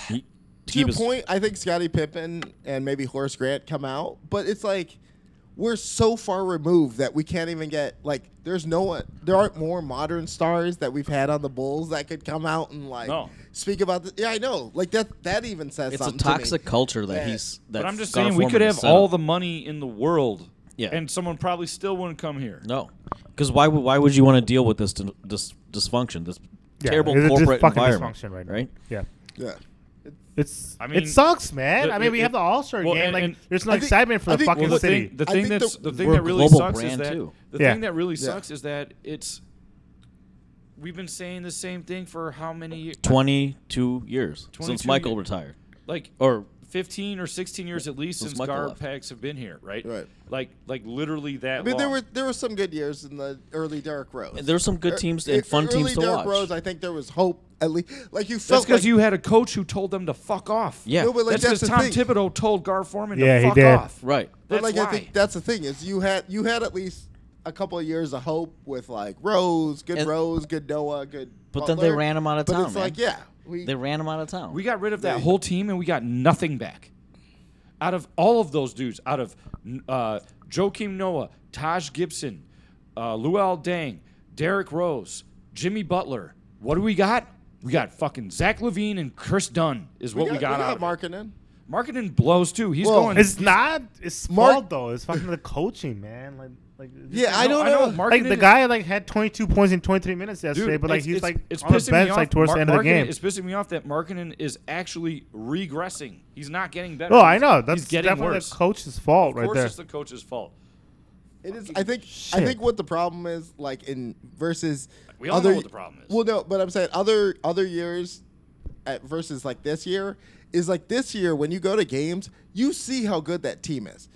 [SPEAKER 2] He- to
[SPEAKER 1] to
[SPEAKER 2] keep
[SPEAKER 1] your
[SPEAKER 2] his-
[SPEAKER 1] point, I think Scottie Pippen and maybe Horace Grant come out, but it's like we're so far removed that we can't even get like there's no one there aren't more modern stars that we've had on the Bulls that could come out and like
[SPEAKER 3] No.
[SPEAKER 1] speak about the yeah I know like that that even says
[SPEAKER 2] it's a
[SPEAKER 1] something
[SPEAKER 2] toxic
[SPEAKER 1] to me.
[SPEAKER 2] culture that
[SPEAKER 1] Yeah.
[SPEAKER 2] he's. That
[SPEAKER 3] but I'm just
[SPEAKER 2] Gar
[SPEAKER 3] saying we
[SPEAKER 2] Forman
[SPEAKER 3] could
[SPEAKER 2] has
[SPEAKER 3] have
[SPEAKER 2] set up.
[SPEAKER 3] all the money in the world,
[SPEAKER 2] Yeah.
[SPEAKER 3] and someone probably still wouldn't come here.
[SPEAKER 2] No, because why would why would you want to deal with this dis- dis- dysfunction, this
[SPEAKER 5] Yeah,
[SPEAKER 2] terrible
[SPEAKER 5] it's just
[SPEAKER 2] corporate
[SPEAKER 5] fucking
[SPEAKER 2] environment,
[SPEAKER 5] dysfunction right now.
[SPEAKER 2] right?
[SPEAKER 5] yeah.
[SPEAKER 1] yeah.
[SPEAKER 5] It's
[SPEAKER 3] I mean,
[SPEAKER 5] it sucks, man.
[SPEAKER 3] the-
[SPEAKER 5] I mean, we
[SPEAKER 3] it-
[SPEAKER 5] have the All Star
[SPEAKER 3] well,
[SPEAKER 5] game.
[SPEAKER 3] and-
[SPEAKER 5] like,
[SPEAKER 3] and-
[SPEAKER 5] there's no
[SPEAKER 1] I think-
[SPEAKER 5] excitement for
[SPEAKER 1] I
[SPEAKER 5] the
[SPEAKER 1] think-
[SPEAKER 5] fucking
[SPEAKER 1] well,
[SPEAKER 3] the
[SPEAKER 5] city.
[SPEAKER 3] Thing, the
[SPEAKER 1] I
[SPEAKER 3] thing
[SPEAKER 1] think
[SPEAKER 3] that's
[SPEAKER 1] the-
[SPEAKER 3] the thing
[SPEAKER 2] We're a
[SPEAKER 3] that really
[SPEAKER 2] global
[SPEAKER 3] sucks is
[SPEAKER 2] brand,
[SPEAKER 3] that
[SPEAKER 2] too.
[SPEAKER 3] the
[SPEAKER 5] Yeah.
[SPEAKER 3] thing that really
[SPEAKER 1] Yeah.
[SPEAKER 3] sucks is that it's we've been saying the same thing for how many years?
[SPEAKER 2] Twenty-two years
[SPEAKER 3] 22
[SPEAKER 2] since Michael
[SPEAKER 3] years.
[SPEAKER 2] retired,
[SPEAKER 3] Like
[SPEAKER 2] or
[SPEAKER 3] 15 or 16 years at least
[SPEAKER 2] Since
[SPEAKER 3] since
[SPEAKER 2] Michael
[SPEAKER 3] guard
[SPEAKER 2] left.
[SPEAKER 3] packs have been here, right?
[SPEAKER 1] Right.
[SPEAKER 3] Like like literally that
[SPEAKER 1] I mean,
[SPEAKER 3] long.
[SPEAKER 1] there were there were some good years in the early Derrick Rose.
[SPEAKER 2] there were some good teams
[SPEAKER 1] Er-
[SPEAKER 2] and fun
[SPEAKER 1] early
[SPEAKER 2] teams to
[SPEAKER 1] Derrick
[SPEAKER 2] watch.
[SPEAKER 1] Rose, I think there was hope at least. Like you
[SPEAKER 3] That's
[SPEAKER 1] felt
[SPEAKER 3] because
[SPEAKER 1] like,
[SPEAKER 3] you had a coach who told them to fuck off.
[SPEAKER 2] Yeah.
[SPEAKER 1] No, but like
[SPEAKER 3] that's because
[SPEAKER 1] that's, the
[SPEAKER 3] Tom
[SPEAKER 1] thing.
[SPEAKER 3] Thibodeau told Gar Forman
[SPEAKER 5] Yeah,
[SPEAKER 3] to
[SPEAKER 5] he
[SPEAKER 3] fuck
[SPEAKER 5] did.
[SPEAKER 3] off.
[SPEAKER 2] right?
[SPEAKER 1] But
[SPEAKER 3] That's
[SPEAKER 1] like
[SPEAKER 3] why.
[SPEAKER 1] I think that's the thing is you had you had at least a couple of years of hope with like Rose, good
[SPEAKER 2] And-
[SPEAKER 1] Rose, good Noah, good.
[SPEAKER 2] But then they
[SPEAKER 1] Butler.
[SPEAKER 2] ran him out of
[SPEAKER 1] But
[SPEAKER 2] town,
[SPEAKER 1] it's
[SPEAKER 2] man.
[SPEAKER 1] like yeah, we,
[SPEAKER 2] They ran him out of town.
[SPEAKER 3] we got rid of that
[SPEAKER 1] They-
[SPEAKER 3] whole team and we got nothing back. Out of all of those dudes, out of uh, Joakim Noah, Taj Gibson, uh, Luol Deng, Derek Rose, Jimmy Butler, what do we got? We got fucking Zach Levine and Chris Dunn is what we got, out of it.
[SPEAKER 1] marketing.
[SPEAKER 3] Marketing blows too. He's
[SPEAKER 1] Well,
[SPEAKER 3] going.
[SPEAKER 5] It's not. It's
[SPEAKER 1] Mark-
[SPEAKER 5] fault though. It's fucking the coaching, man. Like, like
[SPEAKER 1] Yeah, I
[SPEAKER 3] No,
[SPEAKER 1] don't
[SPEAKER 3] I know.
[SPEAKER 1] know.
[SPEAKER 5] like
[SPEAKER 3] Marketing
[SPEAKER 5] the
[SPEAKER 3] is-
[SPEAKER 5] guy like had 22 points in 23 minutes yesterday, but like
[SPEAKER 3] it's-
[SPEAKER 5] he's
[SPEAKER 3] it's-
[SPEAKER 5] like
[SPEAKER 3] it's
[SPEAKER 5] on the
[SPEAKER 3] pissing me
[SPEAKER 5] bench
[SPEAKER 3] off.
[SPEAKER 5] like towards
[SPEAKER 3] Mar-
[SPEAKER 5] the end of the
[SPEAKER 3] marketing-
[SPEAKER 5] game.
[SPEAKER 3] It's pissing me off that marketing is actually regressing. He's not getting better.
[SPEAKER 5] No,
[SPEAKER 3] He's-
[SPEAKER 5] Oh, I know. That's
[SPEAKER 3] he's getting
[SPEAKER 5] definitely
[SPEAKER 3] worse.
[SPEAKER 5] the coach's fault
[SPEAKER 3] of
[SPEAKER 5] right
[SPEAKER 3] course,
[SPEAKER 5] there.
[SPEAKER 3] it's the coach's fault.
[SPEAKER 1] It is. I think. I
[SPEAKER 5] Shit.
[SPEAKER 1] think what the problem is, like in versus
[SPEAKER 3] We all
[SPEAKER 1] other,
[SPEAKER 3] know what the problem is.
[SPEAKER 1] Well, no, but I'm saying other other years, at versus like this year is like this year when you go to games, you see how good that team is.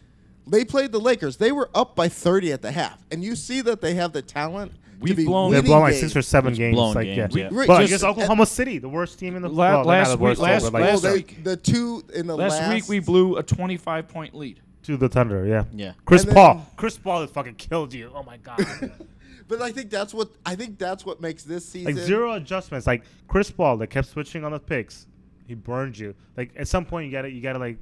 [SPEAKER 1] They played the Lakers. They were up by 30 at the half, and you see that they have the talent. to
[SPEAKER 3] We've
[SPEAKER 1] be
[SPEAKER 3] blown-
[SPEAKER 5] They
[SPEAKER 1] winning
[SPEAKER 5] blow like
[SPEAKER 1] games.
[SPEAKER 5] six or seven
[SPEAKER 2] It's
[SPEAKER 5] games.
[SPEAKER 2] blown
[SPEAKER 5] Like
[SPEAKER 2] games, yeah.
[SPEAKER 5] yeah,
[SPEAKER 1] Right,
[SPEAKER 5] but
[SPEAKER 1] just-
[SPEAKER 5] against Oklahoma City, the worst team in the
[SPEAKER 3] La-
[SPEAKER 5] well, they're not
[SPEAKER 3] last
[SPEAKER 5] the worst
[SPEAKER 3] week-
[SPEAKER 5] team,
[SPEAKER 3] last-
[SPEAKER 5] but,
[SPEAKER 1] Well,
[SPEAKER 5] like,
[SPEAKER 3] last-
[SPEAKER 1] they,
[SPEAKER 3] week-
[SPEAKER 1] the two in the
[SPEAKER 3] Last
[SPEAKER 1] last,
[SPEAKER 3] week we blew a 25 point lead.
[SPEAKER 5] to the Thunder. Yeah,
[SPEAKER 2] Yeah.
[SPEAKER 5] Chris
[SPEAKER 1] And then-
[SPEAKER 5] Paul. Chris Paul has fucking killed you. Oh my god.
[SPEAKER 1] But I think that's what I think that's what makes this season
[SPEAKER 5] like zero adjustments. Like Chris Paul that kept switching on the picks. He burned you. Like at some point you gotta you gotta like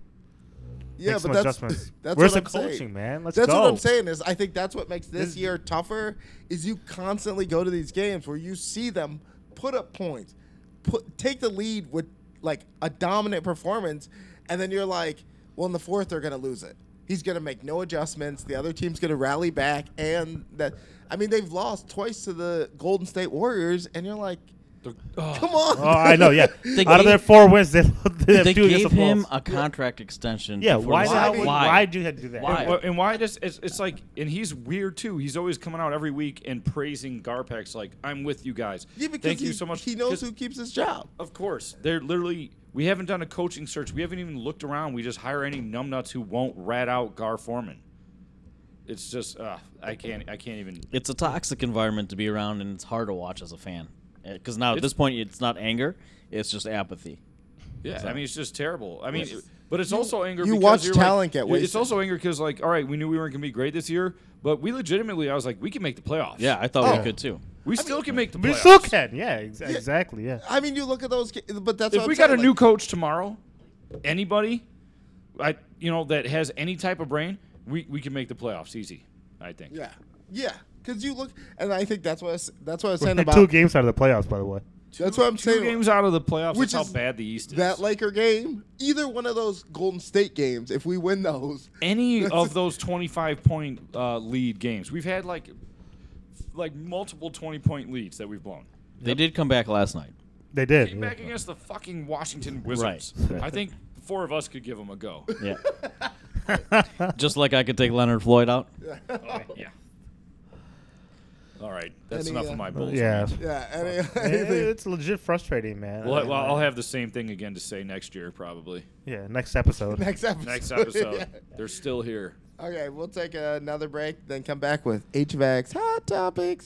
[SPEAKER 1] Yeah,
[SPEAKER 5] make some
[SPEAKER 1] but that's
[SPEAKER 5] adjustments.
[SPEAKER 1] that's
[SPEAKER 5] Where's
[SPEAKER 1] what
[SPEAKER 5] the
[SPEAKER 1] I'm saying.
[SPEAKER 5] coaching, man? Let's
[SPEAKER 1] that's
[SPEAKER 5] go.
[SPEAKER 1] what I'm saying is I think that's what makes this
[SPEAKER 5] This-
[SPEAKER 1] year tougher is you constantly go to these games where you see them put up points, put take the lead with like a dominant performance, and then you're like, well, in the fourth they're gonna lose it. He's gonna make no adjustments. The other team's gonna rally back, and that I mean they've lost twice to the Golden State Warriors, and you're like, come on.
[SPEAKER 5] Oh, I know. Yeah,
[SPEAKER 2] They
[SPEAKER 5] out of their
[SPEAKER 2] gave-
[SPEAKER 5] four wins, they, they, have
[SPEAKER 2] They
[SPEAKER 5] two against
[SPEAKER 2] gave
[SPEAKER 5] the
[SPEAKER 2] him
[SPEAKER 5] Bulls.
[SPEAKER 2] a contract extension.
[SPEAKER 5] Yeah,
[SPEAKER 2] before
[SPEAKER 5] why,
[SPEAKER 2] the
[SPEAKER 5] the hell
[SPEAKER 2] season.
[SPEAKER 5] would-
[SPEAKER 1] Why?
[SPEAKER 5] why? do you have to do that?
[SPEAKER 2] Why?
[SPEAKER 3] Well, and why does it's, it's like and he's weird too. He's always coming out every week and praising Garpex like I'm with you guys.
[SPEAKER 1] Yeah, because
[SPEAKER 3] Thank
[SPEAKER 1] he,
[SPEAKER 3] you so much.
[SPEAKER 1] he knows
[SPEAKER 3] 'Cause,
[SPEAKER 1] who keeps his job.
[SPEAKER 3] Of course, they're literally. We haven't done a coaching search. We haven't even looked around. We just hire any numbnuts who won't rat out Gar Foreman. It's just uh, I can't I can't even.
[SPEAKER 2] It's a toxic environment to be around, and it's hard to watch as a fan. Because now at
[SPEAKER 3] It's-
[SPEAKER 2] this point, it's not anger; it's just apathy.
[SPEAKER 3] Yeah, I mean it's just terrible. I mean,
[SPEAKER 2] Yes.
[SPEAKER 3] but it's also anger.
[SPEAKER 1] you
[SPEAKER 3] because
[SPEAKER 1] watch
[SPEAKER 3] you're like-
[SPEAKER 1] talent get wasted.
[SPEAKER 3] It's also anger because like all right, we knew we weren't gonna be great this year, but we legitimately I was like we can make the playoffs.
[SPEAKER 2] Yeah, I thought
[SPEAKER 1] Oh.
[SPEAKER 2] we could too.
[SPEAKER 3] we still can make the playoffs.
[SPEAKER 5] We still can. Yeah, ex- exactly. Yeah.
[SPEAKER 1] I mean, you look at those, ki- but that's
[SPEAKER 3] if
[SPEAKER 1] what
[SPEAKER 3] we
[SPEAKER 1] I'm
[SPEAKER 3] got a
[SPEAKER 1] saying,
[SPEAKER 3] new
[SPEAKER 1] like-
[SPEAKER 3] coach tomorrow, anybody, I you know that has any type of brain, we, we can make the playoffs easy. I think.
[SPEAKER 1] Yeah, yeah. Because you look, and I think that's what I, s- that's what I was saying
[SPEAKER 5] They're
[SPEAKER 1] about
[SPEAKER 5] two games out of the playoffs, by the way.
[SPEAKER 1] That's what I'm
[SPEAKER 3] Two
[SPEAKER 1] saying.
[SPEAKER 3] games out of the playoffs.
[SPEAKER 1] Which
[SPEAKER 3] Which that's
[SPEAKER 1] is
[SPEAKER 3] how bad the East is.
[SPEAKER 1] that Laker game, either one of those Golden State games, if we win those,
[SPEAKER 3] any of those 25 point uh, lead games, we've had like like multiple 20 point leads that we've blown.
[SPEAKER 2] They did come back last night.
[SPEAKER 5] They did.
[SPEAKER 3] Came
[SPEAKER 5] yeah.
[SPEAKER 3] back against the fucking Washington Wizards.
[SPEAKER 5] Right.
[SPEAKER 3] I think the four of us could give them a go.
[SPEAKER 2] Yeah. just like I could take Leonard Floyd out.
[SPEAKER 3] yeah. All right, that's
[SPEAKER 1] Any,
[SPEAKER 3] enough
[SPEAKER 1] uh,
[SPEAKER 3] of my bulls.
[SPEAKER 5] yeah.
[SPEAKER 1] yeah, any,
[SPEAKER 5] Yeah,
[SPEAKER 1] anything.
[SPEAKER 5] It's legit frustrating, man.
[SPEAKER 3] Well,
[SPEAKER 5] I-
[SPEAKER 3] well, I'll have the same thing again to say next year, probably.
[SPEAKER 5] yeah, next episode.
[SPEAKER 1] next episode.
[SPEAKER 3] Next episode.
[SPEAKER 1] Yeah.
[SPEAKER 3] They're still here.
[SPEAKER 1] Okay, we'll take another break, then come back with HVAC's hot topics.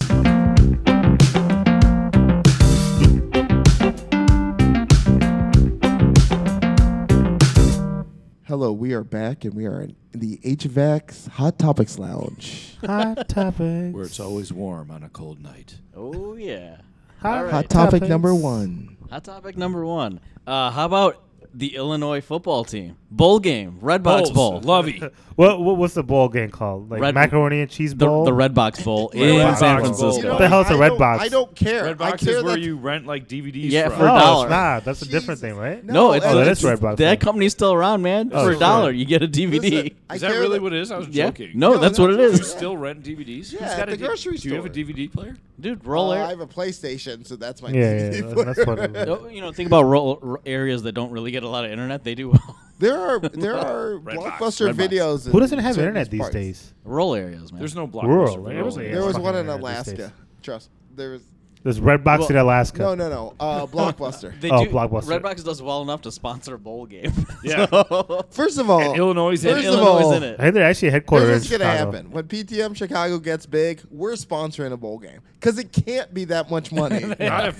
[SPEAKER 1] Hello, we are back, and we are in the HVAC's hot topics lounge.
[SPEAKER 5] Hot topic.
[SPEAKER 3] Where it's always warm on a cold night.
[SPEAKER 2] Oh yeah.
[SPEAKER 5] Hot,
[SPEAKER 1] Hot topic number one.
[SPEAKER 2] Hot topic number one. Uh, how about the Illinois football team bowl game, Red Box Bowl?
[SPEAKER 3] Lovey.
[SPEAKER 5] What, what what's the bowl game called? Like
[SPEAKER 2] Red-
[SPEAKER 5] macaroni and cheese
[SPEAKER 2] the,
[SPEAKER 5] bowl.
[SPEAKER 2] the Red Box Bowl
[SPEAKER 3] Red
[SPEAKER 2] in
[SPEAKER 3] Box
[SPEAKER 2] San
[SPEAKER 3] Bowl.
[SPEAKER 2] Francisco.
[SPEAKER 3] You know
[SPEAKER 5] What the hell's
[SPEAKER 1] I
[SPEAKER 5] a red
[SPEAKER 1] don't-
[SPEAKER 5] box?
[SPEAKER 1] I don't care.
[SPEAKER 3] Red
[SPEAKER 1] I
[SPEAKER 3] Box
[SPEAKER 1] care
[SPEAKER 3] is where
[SPEAKER 1] that-
[SPEAKER 3] you rent like DVDs.
[SPEAKER 2] Yeah,
[SPEAKER 3] from.
[SPEAKER 2] for a
[SPEAKER 5] no,
[SPEAKER 2] dollar.
[SPEAKER 5] Oh, it's not. That's a different
[SPEAKER 1] Jesus.
[SPEAKER 5] thing, right?
[SPEAKER 1] No.
[SPEAKER 2] No, it's,
[SPEAKER 1] Oh,
[SPEAKER 5] that
[SPEAKER 2] it's-
[SPEAKER 5] is Red Box
[SPEAKER 2] That
[SPEAKER 5] Bowl.
[SPEAKER 2] company's still around, man.
[SPEAKER 5] Oh,
[SPEAKER 2] for a
[SPEAKER 5] sure.
[SPEAKER 2] dollar, you get a DVD.
[SPEAKER 1] Listen, I
[SPEAKER 3] Is that
[SPEAKER 1] care
[SPEAKER 3] really what it is? I was
[SPEAKER 2] yeah.
[SPEAKER 3] joking.
[SPEAKER 2] No,
[SPEAKER 1] No,
[SPEAKER 2] that's what it
[SPEAKER 1] that's-
[SPEAKER 3] Do
[SPEAKER 2] is.
[SPEAKER 3] you still rent DVDs?
[SPEAKER 1] Yeah,
[SPEAKER 3] Who's
[SPEAKER 1] at
[SPEAKER 3] got a
[SPEAKER 1] the grocery
[SPEAKER 3] Do you have a
[SPEAKER 1] store.
[SPEAKER 3] DVD player?
[SPEAKER 2] Dude, roll
[SPEAKER 1] Uh,
[SPEAKER 2] air-
[SPEAKER 1] I have a PlayStation, so that's my
[SPEAKER 5] Yeah,
[SPEAKER 1] DVD
[SPEAKER 5] yeah,
[SPEAKER 1] player.
[SPEAKER 5] that's what it is.
[SPEAKER 2] No, Oh, you know, think about rural r- areas that don't really get a lot of internet. They do well.
[SPEAKER 1] There are there are
[SPEAKER 3] Red Box,
[SPEAKER 1] blockbuster
[SPEAKER 3] Red Box.
[SPEAKER 1] videos.
[SPEAKER 5] Who
[SPEAKER 1] in
[SPEAKER 5] doesn't have
[SPEAKER 1] certain
[SPEAKER 5] internet these
[SPEAKER 1] parts.
[SPEAKER 5] days?
[SPEAKER 2] rural areas, man.
[SPEAKER 3] There's no blockbuster.
[SPEAKER 5] Rural,
[SPEAKER 3] for
[SPEAKER 5] right?
[SPEAKER 3] those
[SPEAKER 5] Everybody
[SPEAKER 3] areas.
[SPEAKER 1] There was
[SPEAKER 5] fucking
[SPEAKER 1] one in
[SPEAKER 5] internet these days.
[SPEAKER 1] Alaska. Trust. There was
[SPEAKER 5] There's Red Box in
[SPEAKER 2] Well,
[SPEAKER 5] Alaska.
[SPEAKER 1] no no no. Uh, blockbuster.
[SPEAKER 2] They
[SPEAKER 5] Oh,
[SPEAKER 2] do,
[SPEAKER 5] Blockbuster.
[SPEAKER 2] Redbox does well enough to sponsor a bowl game.
[SPEAKER 3] Yeah.
[SPEAKER 2] So-
[SPEAKER 1] First of all,
[SPEAKER 3] And Illinois is in
[SPEAKER 1] First
[SPEAKER 2] and
[SPEAKER 1] of
[SPEAKER 2] Illinois is
[SPEAKER 1] all,
[SPEAKER 2] in
[SPEAKER 5] I
[SPEAKER 2] it.
[SPEAKER 5] think they're actually headquartered
[SPEAKER 1] here's what's
[SPEAKER 5] in
[SPEAKER 1] gonna
[SPEAKER 5] Chicago.
[SPEAKER 1] happen when PTM Chicago gets big. We're sponsoring a bowl game because it can't be that much money.
[SPEAKER 3] Not if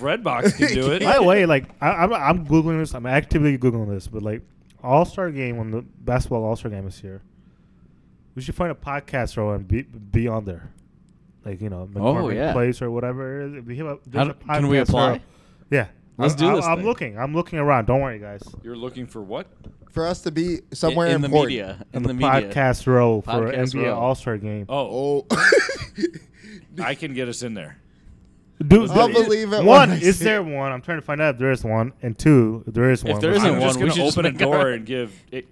[SPEAKER 3] Redbox can do it.
[SPEAKER 5] By the way, like I, I'm, I'm googling this. I'm actively googling this, but like All Star Game when the basketball All Star Game is here, we should find a podcast or and be be on there, like you know McCormick
[SPEAKER 2] Oh, yeah.
[SPEAKER 5] Place or whatever. it is. We have a,
[SPEAKER 2] How
[SPEAKER 5] there's a
[SPEAKER 2] do- can we
[SPEAKER 5] podcast
[SPEAKER 2] apply?
[SPEAKER 5] row. Yeah,
[SPEAKER 2] Let's
[SPEAKER 5] I,
[SPEAKER 2] do
[SPEAKER 5] I,
[SPEAKER 2] this
[SPEAKER 5] I'm
[SPEAKER 2] thing.
[SPEAKER 5] looking. I'm looking around. Don't worry, guys.
[SPEAKER 3] You're looking for what?
[SPEAKER 1] For us to be somewhere
[SPEAKER 2] in, the
[SPEAKER 1] important.
[SPEAKER 2] media. In
[SPEAKER 5] And
[SPEAKER 2] the,
[SPEAKER 5] the,
[SPEAKER 2] media.
[SPEAKER 5] podcast row for
[SPEAKER 2] Podcast
[SPEAKER 5] NBA
[SPEAKER 2] row.
[SPEAKER 5] All Star Game.
[SPEAKER 3] Oh,
[SPEAKER 1] Oh,
[SPEAKER 3] I can get us in there.
[SPEAKER 5] Do,
[SPEAKER 1] I'll
[SPEAKER 5] do-
[SPEAKER 1] believe it when
[SPEAKER 5] One,
[SPEAKER 1] I
[SPEAKER 5] is
[SPEAKER 1] see
[SPEAKER 5] there one? I'm trying to find out if there is one. And two, if there is one.
[SPEAKER 2] there
[SPEAKER 5] let's
[SPEAKER 2] isn't
[SPEAKER 5] do
[SPEAKER 3] I'm
[SPEAKER 5] it.
[SPEAKER 2] one,
[SPEAKER 3] just
[SPEAKER 2] we
[SPEAKER 3] gonna
[SPEAKER 2] should just
[SPEAKER 3] open a
[SPEAKER 2] make our-
[SPEAKER 3] door and give it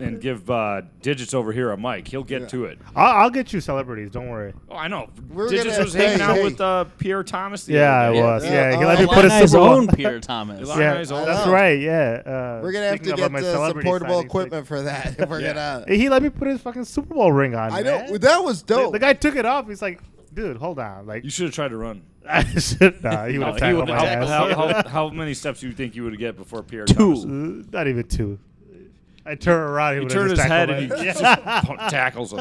[SPEAKER 3] and give uh, digits over here a mic. He'll get to it.
[SPEAKER 5] I'll, I'll get you celebrities. Don't worry.
[SPEAKER 3] Oh, I know.
[SPEAKER 1] We're
[SPEAKER 3] digits
[SPEAKER 1] gonna-
[SPEAKER 3] was hanging
[SPEAKER 1] hey,
[SPEAKER 3] out
[SPEAKER 1] hey.
[SPEAKER 3] with uh, Pierre Thomas. The
[SPEAKER 5] Yeah, I
[SPEAKER 3] other day.
[SPEAKER 5] was.
[SPEAKER 1] Yeah,
[SPEAKER 5] Yeah, he
[SPEAKER 1] uh,
[SPEAKER 5] let me put a
[SPEAKER 2] Alumni's
[SPEAKER 5] Super Bowl.
[SPEAKER 2] own Pierre Thomas.
[SPEAKER 3] Eli-
[SPEAKER 5] Yeah,
[SPEAKER 3] Alumni's own.
[SPEAKER 5] that's
[SPEAKER 1] I know.
[SPEAKER 5] right. Yeah, uh,
[SPEAKER 1] we're gonna have
[SPEAKER 5] speaking
[SPEAKER 1] to
[SPEAKER 5] about
[SPEAKER 1] get
[SPEAKER 5] my
[SPEAKER 1] uh, some
[SPEAKER 5] celebrity
[SPEAKER 1] portable
[SPEAKER 5] signings, like-
[SPEAKER 1] equipment for that. If we're
[SPEAKER 3] Yeah.
[SPEAKER 1] gonna.
[SPEAKER 5] he let me put his fucking Super Bowl ring on.
[SPEAKER 1] I
[SPEAKER 5] man.
[SPEAKER 1] know that was
[SPEAKER 5] The,
[SPEAKER 1] dope.
[SPEAKER 5] the guy took it off. He's like, dude, hold on. Like,
[SPEAKER 3] You should have tried to run.
[SPEAKER 5] I should. Nah, he
[SPEAKER 2] No,
[SPEAKER 5] would have
[SPEAKER 2] he
[SPEAKER 5] tackled
[SPEAKER 2] would've
[SPEAKER 5] my
[SPEAKER 2] tackled
[SPEAKER 5] ass.
[SPEAKER 3] How, how, how many steps do you think you would get before Pierre
[SPEAKER 2] Two.
[SPEAKER 3] Thomas?
[SPEAKER 5] Uh, Not even two. I turn around.
[SPEAKER 3] He
[SPEAKER 5] would
[SPEAKER 3] turned
[SPEAKER 5] just
[SPEAKER 3] his head
[SPEAKER 5] tackle
[SPEAKER 3] and he
[SPEAKER 5] it.
[SPEAKER 3] just pump- tackles him.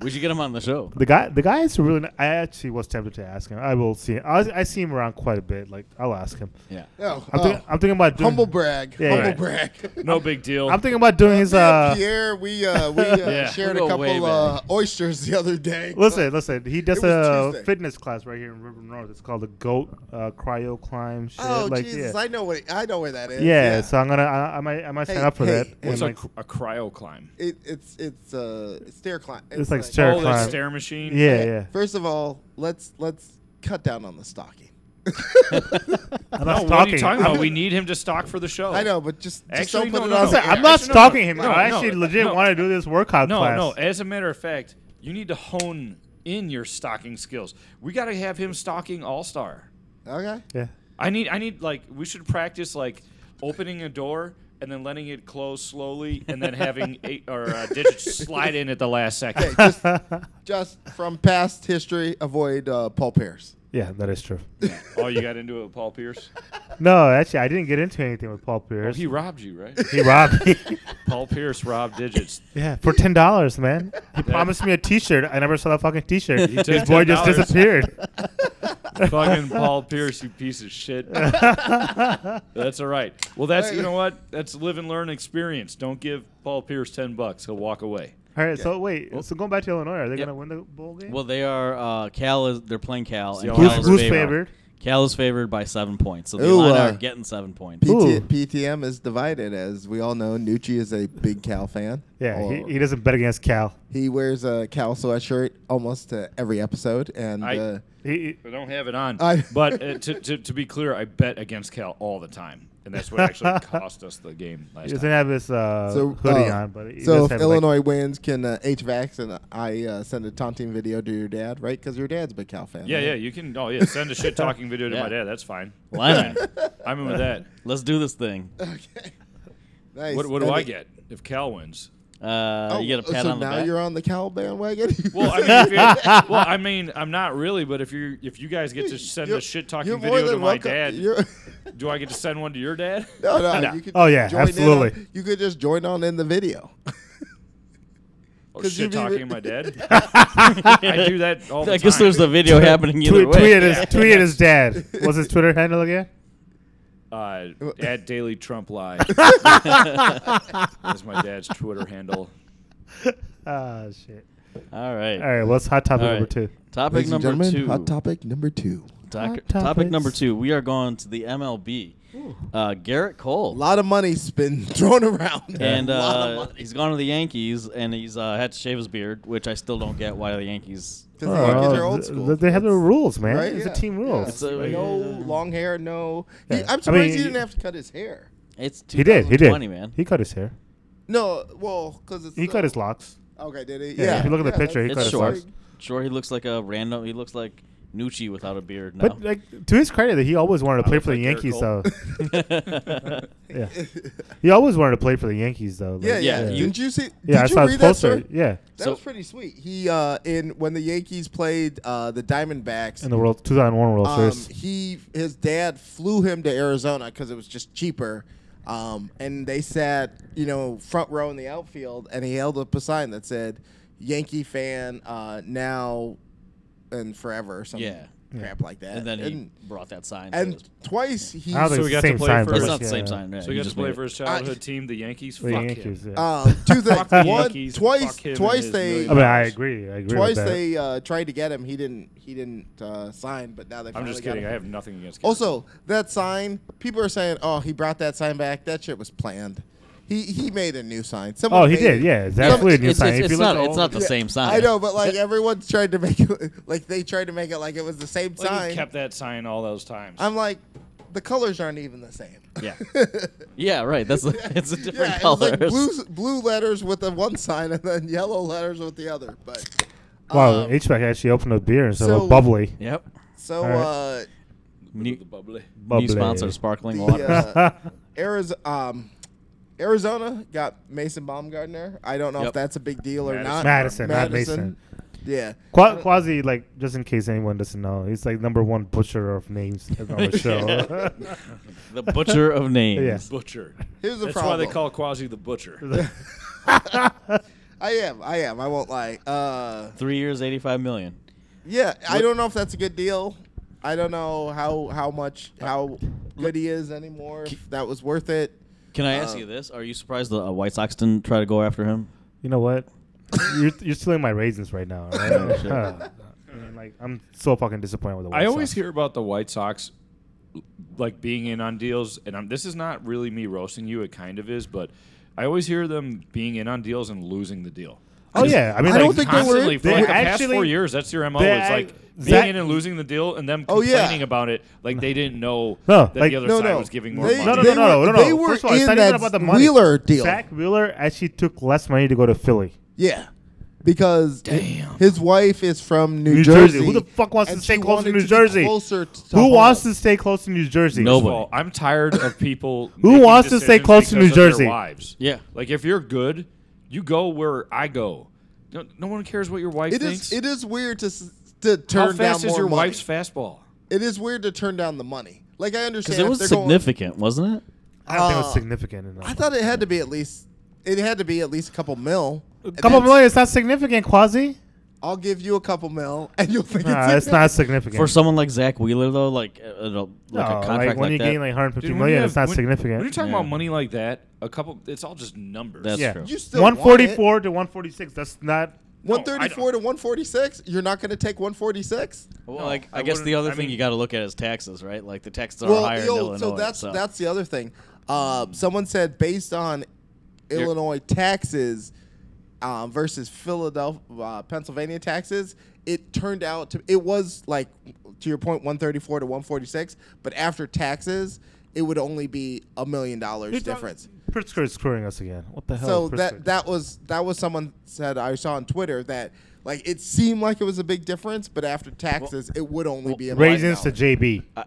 [SPEAKER 2] We should get him on the show.
[SPEAKER 5] The guy, the guy is really. ni- I actually was tempted to ask him. I will see. I, I see him around quite a bit. Like I'll ask him.
[SPEAKER 2] Yeah.
[SPEAKER 1] Oh,
[SPEAKER 5] I'm, thinking,
[SPEAKER 1] oh.
[SPEAKER 5] I'm thinking about doing,
[SPEAKER 1] humble brag.
[SPEAKER 5] Yeah,
[SPEAKER 1] humble
[SPEAKER 5] yeah.
[SPEAKER 1] brag.
[SPEAKER 3] No big deal.
[SPEAKER 5] I'm thinking about doing his.
[SPEAKER 1] Me and
[SPEAKER 5] Uh,
[SPEAKER 1] Pierre, we uh, we uh,
[SPEAKER 3] Yeah.
[SPEAKER 1] shared
[SPEAKER 2] We
[SPEAKER 1] a
[SPEAKER 2] go way
[SPEAKER 1] couple uh, oysters the other day.
[SPEAKER 5] listen, listen. He does
[SPEAKER 1] It was
[SPEAKER 5] a
[SPEAKER 1] Tuesday.
[SPEAKER 5] fitness class right here in River North. It's called the Goat uh, Cryo Climb. Shit.
[SPEAKER 1] Oh
[SPEAKER 5] like,
[SPEAKER 1] Jesus,
[SPEAKER 5] Yeah.
[SPEAKER 1] I know what I know where that is.
[SPEAKER 5] yeah, uh, So I'm gonna. I, I might. I might sign
[SPEAKER 1] Hey,
[SPEAKER 5] up for
[SPEAKER 1] hey,
[SPEAKER 5] that.
[SPEAKER 1] what's
[SPEAKER 5] and,
[SPEAKER 3] What's a,
[SPEAKER 5] like,
[SPEAKER 3] cr- a cryo climb?
[SPEAKER 1] it, it's it's uh it's stair climb.
[SPEAKER 5] It's like stair
[SPEAKER 3] Oh,
[SPEAKER 5] climb.
[SPEAKER 3] that stair machine.
[SPEAKER 5] yeah,
[SPEAKER 1] Okay,
[SPEAKER 5] yeah.
[SPEAKER 1] First of all, let's let's cut down on the stocking.
[SPEAKER 5] I'm
[SPEAKER 3] No,
[SPEAKER 5] not
[SPEAKER 3] what are you
[SPEAKER 5] stalking.
[SPEAKER 3] talking about?
[SPEAKER 5] I'm,
[SPEAKER 3] We need him to stock for the show.
[SPEAKER 1] I know, but just, just
[SPEAKER 3] Oh. Actually,
[SPEAKER 1] don't put
[SPEAKER 3] no,
[SPEAKER 1] it
[SPEAKER 3] no,
[SPEAKER 1] on.
[SPEAKER 3] no.
[SPEAKER 5] listen,
[SPEAKER 1] there.
[SPEAKER 5] I'm not
[SPEAKER 3] Actually, no,
[SPEAKER 5] stalking him.
[SPEAKER 3] no,
[SPEAKER 5] I
[SPEAKER 3] no, uh,
[SPEAKER 5] actually legit
[SPEAKER 3] no.
[SPEAKER 5] want to do this workout
[SPEAKER 3] No,
[SPEAKER 5] class.
[SPEAKER 3] no. eh. As a matter of fact, you need to hone in your stocking skills. We got to have him stocking all star.
[SPEAKER 1] Okay.
[SPEAKER 5] Yeah.
[SPEAKER 3] I need, I need, like, we should practice like opening a door and then letting it close slowly, and then having eight or uh, digits slide in at the last second.
[SPEAKER 1] Just, just from past history, avoid uh, Paul Pierce.
[SPEAKER 5] Yeah, that is true.
[SPEAKER 3] oh, you got into it with Paul Pierce.
[SPEAKER 5] No, actually, I didn't get into anything with Paul Pierce.
[SPEAKER 3] Oh, He robbed you, right?
[SPEAKER 5] he robbed me.
[SPEAKER 3] Paul Pierce robbed digits.
[SPEAKER 5] Yeah, for ten dollars, man. He promised me a T-shirt. I never saw that fucking T-shirt.
[SPEAKER 3] took
[SPEAKER 5] This boy just
[SPEAKER 3] $10.
[SPEAKER 5] disappeared.
[SPEAKER 3] Fucking Paul Pierce, you piece of shit. that's all right. Well, that's you know what? That's live and learn experience. Don't give Paul Pierce ten bucks; he'll walk away.
[SPEAKER 5] All right, so wait. So going back to Illinois, are they
[SPEAKER 2] Yep.
[SPEAKER 5] gonna win the bowl game?
[SPEAKER 2] Well, they are. Uh, Cal is. They're playing Cal. And
[SPEAKER 3] So
[SPEAKER 2] Cal
[SPEAKER 5] who's,
[SPEAKER 2] is
[SPEAKER 5] who's
[SPEAKER 2] favored.
[SPEAKER 5] favored?
[SPEAKER 2] Cal is favored by seven points. So the
[SPEAKER 1] Ooh,
[SPEAKER 2] Illini
[SPEAKER 1] uh,
[SPEAKER 2] are getting seven points.
[SPEAKER 5] Ooh.
[SPEAKER 1] PT, PTM is divided, as we all know. Nucci is a big Cal fan.
[SPEAKER 5] Yeah,
[SPEAKER 1] Or-
[SPEAKER 5] he, he doesn't bet against Cal.
[SPEAKER 1] he wears a Cal sweatshirt almost to every episode, and
[SPEAKER 3] I-
[SPEAKER 1] uh,
[SPEAKER 5] He,
[SPEAKER 3] I don't have it on,
[SPEAKER 1] I-
[SPEAKER 3] but uh, to, to, to be clear, I bet against Cal all the time, and that's what actually cost us the game
[SPEAKER 5] he
[SPEAKER 3] last
[SPEAKER 5] doesn't
[SPEAKER 3] time.
[SPEAKER 5] have his uh,
[SPEAKER 1] so
[SPEAKER 5] hoodie
[SPEAKER 1] uh,
[SPEAKER 5] on, but he
[SPEAKER 1] so
[SPEAKER 5] does
[SPEAKER 1] if
[SPEAKER 5] have, like-
[SPEAKER 1] Illinois wins, can uh, HVACs and I uh, send a taunting video to your dad, right? Because your dad's a big Cal fan.
[SPEAKER 3] Yeah,
[SPEAKER 1] right?
[SPEAKER 3] yeah, you can. Oh, yeah, send a shit talking video to my
[SPEAKER 2] Yeah.
[SPEAKER 3] dad. That's fine.
[SPEAKER 2] Lyman,
[SPEAKER 3] I'm in with that.
[SPEAKER 2] let's do this thing.
[SPEAKER 1] Nice.
[SPEAKER 3] What, what do
[SPEAKER 1] And
[SPEAKER 3] I
[SPEAKER 1] it-
[SPEAKER 3] get if Cal wins?
[SPEAKER 2] Uh,
[SPEAKER 1] Oh,
[SPEAKER 2] you get a pat
[SPEAKER 1] so
[SPEAKER 2] on the
[SPEAKER 1] now
[SPEAKER 2] back.
[SPEAKER 1] you're on the Cal bandwagon.
[SPEAKER 3] Well, I mean, if you- well, I mean, I'm not really, but if you if you guys get to send
[SPEAKER 1] You're-
[SPEAKER 3] a shit talking
[SPEAKER 1] you're more
[SPEAKER 3] video to
[SPEAKER 1] than
[SPEAKER 3] my
[SPEAKER 1] welcome-
[SPEAKER 3] dad,
[SPEAKER 1] you're-
[SPEAKER 3] do I get to send one to your dad?
[SPEAKER 1] no, no,
[SPEAKER 3] No.
[SPEAKER 1] You could
[SPEAKER 5] Oh, yeah,
[SPEAKER 1] join in on-
[SPEAKER 5] absolutely.
[SPEAKER 1] you could just join on in the video.
[SPEAKER 3] Oh,
[SPEAKER 1] 'Cause you'd
[SPEAKER 3] shit
[SPEAKER 1] be
[SPEAKER 3] talking
[SPEAKER 1] re-
[SPEAKER 3] to my dad. I do that all the
[SPEAKER 2] I
[SPEAKER 3] time.
[SPEAKER 2] guess there's a video happening either
[SPEAKER 5] tweet,
[SPEAKER 2] way.
[SPEAKER 5] tweet at his tweet at his dad. What's his Twitter handle again?
[SPEAKER 3] uh, at Daily Trump Lie. That's my dad's Twitter handle.
[SPEAKER 5] Ah, shit.
[SPEAKER 2] All right.
[SPEAKER 5] All right, what's hot topic
[SPEAKER 2] All right.
[SPEAKER 5] number two?
[SPEAKER 2] Topic
[SPEAKER 1] Ladies and
[SPEAKER 2] number
[SPEAKER 1] gentlemen,
[SPEAKER 2] two.
[SPEAKER 1] Hot topic number two.
[SPEAKER 2] Doc-
[SPEAKER 5] Hot
[SPEAKER 2] topic number
[SPEAKER 5] topics.
[SPEAKER 2] two. We are going to the MLB. Uh, Garrett Cole.
[SPEAKER 1] A lot of money's been thrown around.
[SPEAKER 2] and
[SPEAKER 1] A lot of
[SPEAKER 2] uh,
[SPEAKER 1] money.
[SPEAKER 2] he's gone to the Yankees, and he's uh, had to shave his beard, which I still don't get why the Yankees.
[SPEAKER 1] 'Cause the Yankees are old
[SPEAKER 5] Oh, th-
[SPEAKER 1] school.
[SPEAKER 5] th- they have their rules, man.
[SPEAKER 1] Right?
[SPEAKER 5] It's
[SPEAKER 1] Yeah.
[SPEAKER 5] the team
[SPEAKER 1] Yeah.
[SPEAKER 5] rules.
[SPEAKER 2] It's a-
[SPEAKER 1] no long hair, no.
[SPEAKER 5] Yeah.
[SPEAKER 1] He,
[SPEAKER 5] I
[SPEAKER 1] I'm surprised
[SPEAKER 5] mean,
[SPEAKER 1] he didn't
[SPEAKER 5] you-
[SPEAKER 1] have to cut his hair.
[SPEAKER 2] It's
[SPEAKER 5] He did. He did.
[SPEAKER 2] 2020, man.
[SPEAKER 5] He cut his hair.
[SPEAKER 1] No, well, because it's
[SPEAKER 5] He
[SPEAKER 1] uh,
[SPEAKER 5] cut his locks.
[SPEAKER 1] Okay, did he?
[SPEAKER 5] Yeah, if you look at the picture, he
[SPEAKER 1] that's-
[SPEAKER 2] It's
[SPEAKER 5] cut his
[SPEAKER 2] short.
[SPEAKER 5] locks.
[SPEAKER 2] Sure, he looks like a random. He looks like Nucci without a beard now.
[SPEAKER 5] But like to his credit, that he always wanted to
[SPEAKER 3] I
[SPEAKER 5] play
[SPEAKER 3] look
[SPEAKER 5] for the
[SPEAKER 3] like Garrett
[SPEAKER 5] Yankees, though.
[SPEAKER 3] Cole.
[SPEAKER 5] yeah, he always wanted to play for the Yankees, though. Like,
[SPEAKER 1] Yeah, yeah.
[SPEAKER 2] Yeah.
[SPEAKER 1] Didn't you see?
[SPEAKER 5] Yeah,
[SPEAKER 1] did
[SPEAKER 5] I
[SPEAKER 1] you
[SPEAKER 5] saw his
[SPEAKER 1] read that
[SPEAKER 5] poster.
[SPEAKER 1] story?
[SPEAKER 5] Yeah,
[SPEAKER 1] That
[SPEAKER 2] So-
[SPEAKER 1] was pretty sweet. He uh, in when the Yankees played uh, the Diamondbacks,
[SPEAKER 5] in the World 2001 World
[SPEAKER 1] um,
[SPEAKER 5] Series.
[SPEAKER 1] he his dad flew him to Arizona because it was just cheaper. Um, and they sat, you know, front row in the outfield, and he held up a sign that said "Yankee fan uh, now and forever" or something
[SPEAKER 2] Yeah.
[SPEAKER 1] crap like that.
[SPEAKER 2] and then he
[SPEAKER 1] and,
[SPEAKER 2] brought that sign. to
[SPEAKER 1] and
[SPEAKER 2] his-
[SPEAKER 1] twice he
[SPEAKER 5] I don't
[SPEAKER 3] So
[SPEAKER 5] think
[SPEAKER 3] we
[SPEAKER 5] it's
[SPEAKER 3] got
[SPEAKER 5] the
[SPEAKER 3] to
[SPEAKER 5] same
[SPEAKER 3] play
[SPEAKER 5] sign.
[SPEAKER 3] for-
[SPEAKER 5] but
[SPEAKER 2] it's not
[SPEAKER 5] yeah.
[SPEAKER 2] the same sign. Yeah,
[SPEAKER 3] So
[SPEAKER 2] he
[SPEAKER 3] he got to
[SPEAKER 2] just
[SPEAKER 3] play
[SPEAKER 2] made it.
[SPEAKER 3] for his childhood team, the Yankees.
[SPEAKER 5] The
[SPEAKER 3] Fuck
[SPEAKER 5] Yankees.
[SPEAKER 3] him.
[SPEAKER 5] Yeah.
[SPEAKER 1] Um, two things.
[SPEAKER 3] Fuck the
[SPEAKER 1] One,
[SPEAKER 3] Yankees,
[SPEAKER 1] twice,
[SPEAKER 3] fuck him and
[SPEAKER 1] twice
[SPEAKER 3] his
[SPEAKER 1] they,
[SPEAKER 3] million
[SPEAKER 5] I mean,
[SPEAKER 3] dollars.
[SPEAKER 5] I agree. I agree.
[SPEAKER 1] twice
[SPEAKER 5] with that.
[SPEAKER 1] they uh, tried to get him. He didn't. He didn't uh, sign. But now they.
[SPEAKER 3] I'm
[SPEAKER 1] finally
[SPEAKER 3] just
[SPEAKER 1] got
[SPEAKER 3] kidding.
[SPEAKER 1] him.
[SPEAKER 3] I have nothing against. Garrett.
[SPEAKER 1] Also, that sign. People are saying, "Oh, he brought that sign back. That shit was planned." He he made a new sign. Someone
[SPEAKER 5] Oh, he
[SPEAKER 1] made
[SPEAKER 5] did.
[SPEAKER 1] it.
[SPEAKER 5] Yeah, it's
[SPEAKER 2] Yeah,
[SPEAKER 5] absolutely a new
[SPEAKER 2] it's,
[SPEAKER 5] sign.
[SPEAKER 2] it's-
[SPEAKER 5] If
[SPEAKER 2] it's
[SPEAKER 5] you look
[SPEAKER 2] not,
[SPEAKER 5] at
[SPEAKER 2] it's
[SPEAKER 5] all-
[SPEAKER 2] not the same sign.
[SPEAKER 1] I know, but like everyone's tried to make it like they tried to make it like it was the same
[SPEAKER 3] Like,
[SPEAKER 1] sign.
[SPEAKER 3] he kept that sign all those times.
[SPEAKER 1] I'm like, the colors aren't even the same.
[SPEAKER 2] Yeah. Yeah, right. That's it's a different
[SPEAKER 1] yeah,
[SPEAKER 2] color.
[SPEAKER 1] it was like blue blue letters with the one sign and then yellow letters with the other. But
[SPEAKER 5] Wow,
[SPEAKER 1] um,
[SPEAKER 5] HVAC actually opened a beer instead of a
[SPEAKER 1] so-
[SPEAKER 5] bubbly.
[SPEAKER 2] Yep.
[SPEAKER 1] so
[SPEAKER 5] All right.
[SPEAKER 1] uh,
[SPEAKER 2] New,
[SPEAKER 3] the bubbly.
[SPEAKER 5] Bubbly.
[SPEAKER 2] new sponsor, sparkling water.
[SPEAKER 1] the uh, Arizona, um, Arizona got Mason Baumgartner. I don't know if
[SPEAKER 2] Yep.
[SPEAKER 1] that's a big deal or
[SPEAKER 3] Madison.
[SPEAKER 1] not.
[SPEAKER 5] Madison, not Mason.
[SPEAKER 1] Yeah.
[SPEAKER 5] Qua- Quasi, like, just in case anyone doesn't know, he's like number one butcher of names on the show.
[SPEAKER 2] The butcher of names.
[SPEAKER 5] Yes.
[SPEAKER 3] Butcher.
[SPEAKER 1] Here's the
[SPEAKER 3] That's
[SPEAKER 1] problem.
[SPEAKER 3] why they call Quasi the Butcher.
[SPEAKER 1] I am. I am. I won't lie. Uh,
[SPEAKER 2] Three years, eighty-five million.
[SPEAKER 1] yeah. I don't know if that's a good deal. I don't know how how much how good he is anymore. If that was worth it.
[SPEAKER 2] Can I ask
[SPEAKER 1] Uh,
[SPEAKER 2] you this? Are you surprised the uh, White Sox didn't try to go after him?
[SPEAKER 5] you know what? You're, you're stealing my raisins right now. Right?
[SPEAKER 2] Oh, shit.
[SPEAKER 5] Uh, I mean, like, I'm so fucking disappointed with the White
[SPEAKER 3] I always
[SPEAKER 5] Sox.
[SPEAKER 3] hear about the White Sox like being in on deals, and I'm, this is not really me roasting you. It kind of is, but I always hear them being in on deals and losing the deal.
[SPEAKER 5] Oh, yeah. I mean,
[SPEAKER 1] I don't
[SPEAKER 5] like,
[SPEAKER 1] think they were
[SPEAKER 3] Constantly
[SPEAKER 1] in-
[SPEAKER 3] for
[SPEAKER 5] they
[SPEAKER 3] like the past
[SPEAKER 5] actually-
[SPEAKER 3] four years, that's your mo.
[SPEAKER 5] they
[SPEAKER 3] It's like
[SPEAKER 5] act-
[SPEAKER 3] being
[SPEAKER 5] Zach-
[SPEAKER 3] in and losing the deal, and them
[SPEAKER 1] Oh, yeah.
[SPEAKER 3] complaining about it like they didn't know
[SPEAKER 5] No,
[SPEAKER 3] that
[SPEAKER 5] like-
[SPEAKER 3] the other
[SPEAKER 1] No,
[SPEAKER 3] side
[SPEAKER 1] no.
[SPEAKER 3] was giving more
[SPEAKER 1] They-
[SPEAKER 3] money.
[SPEAKER 5] No, no,
[SPEAKER 1] They
[SPEAKER 5] no, no,
[SPEAKER 1] were-
[SPEAKER 5] no, no.
[SPEAKER 1] they were
[SPEAKER 5] First of all, it's
[SPEAKER 1] in
[SPEAKER 5] not
[SPEAKER 1] that
[SPEAKER 5] even about the money.
[SPEAKER 1] Wheeler deal.
[SPEAKER 5] Zach Wheeler actually took less money to go to Philly.
[SPEAKER 1] Yeah. Because his wife is from New,
[SPEAKER 5] New
[SPEAKER 1] Jersey.
[SPEAKER 5] Jersey. Who the fuck wants
[SPEAKER 1] and
[SPEAKER 5] to stay
[SPEAKER 1] she
[SPEAKER 5] close to
[SPEAKER 1] wanted
[SPEAKER 5] New
[SPEAKER 1] be
[SPEAKER 5] Jersey?
[SPEAKER 1] Closer to
[SPEAKER 5] Who
[SPEAKER 1] home.
[SPEAKER 5] wants to stay close to New Jersey?
[SPEAKER 2] Nobody.
[SPEAKER 3] Well, I'm tired of people
[SPEAKER 5] Who
[SPEAKER 3] making
[SPEAKER 5] wants to stay
[SPEAKER 3] decisions
[SPEAKER 5] close to
[SPEAKER 3] because
[SPEAKER 5] New
[SPEAKER 3] of their
[SPEAKER 5] Jersey?
[SPEAKER 3] wives.
[SPEAKER 2] Yeah.
[SPEAKER 3] like if you're good, you go where I go. No, no one cares what your wife
[SPEAKER 1] It is.
[SPEAKER 3] thinks.
[SPEAKER 1] It is weird to s- to turn
[SPEAKER 3] How fast
[SPEAKER 1] down
[SPEAKER 3] is
[SPEAKER 1] more
[SPEAKER 3] your
[SPEAKER 1] money.
[SPEAKER 3] wife's fastball?
[SPEAKER 1] it is weird to turn down the money. Like I understand
[SPEAKER 2] Because it
[SPEAKER 1] if
[SPEAKER 2] was
[SPEAKER 1] they're going-
[SPEAKER 2] significant, wasn't it?
[SPEAKER 5] I don't think it
[SPEAKER 1] Uh,
[SPEAKER 5] was significant enough.
[SPEAKER 1] I thought it had to be at least. It had to be at least a couple mil.
[SPEAKER 5] a couple million. It's not significant, Quasi.
[SPEAKER 1] I'll give you a couple mil, and you'll think
[SPEAKER 5] Nah,
[SPEAKER 1] it's,
[SPEAKER 5] it's not significant.
[SPEAKER 2] For someone like Zach Wheeler, though, like, uh, uh, like
[SPEAKER 5] no,
[SPEAKER 2] a
[SPEAKER 5] like,
[SPEAKER 2] contract like,
[SPEAKER 5] when you
[SPEAKER 2] that.
[SPEAKER 5] gain like 150
[SPEAKER 3] Dude,
[SPEAKER 5] million,
[SPEAKER 3] when you
[SPEAKER 5] it's
[SPEAKER 3] have-
[SPEAKER 5] not
[SPEAKER 3] when-
[SPEAKER 5] significant.
[SPEAKER 3] When you're talking
[SPEAKER 2] Yeah.
[SPEAKER 3] about money like that, a couple, it's all just numbers.
[SPEAKER 2] That's
[SPEAKER 5] yeah,
[SPEAKER 2] true.
[SPEAKER 1] You still
[SPEAKER 5] 144 to 146. That's not.
[SPEAKER 3] No, I
[SPEAKER 1] One thirty-four to one forty-six. You're not going to take one forty-six.
[SPEAKER 2] well,
[SPEAKER 3] No,
[SPEAKER 2] like, I,
[SPEAKER 3] I
[SPEAKER 2] guess the
[SPEAKER 3] wouldn't-
[SPEAKER 2] other
[SPEAKER 3] I
[SPEAKER 2] thing
[SPEAKER 3] mean-
[SPEAKER 2] you got to look at is taxes, right? Like the taxes are
[SPEAKER 1] Well,
[SPEAKER 2] higher
[SPEAKER 1] yo,
[SPEAKER 2] in Illinois.
[SPEAKER 1] so that's that's the other thing. Uh, someone said based on Illinois taxes um, versus Philadelphia, uh, Pennsylvania taxes, it turned out to it was like to your point, one thirty-four to one forty-six. But after taxes, it would only be a million dollars difference.
[SPEAKER 5] Pritzker is screwing us again. What the hell?
[SPEAKER 1] so
[SPEAKER 5] is Pritzker?
[SPEAKER 1] that that was that was someone said I saw on Twitter that like it seemed like it was a big difference, but after taxes, it would only be a million
[SPEAKER 5] raisins to
[SPEAKER 1] dollars.
[SPEAKER 5] JB.
[SPEAKER 2] Uh,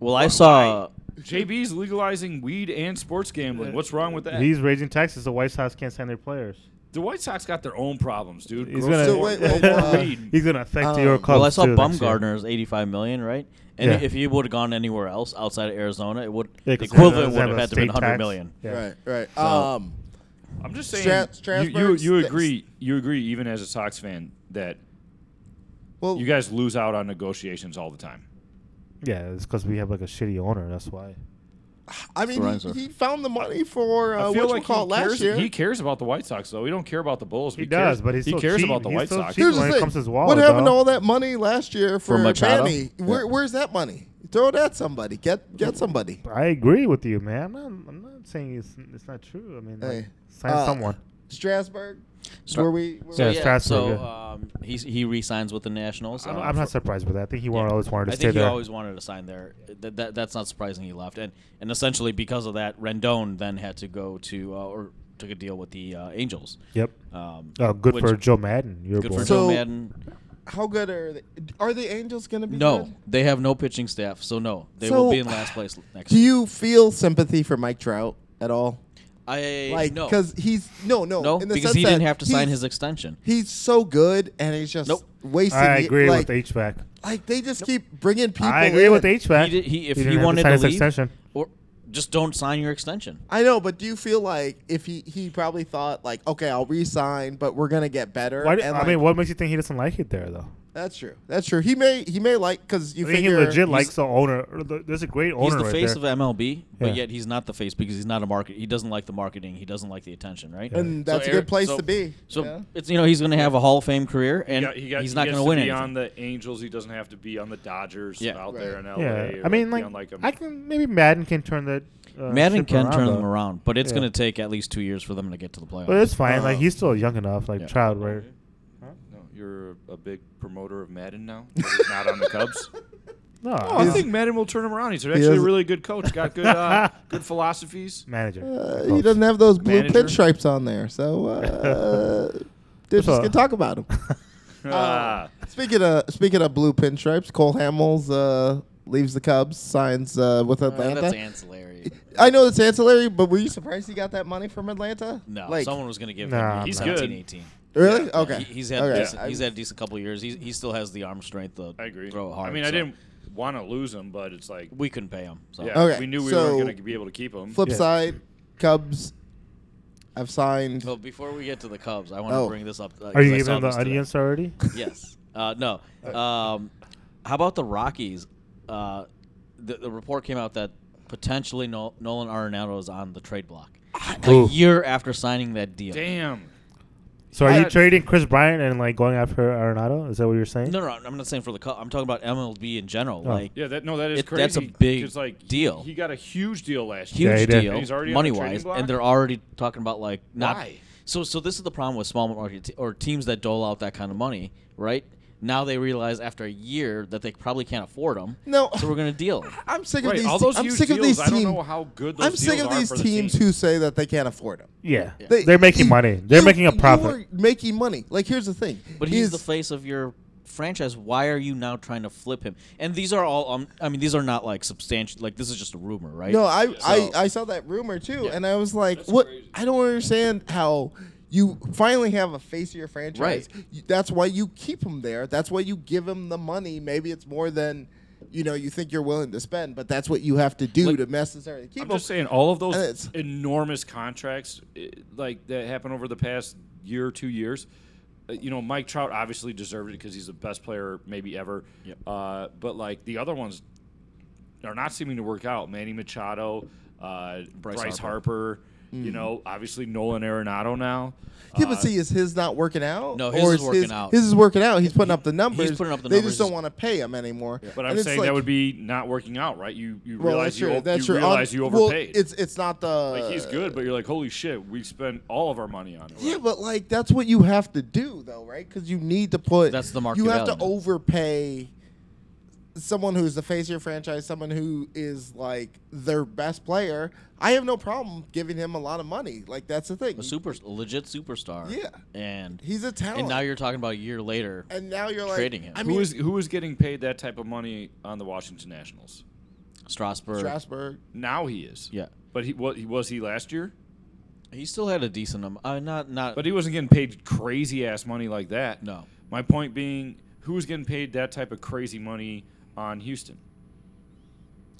[SPEAKER 2] well, I saw.
[SPEAKER 3] JB's legalizing weed and sports gambling. What's wrong with that?
[SPEAKER 5] He's raising taxes. The White Sox can't sign their players.
[SPEAKER 3] the White Sox got their own problems, dude.
[SPEAKER 5] He's
[SPEAKER 3] Grow
[SPEAKER 5] gonna.
[SPEAKER 1] So
[SPEAKER 3] more-
[SPEAKER 1] wait,
[SPEAKER 3] grow
[SPEAKER 1] wait,
[SPEAKER 3] more
[SPEAKER 1] uh,
[SPEAKER 3] weed.
[SPEAKER 5] he's gonna affect your
[SPEAKER 1] Um,
[SPEAKER 5] Cubs.
[SPEAKER 2] Well, I saw
[SPEAKER 5] too next year.
[SPEAKER 2] Bumgarner's eighty-five million, right? And
[SPEAKER 5] Yeah.
[SPEAKER 2] if he would have gone anywhere else outside of Arizona, it would
[SPEAKER 5] Yeah, 'cause
[SPEAKER 2] the
[SPEAKER 5] Arizona
[SPEAKER 2] equivalent
[SPEAKER 5] doesn't
[SPEAKER 2] would have
[SPEAKER 5] have a
[SPEAKER 2] had to been
[SPEAKER 5] state
[SPEAKER 2] hundred
[SPEAKER 5] tax.
[SPEAKER 2] million.
[SPEAKER 5] Yeah.
[SPEAKER 1] Right, right. um,
[SPEAKER 3] I'm just saying.
[SPEAKER 1] Stra-
[SPEAKER 3] you, you,
[SPEAKER 1] Strasburg's
[SPEAKER 3] you
[SPEAKER 1] fixed.
[SPEAKER 3] agree. You agree, even as a Sox fan, that
[SPEAKER 1] well,
[SPEAKER 3] you guys lose out on negotiations all the time.
[SPEAKER 5] Yeah, it's because we have like a shitty owner. That's why.
[SPEAKER 1] I mean,
[SPEAKER 2] That's
[SPEAKER 1] he,
[SPEAKER 2] what I
[SPEAKER 1] he found the money for uh,
[SPEAKER 3] I feel
[SPEAKER 1] what
[SPEAKER 3] like
[SPEAKER 1] you call
[SPEAKER 3] he,
[SPEAKER 1] last
[SPEAKER 3] cares,
[SPEAKER 1] year.
[SPEAKER 3] he cares about the White Sox, though. He don't care about the Bulls.
[SPEAKER 5] He does,
[SPEAKER 3] cares,
[SPEAKER 5] but he's
[SPEAKER 3] he
[SPEAKER 5] so
[SPEAKER 3] cares
[SPEAKER 5] cheap.
[SPEAKER 3] about the
[SPEAKER 5] He's
[SPEAKER 3] White
[SPEAKER 5] so
[SPEAKER 3] Sox.
[SPEAKER 5] cheap.
[SPEAKER 1] Here's
[SPEAKER 5] when
[SPEAKER 1] the
[SPEAKER 5] it
[SPEAKER 1] thing:
[SPEAKER 5] comes to his wallet,
[SPEAKER 1] what happened to
[SPEAKER 5] dog.
[SPEAKER 1] all that money last year for,
[SPEAKER 2] Machado?
[SPEAKER 1] Manny? Where, Where's that money? Throw it at somebody. Get get somebody.
[SPEAKER 5] I agree with you, man. I'm not, I'm not saying it's, it's not true. I mean,
[SPEAKER 1] Hey,
[SPEAKER 5] like, sign
[SPEAKER 1] uh,
[SPEAKER 5] someone.
[SPEAKER 1] Strasburg.
[SPEAKER 2] Stra-
[SPEAKER 1] Where we? Were we
[SPEAKER 2] So
[SPEAKER 5] Yeah, it's
[SPEAKER 1] at?
[SPEAKER 2] yeah,
[SPEAKER 5] fast
[SPEAKER 2] so
[SPEAKER 5] move, yeah.
[SPEAKER 2] um, he he resigns with the Nationals.
[SPEAKER 5] I'm,
[SPEAKER 2] um,
[SPEAKER 5] I'm not
[SPEAKER 2] for-
[SPEAKER 5] surprised by that. I think he
[SPEAKER 2] yeah.
[SPEAKER 5] always wanted to
[SPEAKER 2] I
[SPEAKER 5] stay
[SPEAKER 2] think he
[SPEAKER 5] there.
[SPEAKER 2] always wanted to sign there. That, that that's not surprising. He left, and and essentially because of that, Rendon then had to go to uh, or took a deal with the uh, Angels.
[SPEAKER 5] yep.
[SPEAKER 2] Um,
[SPEAKER 5] Oh, good
[SPEAKER 2] which-
[SPEAKER 5] for Joe Madden. Your
[SPEAKER 2] Good
[SPEAKER 5] boy.
[SPEAKER 2] for
[SPEAKER 1] So-
[SPEAKER 2] Joe Madden.
[SPEAKER 1] How good are they? Are the Angels going to be?
[SPEAKER 2] No,
[SPEAKER 1] good?
[SPEAKER 2] they have no pitching staff, so no, they
[SPEAKER 1] So-
[SPEAKER 2] will be in last place next.
[SPEAKER 1] Do
[SPEAKER 2] year.
[SPEAKER 1] you feel sympathy for Mike Trout at all?
[SPEAKER 2] I
[SPEAKER 1] Like,
[SPEAKER 2] no,
[SPEAKER 1] because he's no, no,
[SPEAKER 2] no,
[SPEAKER 1] in the
[SPEAKER 2] because
[SPEAKER 1] sense
[SPEAKER 2] he didn't
[SPEAKER 1] that
[SPEAKER 2] have to sign
[SPEAKER 1] he's-
[SPEAKER 2] his extension.
[SPEAKER 1] He's so good, and he's just
[SPEAKER 2] Nope.
[SPEAKER 1] wasting.
[SPEAKER 5] I
[SPEAKER 1] it.
[SPEAKER 5] agree
[SPEAKER 1] like,
[SPEAKER 5] with HVAC.
[SPEAKER 1] Like they just keep bringing people.
[SPEAKER 5] I agree with
[SPEAKER 1] in.
[SPEAKER 5] HVAC.
[SPEAKER 2] He did, he, if
[SPEAKER 5] He
[SPEAKER 2] he,
[SPEAKER 5] didn't have to
[SPEAKER 2] wanted
[SPEAKER 5] sign
[SPEAKER 2] to
[SPEAKER 5] his
[SPEAKER 2] leave,
[SPEAKER 5] extension.
[SPEAKER 2] or just don't sign your extension.
[SPEAKER 1] I know, but do you feel like if he he probably thought like, okay, I'll resign, but we're gonna get better.
[SPEAKER 5] Why do,
[SPEAKER 1] and,
[SPEAKER 5] I
[SPEAKER 1] like,
[SPEAKER 5] mean, what makes you think he doesn't like it there, though?
[SPEAKER 1] that's true. That's true. He may he may like because you
[SPEAKER 5] I think he
[SPEAKER 1] figure
[SPEAKER 5] legit likes the owner. or the- There's a great owner
[SPEAKER 2] He's the
[SPEAKER 5] right
[SPEAKER 2] face
[SPEAKER 5] there.
[SPEAKER 2] of MLB,
[SPEAKER 5] Yeah.
[SPEAKER 2] but yet he's not the face because he's not a market. He doesn't like the marketing. He doesn't like the attention, right?
[SPEAKER 1] And
[SPEAKER 2] So
[SPEAKER 1] that's a
[SPEAKER 2] Aaron-
[SPEAKER 1] good place
[SPEAKER 2] so-
[SPEAKER 1] to be.
[SPEAKER 2] So
[SPEAKER 1] yeah?
[SPEAKER 2] it's you know he's going to have a Hall of Fame career, and
[SPEAKER 3] Yeah, he got,
[SPEAKER 2] he's
[SPEAKER 3] he
[SPEAKER 2] not
[SPEAKER 3] gets
[SPEAKER 2] going to win
[SPEAKER 3] be
[SPEAKER 2] anything.
[SPEAKER 3] on the Angels. He doesn't have to be on the Dodgers
[SPEAKER 2] Yeah.
[SPEAKER 3] out
[SPEAKER 1] Right.
[SPEAKER 3] there in LA.
[SPEAKER 5] Yeah.
[SPEAKER 3] or
[SPEAKER 5] I mean,
[SPEAKER 3] be
[SPEAKER 5] like,
[SPEAKER 3] on, like a-
[SPEAKER 5] I can maybe Madden can turn that. Uh,
[SPEAKER 2] Madden
[SPEAKER 5] ship
[SPEAKER 2] can
[SPEAKER 5] around,
[SPEAKER 2] turn
[SPEAKER 5] though.
[SPEAKER 2] them around, but it's
[SPEAKER 5] Yeah.
[SPEAKER 2] going to take at least two years for them to get to the playoffs.
[SPEAKER 5] But it's fine. like
[SPEAKER 1] Uh,
[SPEAKER 5] he's still young enough, like
[SPEAKER 2] yeah.
[SPEAKER 5] Trout, right?
[SPEAKER 1] Oh,
[SPEAKER 3] No, you're a big promoter of Madden now. He's not on the Cubs.
[SPEAKER 1] Uh,
[SPEAKER 5] No,
[SPEAKER 3] Oh, I
[SPEAKER 5] he's
[SPEAKER 3] think Madden will turn him around. He's actually a
[SPEAKER 1] is-
[SPEAKER 3] really good coach. Got good, uh, good philosophies.
[SPEAKER 5] manager.
[SPEAKER 1] Uh, he
[SPEAKER 5] Coach.
[SPEAKER 1] doesn't have those blue
[SPEAKER 3] Manager.
[SPEAKER 1] pinstripes on there, so uh, they're just
[SPEAKER 5] So-
[SPEAKER 1] gonna talk about him.
[SPEAKER 3] Ah.
[SPEAKER 1] speaking of speaking of blue pinstripes, Cole Hamels uh, leaves the Cubs, signs uh, with
[SPEAKER 2] Uh,
[SPEAKER 1] Atlanta.
[SPEAKER 2] that's ancillary.
[SPEAKER 1] I know it's ancillary, but were you surprised he got that money from Atlanta?
[SPEAKER 2] No,
[SPEAKER 1] like
[SPEAKER 2] someone was going to give
[SPEAKER 5] Nah,
[SPEAKER 2] him
[SPEAKER 5] He's
[SPEAKER 3] good.
[SPEAKER 2] 17, 18.
[SPEAKER 1] Really?
[SPEAKER 2] Yeah,
[SPEAKER 1] okay.
[SPEAKER 2] he- he's had
[SPEAKER 1] Okay.
[SPEAKER 2] decent,
[SPEAKER 1] I-
[SPEAKER 2] he's had a decent couple of years. He he still has the arm strength to
[SPEAKER 3] I agree.
[SPEAKER 2] throw it hard.
[SPEAKER 3] I mean, I
[SPEAKER 2] so
[SPEAKER 3] didn't want to lose him, but it's like,
[SPEAKER 2] We couldn't pay him. So.
[SPEAKER 3] yeah,
[SPEAKER 1] Okay,
[SPEAKER 3] we knew we
[SPEAKER 1] so-
[SPEAKER 3] weren't going to be able to keep him.
[SPEAKER 1] Flip
[SPEAKER 5] Yeah.
[SPEAKER 1] side, Cubs. I've signed.
[SPEAKER 2] But before we get to the Cubs, I want
[SPEAKER 1] Oh.
[SPEAKER 2] to bring this up. uh,
[SPEAKER 5] Are
[SPEAKER 2] 'cause I
[SPEAKER 5] you
[SPEAKER 2] saw
[SPEAKER 5] giving the
[SPEAKER 2] this today.
[SPEAKER 5] audience already?
[SPEAKER 2] Yes. Uh, no. Um, how about the Rockies? Uh, the, the report came out that potentially Nol- Nolan Arenado is on the trade block. A
[SPEAKER 5] Ooh.
[SPEAKER 2] year after signing that deal.
[SPEAKER 3] Damn.
[SPEAKER 5] So are you
[SPEAKER 3] I-
[SPEAKER 5] trading Chris Bryant and like going after Arenado? Is that what you're saying?
[SPEAKER 2] No, no, I'm not saying for the Cubs. I'm talking about MLB in general.
[SPEAKER 5] Oh.
[SPEAKER 2] Like
[SPEAKER 3] Yeah, that no, that is
[SPEAKER 2] It-
[SPEAKER 3] crazy.
[SPEAKER 2] that's a big
[SPEAKER 3] 'cause, like, he-
[SPEAKER 2] deal.
[SPEAKER 3] He got a huge deal last year.
[SPEAKER 5] Yeah, he
[SPEAKER 2] huge
[SPEAKER 5] did.
[SPEAKER 2] deal,
[SPEAKER 3] And he's already on the
[SPEAKER 2] money
[SPEAKER 3] trading
[SPEAKER 2] wise,
[SPEAKER 3] block?
[SPEAKER 2] and they're already talking about like not.
[SPEAKER 3] Why?
[SPEAKER 2] So, so this is the problem with small market te- or teams that dole out that kind of money, right? Now they realize after a year that they probably can't afford them.
[SPEAKER 1] No.
[SPEAKER 2] so we're gonna deal. 'em.
[SPEAKER 1] I'm sick of
[SPEAKER 3] Right,
[SPEAKER 1] these.
[SPEAKER 3] all those
[SPEAKER 1] I'm
[SPEAKER 3] huge
[SPEAKER 1] sick of these
[SPEAKER 3] deals, I don't
[SPEAKER 1] teams.
[SPEAKER 3] know how good those
[SPEAKER 1] I'm sick
[SPEAKER 3] deals
[SPEAKER 1] of
[SPEAKER 3] are
[SPEAKER 1] these
[SPEAKER 3] for the
[SPEAKER 1] teams
[SPEAKER 3] team.
[SPEAKER 1] who say that they can't afford them.
[SPEAKER 5] Yeah.
[SPEAKER 1] They,
[SPEAKER 5] They, are making
[SPEAKER 1] you-
[SPEAKER 5] money. They're
[SPEAKER 1] you-
[SPEAKER 5] making a profit.
[SPEAKER 1] you're making money. Like here's the thing.
[SPEAKER 2] But he's the
[SPEAKER 1] Is-
[SPEAKER 2] face of your franchise. Why are you now trying to flip him? And these are all. Um, I mean, these are not like substantial. Like this is just a rumor, right?
[SPEAKER 1] No, I, I,
[SPEAKER 2] So-
[SPEAKER 1] I saw that rumor too,
[SPEAKER 2] Yeah.
[SPEAKER 1] and I was like, what?
[SPEAKER 3] crazy.
[SPEAKER 1] I don't understand how you finally have a face of your franchise.
[SPEAKER 2] Right.
[SPEAKER 1] You- That's why you keep him there. That's why you give him the money. Maybe it's more than you know you think you're willing to spend, but that's what you have to do
[SPEAKER 2] Like-
[SPEAKER 1] to necessarily keep
[SPEAKER 3] I'm
[SPEAKER 1] him.
[SPEAKER 3] just saying, all of
[SPEAKER 1] And
[SPEAKER 3] those
[SPEAKER 1] it's-
[SPEAKER 3] enormous contracts, eh, like that happened over the past year or two years. uh, You know, Mike Trout obviously deserved it because he's the best player maybe ever.
[SPEAKER 2] Yep.
[SPEAKER 3] Uh, but like the other ones are not seeming to work out. Manny Machado, uh, Bryce,
[SPEAKER 2] Bryce
[SPEAKER 3] Harper.
[SPEAKER 1] Mm.
[SPEAKER 3] You know, obviously Nolan Arenado now.
[SPEAKER 1] yeah,
[SPEAKER 3] Uh,
[SPEAKER 1] but see, is his not working out?
[SPEAKER 2] No, his
[SPEAKER 1] Or
[SPEAKER 2] is working out.
[SPEAKER 1] His is working out. He's putting up the numbers.
[SPEAKER 2] putting up the
[SPEAKER 1] they
[SPEAKER 2] numbers.
[SPEAKER 1] just don't want to pay him anymore.
[SPEAKER 3] But
[SPEAKER 1] And
[SPEAKER 3] I'm
[SPEAKER 1] it's
[SPEAKER 3] saying
[SPEAKER 1] like-
[SPEAKER 3] that would be not working out, right? You you
[SPEAKER 1] well,
[SPEAKER 3] realize
[SPEAKER 1] that's
[SPEAKER 3] you,
[SPEAKER 1] your-
[SPEAKER 3] o-
[SPEAKER 1] that's
[SPEAKER 3] you
[SPEAKER 1] your un-
[SPEAKER 3] realize you
[SPEAKER 1] well,
[SPEAKER 3] overpaid.
[SPEAKER 1] it's it's not the
[SPEAKER 3] like he's good, but you're like, holy shit, we spent all of our money on it.
[SPEAKER 1] Yeah, but like that's what you have to do, though, right? Because you need to put
[SPEAKER 2] That's the market
[SPEAKER 1] You have to
[SPEAKER 2] value.
[SPEAKER 1] overpay someone who's the face of your franchise, someone who is like their best player. I have no problem giving him a lot of money. Like that's the thing.
[SPEAKER 2] a super a legit superstar.
[SPEAKER 1] Yeah.
[SPEAKER 2] and
[SPEAKER 1] He's a talent.
[SPEAKER 2] and now you're talking about a year later.
[SPEAKER 1] and now you're like
[SPEAKER 2] trading him.
[SPEAKER 1] I
[SPEAKER 3] Who
[SPEAKER 1] mean,
[SPEAKER 3] is who is getting paid that type of money on the Washington Nationals?
[SPEAKER 2] Strasburg.
[SPEAKER 1] Strasburg.
[SPEAKER 3] Now he is.
[SPEAKER 2] Yeah.
[SPEAKER 3] But he was he was he last year?
[SPEAKER 2] He still had a decent amount. Uh, not not.
[SPEAKER 3] But he wasn't getting paid crazy ass money like that.
[SPEAKER 2] No.
[SPEAKER 3] My point being, who's getting paid that type of crazy money on Houston?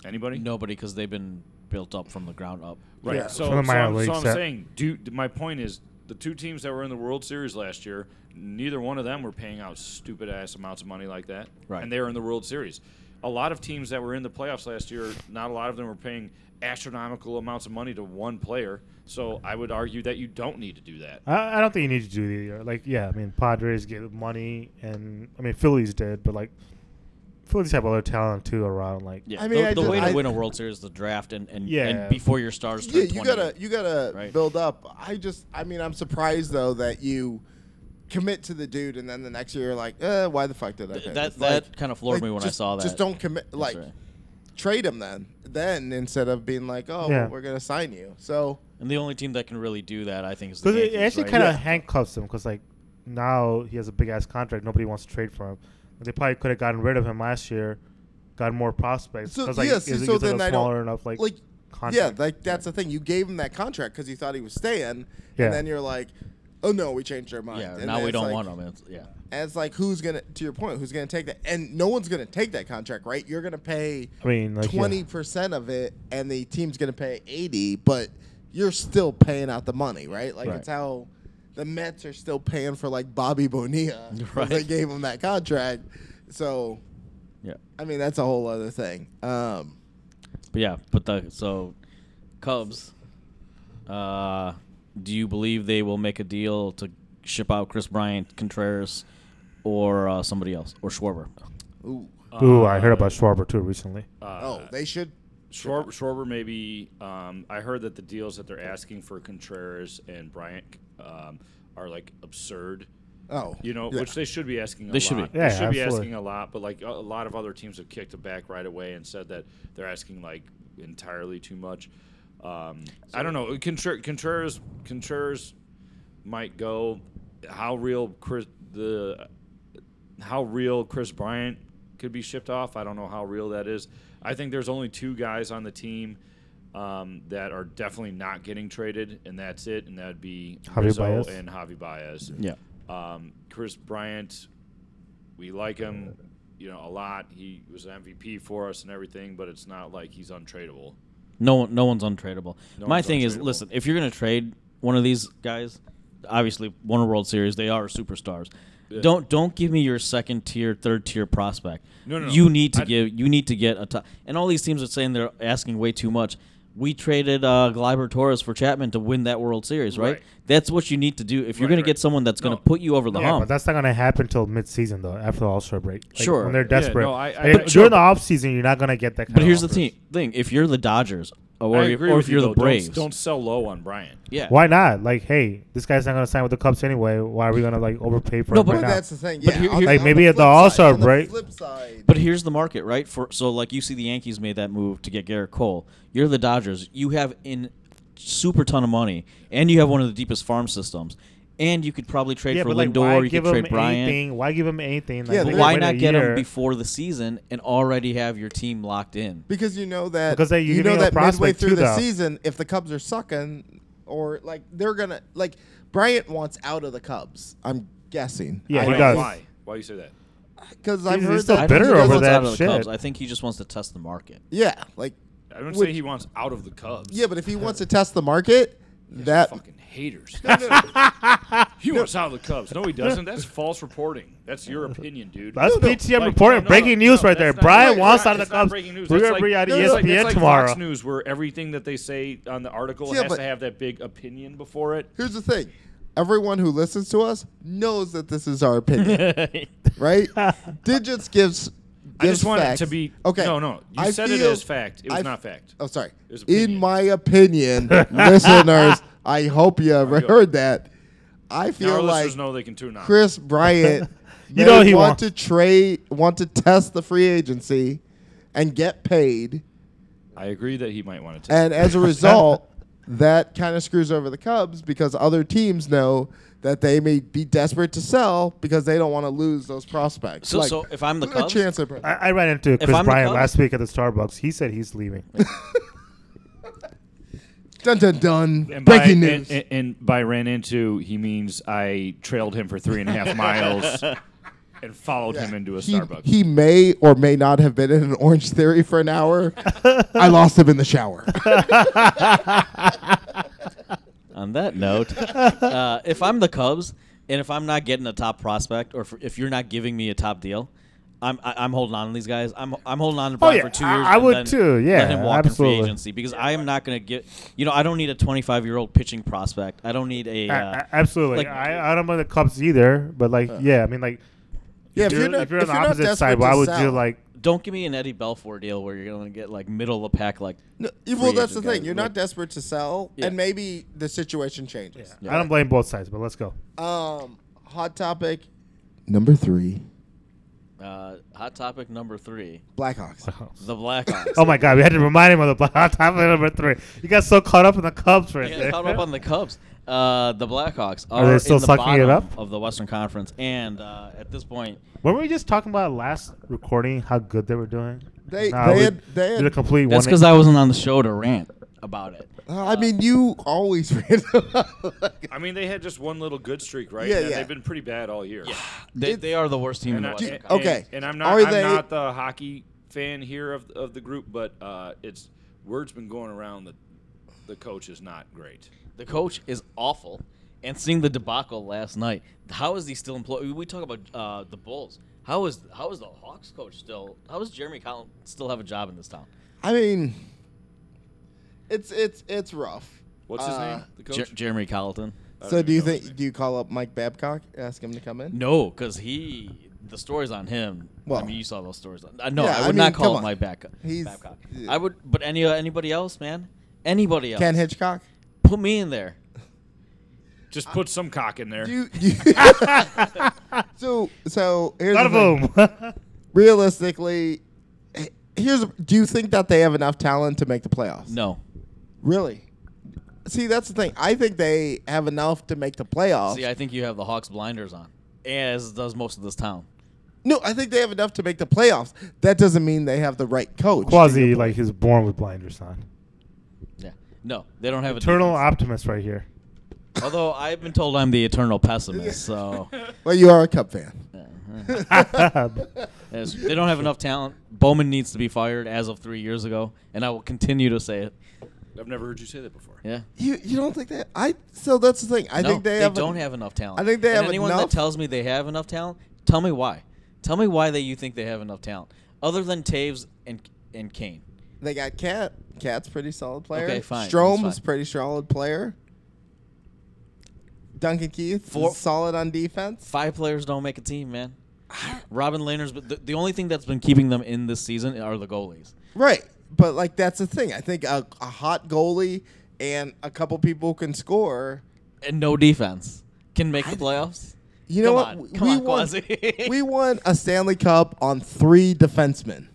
[SPEAKER 3] Anybody?
[SPEAKER 2] Nobody, because they've been built up from the ground up.
[SPEAKER 3] Right.
[SPEAKER 1] Yeah.
[SPEAKER 3] So,
[SPEAKER 5] From the
[SPEAKER 3] so
[SPEAKER 5] minor
[SPEAKER 3] I'm, so
[SPEAKER 5] leagues,
[SPEAKER 3] I'm
[SPEAKER 5] that-
[SPEAKER 3] saying, do, my point is, the two teams that were in the World Series last year, neither one of them were paying out stupid ass amounts of money like that.
[SPEAKER 2] Right.
[SPEAKER 3] And they were in the World Series. A lot of teams that were in the playoffs last year, not a lot of them were paying astronomical amounts of money to one player. So I would argue that you don't need to do that.
[SPEAKER 5] I, I don't think you need to do that either. Like, yeah, I mean, Padres get money, and I mean, Phillies did, but like, Phillies have other talent too around. Like,
[SPEAKER 2] Yeah.
[SPEAKER 1] I mean,
[SPEAKER 2] the,
[SPEAKER 1] I
[SPEAKER 2] the
[SPEAKER 1] just-
[SPEAKER 2] way to
[SPEAKER 1] I-
[SPEAKER 2] win a World Series is the draft and and,
[SPEAKER 5] Yeah.
[SPEAKER 2] and before your stars turn
[SPEAKER 1] Yeah, you
[SPEAKER 2] 20.
[SPEAKER 1] gotta you gotta
[SPEAKER 2] Right.
[SPEAKER 1] build up. I just I mean I'm surprised though that you commit to the dude and then the next year you're like, eh, why the fuck did I?
[SPEAKER 2] Th-
[SPEAKER 1] pay
[SPEAKER 2] that-
[SPEAKER 1] this?
[SPEAKER 2] that kinda floored me when I
[SPEAKER 1] just-
[SPEAKER 2] saw that.
[SPEAKER 1] Just don't commit. Like
[SPEAKER 2] right.
[SPEAKER 1] trade him then. Then instead of being like, oh,
[SPEAKER 5] Yeah.
[SPEAKER 1] well, we're gonna sign you. So
[SPEAKER 2] And the only team that can really do that, I think, is the
[SPEAKER 5] Because
[SPEAKER 2] Yankees.
[SPEAKER 5] it actually
[SPEAKER 2] right?
[SPEAKER 5] kind of handcuffs him because like now he has a big ass contract. Nobody wants to trade for him. They probably could have gotten rid of him last year, got more prospects.
[SPEAKER 1] so
[SPEAKER 5] 'cause, like,
[SPEAKER 1] yes,
[SPEAKER 5] is,
[SPEAKER 1] so
[SPEAKER 5] is it a
[SPEAKER 1] then I
[SPEAKER 5] smaller
[SPEAKER 1] don't
[SPEAKER 5] enough like,
[SPEAKER 1] like
[SPEAKER 5] contract.
[SPEAKER 1] yeah, like that's the thing. You gave him that contract because you thought he was staying,
[SPEAKER 5] Yeah.
[SPEAKER 1] and then you're like, oh no, we changed our mind.
[SPEAKER 2] Yeah,
[SPEAKER 1] And
[SPEAKER 2] now
[SPEAKER 1] then
[SPEAKER 2] we
[SPEAKER 1] it's like-
[SPEAKER 2] don't want them. It's, yeah.
[SPEAKER 1] And it's like who's gonna to your point, who's gonna take that? And no one's gonna take that contract, right? You're gonna pay
[SPEAKER 5] I mean, like, yeah.
[SPEAKER 1] twenty percent of it and the team's gonna pay eighty, but you're still paying out the money, right? Like
[SPEAKER 5] Right.
[SPEAKER 1] it's how the Mets are still paying for like Bobby Bonilla. 'cause They
[SPEAKER 2] Right.
[SPEAKER 1] gave him that contract. So
[SPEAKER 2] Yeah.
[SPEAKER 1] I mean that's a whole other thing. Um
[SPEAKER 2] But yeah, but the so Cubs. Uh, do you believe they will make a deal to ship out Chris Bryant, Contreras, or uh, somebody else, or Schwarber?
[SPEAKER 1] ooh.
[SPEAKER 5] Ooh, I
[SPEAKER 2] uh,
[SPEAKER 5] heard about Schwarber too recently.
[SPEAKER 3] Uh,
[SPEAKER 1] oh, they should
[SPEAKER 3] Schwarber, Schwarber maybe. Um, I heard that the deals that they're asking for Contreras and Bryant um, are like absurd.
[SPEAKER 1] oh
[SPEAKER 3] You know,
[SPEAKER 1] yeah.
[SPEAKER 3] which they should be asking. A
[SPEAKER 2] They should
[SPEAKER 3] lot.
[SPEAKER 2] be.
[SPEAKER 5] Yeah,
[SPEAKER 3] they should be
[SPEAKER 5] absolutely.
[SPEAKER 3] asking a lot, but like a, a lot of other teams have kicked it back right away and said that they're asking like entirely too much. Um, I don't know. Contr- Contreras, Contreras might go. How real Chris the how real Chris Bryant could be shipped off. I don't know how real that is. I think there's only two guys on the team um, that are definitely not getting traded, and that's it. And that'd be
[SPEAKER 5] Javi
[SPEAKER 3] Rizzo
[SPEAKER 5] Baez?
[SPEAKER 3] and Javi Baez.
[SPEAKER 2] Yeah.
[SPEAKER 3] Um, Chris Bryant, we like him, you know, a lot. He was an MVP for us and everything, but it's not like he's untradeable.
[SPEAKER 2] No one, no one's untradeable.
[SPEAKER 3] No
[SPEAKER 2] My
[SPEAKER 3] one's
[SPEAKER 2] thing is,
[SPEAKER 3] untradeable.
[SPEAKER 2] listen, if you're gonna trade one of these guys, obviously won a World Series, they are superstars.
[SPEAKER 3] Yeah.
[SPEAKER 2] Don't don't give me your second tier, third tier prospect.
[SPEAKER 3] No, no, no.
[SPEAKER 2] You need to
[SPEAKER 3] I-
[SPEAKER 2] give. You need to get a top. And all these teams are saying they're asking way too much. We traded uh, Gleyber Torres for Chapman to win that World Series, right?
[SPEAKER 3] Right.
[SPEAKER 2] That's what you need to do if you're
[SPEAKER 3] Right,
[SPEAKER 2] gonna
[SPEAKER 3] right.
[SPEAKER 2] get someone that's gonna
[SPEAKER 3] No.
[SPEAKER 2] put you over the
[SPEAKER 5] Yeah,
[SPEAKER 2] hump.
[SPEAKER 5] but that's not going to happen till mid-season though, after the All-Star break. Like,
[SPEAKER 2] Sure.
[SPEAKER 5] when they're
[SPEAKER 3] Yeah,
[SPEAKER 5] desperate.
[SPEAKER 3] no, I- I-
[SPEAKER 5] Like,
[SPEAKER 3] I-
[SPEAKER 5] during the
[SPEAKER 3] no,
[SPEAKER 5] off-season, you're not going to get that. kind
[SPEAKER 2] But
[SPEAKER 5] of
[SPEAKER 2] here's the
[SPEAKER 5] offers.
[SPEAKER 2] thing: thing if you're the Dodgers, or,
[SPEAKER 3] I
[SPEAKER 2] if-
[SPEAKER 3] agree
[SPEAKER 2] or
[SPEAKER 3] with
[SPEAKER 2] if you're
[SPEAKER 3] you,
[SPEAKER 2] the
[SPEAKER 3] though. Don't-
[SPEAKER 2] Braves,
[SPEAKER 3] Don't, sell low on Bryant.
[SPEAKER 2] yeah,
[SPEAKER 5] Why not? Like, hey, this guy's not going to sign with the Cubs anyway. Why are we going to like overpay for
[SPEAKER 2] No,
[SPEAKER 5] him
[SPEAKER 2] but
[SPEAKER 5] right
[SPEAKER 1] But
[SPEAKER 5] now?
[SPEAKER 1] that's the thing.
[SPEAKER 2] But
[SPEAKER 1] Yeah,
[SPEAKER 2] here-
[SPEAKER 1] on
[SPEAKER 2] here-
[SPEAKER 5] Like, maybe
[SPEAKER 1] on
[SPEAKER 5] at the
[SPEAKER 1] flip side-
[SPEAKER 5] All-Star
[SPEAKER 1] on the
[SPEAKER 5] break-
[SPEAKER 1] Flip side.
[SPEAKER 2] But here's the market, right? For so like you see the Yankees made that move to get Garrett Cole. You're the Dodgers. You have in super ton of money, and you have one of the deepest farm systems, and you could probably trade
[SPEAKER 5] yeah,
[SPEAKER 2] for
[SPEAKER 5] but like,
[SPEAKER 2] Lindor.
[SPEAKER 5] why
[SPEAKER 2] You could
[SPEAKER 5] give
[SPEAKER 2] trade
[SPEAKER 5] him
[SPEAKER 2] Bryant.
[SPEAKER 5] anything? Why give him anything? Like,
[SPEAKER 1] Yeah,
[SPEAKER 5] we
[SPEAKER 2] But
[SPEAKER 5] can
[SPEAKER 2] why
[SPEAKER 5] wait a
[SPEAKER 2] not get
[SPEAKER 5] year.
[SPEAKER 2] him before the season and already have your team locked in?
[SPEAKER 1] because you know that
[SPEAKER 5] Because they- you're
[SPEAKER 1] you know
[SPEAKER 5] getting a
[SPEAKER 1] that midway
[SPEAKER 5] prospect
[SPEAKER 1] through
[SPEAKER 5] too,
[SPEAKER 1] the
[SPEAKER 5] though.
[SPEAKER 1] season, if the Cubs are sucking or like they're gonna like Bryant wants out of the Cubs. I'm guessing.
[SPEAKER 5] Yeah,
[SPEAKER 1] I
[SPEAKER 5] he
[SPEAKER 3] Why?
[SPEAKER 1] don't
[SPEAKER 5] does.
[SPEAKER 3] Why? Why you say that?
[SPEAKER 1] because I've
[SPEAKER 5] He's-
[SPEAKER 1] heard
[SPEAKER 5] he's still
[SPEAKER 1] that
[SPEAKER 5] bitter
[SPEAKER 1] he
[SPEAKER 5] over
[SPEAKER 1] doesn't-
[SPEAKER 2] Wants
[SPEAKER 5] that
[SPEAKER 2] out of the
[SPEAKER 5] shit.
[SPEAKER 2] Cubs. I think he just wants to test the market.
[SPEAKER 1] Yeah, like
[SPEAKER 3] I don't
[SPEAKER 1] Which-
[SPEAKER 3] say he wants out of the Cubs.
[SPEAKER 1] yeah, but if he wants to test the market, that
[SPEAKER 3] fucking haters. he wants out of the Cubs. No, he doesn't. That's false reporting. That's your opinion, dude.
[SPEAKER 5] That's
[SPEAKER 1] No, no,
[SPEAKER 5] PTM
[SPEAKER 3] Like,
[SPEAKER 5] reporting.
[SPEAKER 3] no, no,
[SPEAKER 5] breaking
[SPEAKER 3] no,
[SPEAKER 5] news
[SPEAKER 3] no,
[SPEAKER 5] right there.
[SPEAKER 3] that's not-
[SPEAKER 5] Brian
[SPEAKER 3] it's
[SPEAKER 5] wants
[SPEAKER 3] not-
[SPEAKER 5] out of
[SPEAKER 3] it's
[SPEAKER 5] the
[SPEAKER 3] not
[SPEAKER 5] Cubs.
[SPEAKER 3] breaking news.
[SPEAKER 5] We're
[SPEAKER 3] That's
[SPEAKER 5] gonna be E
[SPEAKER 3] like-
[SPEAKER 5] on
[SPEAKER 1] no, no,
[SPEAKER 5] ESPN
[SPEAKER 3] It's like, it's like
[SPEAKER 5] tomorrow.
[SPEAKER 3] Fox News, where everything that they say on the article
[SPEAKER 1] Yeah,
[SPEAKER 3] has
[SPEAKER 1] but-
[SPEAKER 3] to have that big opinion before it.
[SPEAKER 1] here's the thing: everyone who listens to us knows that this is our opinion, right? Digits gives.
[SPEAKER 3] I
[SPEAKER 1] gives
[SPEAKER 3] just want
[SPEAKER 1] facts.
[SPEAKER 3] it to be
[SPEAKER 1] okay.
[SPEAKER 3] No, no, you
[SPEAKER 1] I
[SPEAKER 3] said it
[SPEAKER 1] feel-
[SPEAKER 3] as fact. It was
[SPEAKER 1] I-
[SPEAKER 3] not fact.
[SPEAKER 1] Oh, sorry.
[SPEAKER 3] There's
[SPEAKER 1] In
[SPEAKER 3] opinion.
[SPEAKER 1] my opinion, listeners, I hope you ever
[SPEAKER 3] go.
[SPEAKER 1] heard that. I
[SPEAKER 3] Now
[SPEAKER 1] feel
[SPEAKER 3] our
[SPEAKER 1] like
[SPEAKER 3] listeners know they can tune out.
[SPEAKER 1] Chris Bryant
[SPEAKER 5] You
[SPEAKER 1] you
[SPEAKER 5] know he
[SPEAKER 1] want
[SPEAKER 5] won't.
[SPEAKER 1] to trade, want to test the free agency and get paid,
[SPEAKER 3] I agree that he might want to. Test.
[SPEAKER 1] and as a result, that kind of screws over the Cubs because other teams know that they may be desperate to sell because they don't want to lose those prospects.
[SPEAKER 2] So- so if I'm the
[SPEAKER 1] a
[SPEAKER 2] Cubs-
[SPEAKER 1] chance at
[SPEAKER 5] I, I ran into Chris
[SPEAKER 2] I'm the
[SPEAKER 5] Bryant
[SPEAKER 2] Cubs-
[SPEAKER 5] last week at the Starbucks. He said he's leaving.
[SPEAKER 1] dun dun dun
[SPEAKER 3] And by,
[SPEAKER 1] breaking news.
[SPEAKER 3] And, and, and by ran into, he means I trailed him for three and a half miles and followed him into a
[SPEAKER 1] he,
[SPEAKER 3] Starbucks.
[SPEAKER 1] He may or may not have been in an Orange Theory for an hour. I lost him in the shower.
[SPEAKER 2] On that note, uh, if I'm the Cubs and if I'm not getting a top prospect, or if, if you're not giving me a top deal, I'm I, I'm holding on to these guys. I'm I'm holding on to Brian
[SPEAKER 5] Oh, yeah.
[SPEAKER 2] for two
[SPEAKER 5] I-
[SPEAKER 2] years.
[SPEAKER 5] I
[SPEAKER 2] and
[SPEAKER 5] would
[SPEAKER 2] then
[SPEAKER 5] too. Yeah,
[SPEAKER 2] let him walk in
[SPEAKER 5] absolutely.
[SPEAKER 2] free agency because I am not going to get. You know, I don't need a 25 year old pitching prospect. I don't need a.
[SPEAKER 5] A-
[SPEAKER 2] Uh,
[SPEAKER 5] a- absolutely.
[SPEAKER 2] like- Uh.
[SPEAKER 5] I, I don't mind the Cubs either, but like, yeah, I mean, like,
[SPEAKER 1] Yeah,
[SPEAKER 5] if, you're,
[SPEAKER 1] not-
[SPEAKER 5] if you're on the
[SPEAKER 1] not
[SPEAKER 5] opposite
[SPEAKER 1] desperate
[SPEAKER 5] side,
[SPEAKER 1] to
[SPEAKER 5] why would you
[SPEAKER 1] sell-
[SPEAKER 5] like?
[SPEAKER 2] don't give me an Eddie Belfour deal where you're going to get like middle of the pack like.
[SPEAKER 1] No, well,
[SPEAKER 2] free
[SPEAKER 1] that's the
[SPEAKER 2] agent
[SPEAKER 1] thing.
[SPEAKER 2] guys,
[SPEAKER 1] You're
[SPEAKER 2] like-
[SPEAKER 1] not desperate to sell,
[SPEAKER 2] Yeah.
[SPEAKER 1] and maybe the situation changes.
[SPEAKER 5] I don't blame both sides, but let's go.
[SPEAKER 1] Um, hot topic number three:
[SPEAKER 2] Uh, hot topic number three:
[SPEAKER 1] Blackhawks.
[SPEAKER 2] the Blackhawks.
[SPEAKER 5] Oh my God, we had to remind him of the black hot topic number three. You got so caught up in the Cubs right
[SPEAKER 2] Yeah,
[SPEAKER 5] there.
[SPEAKER 2] caught up on the Cubs. Uh, the Blackhawks are,
[SPEAKER 5] they still
[SPEAKER 2] in the
[SPEAKER 5] sucking it
[SPEAKER 2] bottom
[SPEAKER 5] up?
[SPEAKER 2] of the Western Conference, and uh, at this point,
[SPEAKER 5] Weren't we just talking about last recording how good they were doing?
[SPEAKER 1] They-
[SPEAKER 5] Nah,
[SPEAKER 1] they
[SPEAKER 5] we
[SPEAKER 1] had- they
[SPEAKER 5] did
[SPEAKER 1] had-
[SPEAKER 5] a complete
[SPEAKER 2] that's
[SPEAKER 5] one.
[SPEAKER 2] because I wasn't on the show to rant about it.
[SPEAKER 1] Uh, I mean, you always ran.
[SPEAKER 3] I mean, they had just one little good streak, right?
[SPEAKER 1] Yeah,
[SPEAKER 3] and
[SPEAKER 1] yeah.
[SPEAKER 3] They've been pretty bad all year.
[SPEAKER 2] They, they are the worst team in
[SPEAKER 3] And
[SPEAKER 2] the
[SPEAKER 3] I-
[SPEAKER 2] Western
[SPEAKER 3] and-
[SPEAKER 2] Conference.
[SPEAKER 1] Okay.
[SPEAKER 3] And I'm not.
[SPEAKER 1] Are
[SPEAKER 3] I'm
[SPEAKER 1] they-
[SPEAKER 3] not the hockey fan here of of the group, but uh, it's word's been going around that the coach is not great.
[SPEAKER 2] The coach is awful, and seeing the debacle last night, how is he still employed? We talk about uh, the Bulls. How is how is the Hawks coach still? How does Jeremy Collin still have a job in this town?
[SPEAKER 1] I mean, it's it's it's rough.
[SPEAKER 3] What's his
[SPEAKER 1] Uh,
[SPEAKER 3] name? The
[SPEAKER 2] Jer-
[SPEAKER 3] coach.
[SPEAKER 2] Jeremy Colleton.
[SPEAKER 1] So, do you think do you call up Mike Babcock, ask him to come in?
[SPEAKER 2] No, because he the stories on him. I
[SPEAKER 1] Well-
[SPEAKER 2] mean, you saw those stories. On, uh, no,
[SPEAKER 1] Yeah,
[SPEAKER 2] I
[SPEAKER 1] I
[SPEAKER 2] would
[SPEAKER 1] mean,
[SPEAKER 2] not
[SPEAKER 1] come
[SPEAKER 2] call him
[SPEAKER 1] on.
[SPEAKER 2] my back.
[SPEAKER 1] He's-
[SPEAKER 2] Babcock.
[SPEAKER 1] yeah.
[SPEAKER 2] I would, but any uh, anybody else, man, anybody else,
[SPEAKER 1] Ken Hitchcock.
[SPEAKER 2] put me in there.
[SPEAKER 3] Just put some cock in there.
[SPEAKER 1] You, you so so here's
[SPEAKER 5] None
[SPEAKER 1] the
[SPEAKER 5] of
[SPEAKER 1] thing.
[SPEAKER 5] them.
[SPEAKER 1] realistically, h- here's do you think that they have enough talent to make the playoffs?
[SPEAKER 2] No,
[SPEAKER 1] Really? See, that's the thing. I think they have enough to make the playoffs.
[SPEAKER 2] see, I think you have the Hawks blinders on, as does most of this town.
[SPEAKER 1] no, I think they have enough to make the playoffs. That doesn't mean they have the right coach.
[SPEAKER 5] Quasi, like, he's born with blinders on.
[SPEAKER 2] Yeah, no, they don't have
[SPEAKER 5] Eternal
[SPEAKER 2] a defense.
[SPEAKER 5] optimist right here.
[SPEAKER 2] Although I've been told I'm the eternal pessimist, so
[SPEAKER 1] Well, you are a Cub fan.
[SPEAKER 2] as- they don't have enough talent. Bowman needs to be fired as of three years ago, and I will continue to say it.
[SPEAKER 3] I've never heard you say that before.
[SPEAKER 2] Yeah.
[SPEAKER 1] You you don't think that? I so that's the thing. I
[SPEAKER 2] No,
[SPEAKER 1] think they,
[SPEAKER 2] they,
[SPEAKER 1] have a-
[SPEAKER 2] don't have enough talent.
[SPEAKER 1] I think they
[SPEAKER 2] and
[SPEAKER 1] have
[SPEAKER 2] anyone
[SPEAKER 1] enough-
[SPEAKER 2] that tells me they have enough talent, tell me why. Tell me why that you think they have enough talent, other than Taves and and Kane.
[SPEAKER 1] They got Cat. Cat's pretty solid player.
[SPEAKER 2] Okay, fine, that's
[SPEAKER 1] Strom's
[SPEAKER 2] fine.
[SPEAKER 1] pretty solid player. Duncan Keith is
[SPEAKER 2] Four-
[SPEAKER 1] solid on defense.
[SPEAKER 2] Five players don't make a team, man. Robin Lehner's but the, the only thing that's been keeping them in this season are the goalies.
[SPEAKER 1] Right, but like that's the thing. I think a, a hot goalie and a couple people who can score.
[SPEAKER 2] And no defense can make the playoffs.
[SPEAKER 1] You know
[SPEAKER 2] Come
[SPEAKER 1] what?
[SPEAKER 2] on. Come on,
[SPEAKER 1] won.
[SPEAKER 2] Quasi.
[SPEAKER 1] we won a Stanley Cup on three defensemen.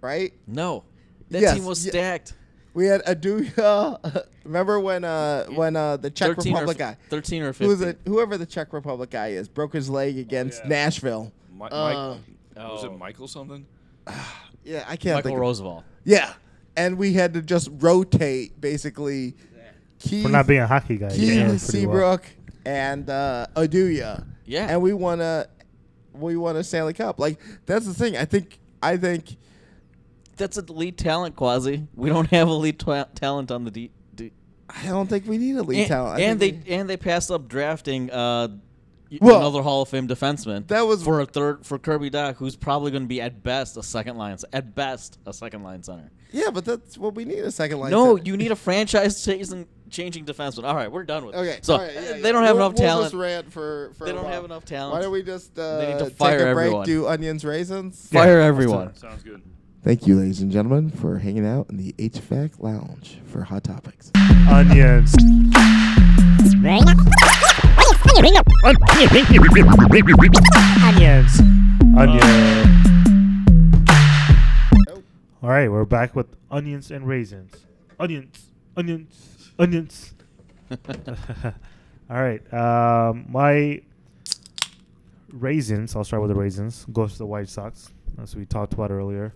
[SPEAKER 1] Right.
[SPEAKER 2] No. That
[SPEAKER 1] Yes,
[SPEAKER 2] team was
[SPEAKER 1] ye-
[SPEAKER 2] stacked.
[SPEAKER 1] We had Aduya. Remember when uh when uh the Czech
[SPEAKER 2] 13 or
[SPEAKER 1] Republic
[SPEAKER 2] f-
[SPEAKER 1] guy,
[SPEAKER 2] 13 or
[SPEAKER 1] who was
[SPEAKER 2] 15.
[SPEAKER 1] it? Whoever the Czech Republic guy is, broke his leg against
[SPEAKER 3] yeah.
[SPEAKER 1] Nashville.
[SPEAKER 3] Mi- Mike,
[SPEAKER 1] Uh,
[SPEAKER 3] was
[SPEAKER 2] Oh.
[SPEAKER 3] it Michael something?
[SPEAKER 1] yeah, I can't
[SPEAKER 2] Michael
[SPEAKER 1] think. of-
[SPEAKER 2] Roosevelt.
[SPEAKER 1] yeah, and we had to just rotate basically. Keith,
[SPEAKER 5] For not being a hockey guy. you
[SPEAKER 1] Keith
[SPEAKER 5] know pretty Well.
[SPEAKER 1] Seabrook and uh, Aduya.
[SPEAKER 2] Yeah.
[SPEAKER 1] and we won a we won a Stanley Cup. Like that's the thing. I think I think
[SPEAKER 2] That's elite talent, Quasi. We don't have elite twa- talent on the D. D-
[SPEAKER 1] I don't think we need elite
[SPEAKER 2] and,
[SPEAKER 1] talent. I
[SPEAKER 2] and they
[SPEAKER 1] think we-
[SPEAKER 2] and they passed up drafting uh, y-
[SPEAKER 1] Well,
[SPEAKER 2] another Hall of Fame defenseman.
[SPEAKER 1] that was-
[SPEAKER 2] for a third for Kirby Doc, who's probably going to be at best a second line, at best a second line center.
[SPEAKER 1] yeah, but that's what we need a second line.
[SPEAKER 2] no,
[SPEAKER 1] center.
[SPEAKER 2] you need a franchise chasing, changing defenseman. All right, we're done with. it.
[SPEAKER 1] Okay.
[SPEAKER 2] so
[SPEAKER 1] all right, yeah,
[SPEAKER 2] uh,
[SPEAKER 1] yeah.
[SPEAKER 2] they don't have
[SPEAKER 1] We'll-
[SPEAKER 2] enough
[SPEAKER 1] we'll
[SPEAKER 2] talent.
[SPEAKER 1] Just rant for, for
[SPEAKER 2] They
[SPEAKER 1] a
[SPEAKER 2] don't
[SPEAKER 1] while.
[SPEAKER 2] have enough talent.
[SPEAKER 1] Why don't we just uh,
[SPEAKER 2] They need to
[SPEAKER 1] take
[SPEAKER 2] fire
[SPEAKER 1] a break,
[SPEAKER 2] everyone.
[SPEAKER 1] do onions, raisins?
[SPEAKER 5] Yeah.
[SPEAKER 2] Fire everyone.
[SPEAKER 3] Sounds good.
[SPEAKER 1] Thank you, ladies and gentlemen, for hanging out in the HVAC lounge for hot topics.
[SPEAKER 5] Onions.
[SPEAKER 6] Ring. Onion ring.
[SPEAKER 5] Onions.
[SPEAKER 1] Uh,
[SPEAKER 5] Onions. All right, we're back with onions and raisins. Onions. Onions. Onions. All right. Um, my raisins. I'll start with the raisins. Goes to the White Sox, as we talked about earlier.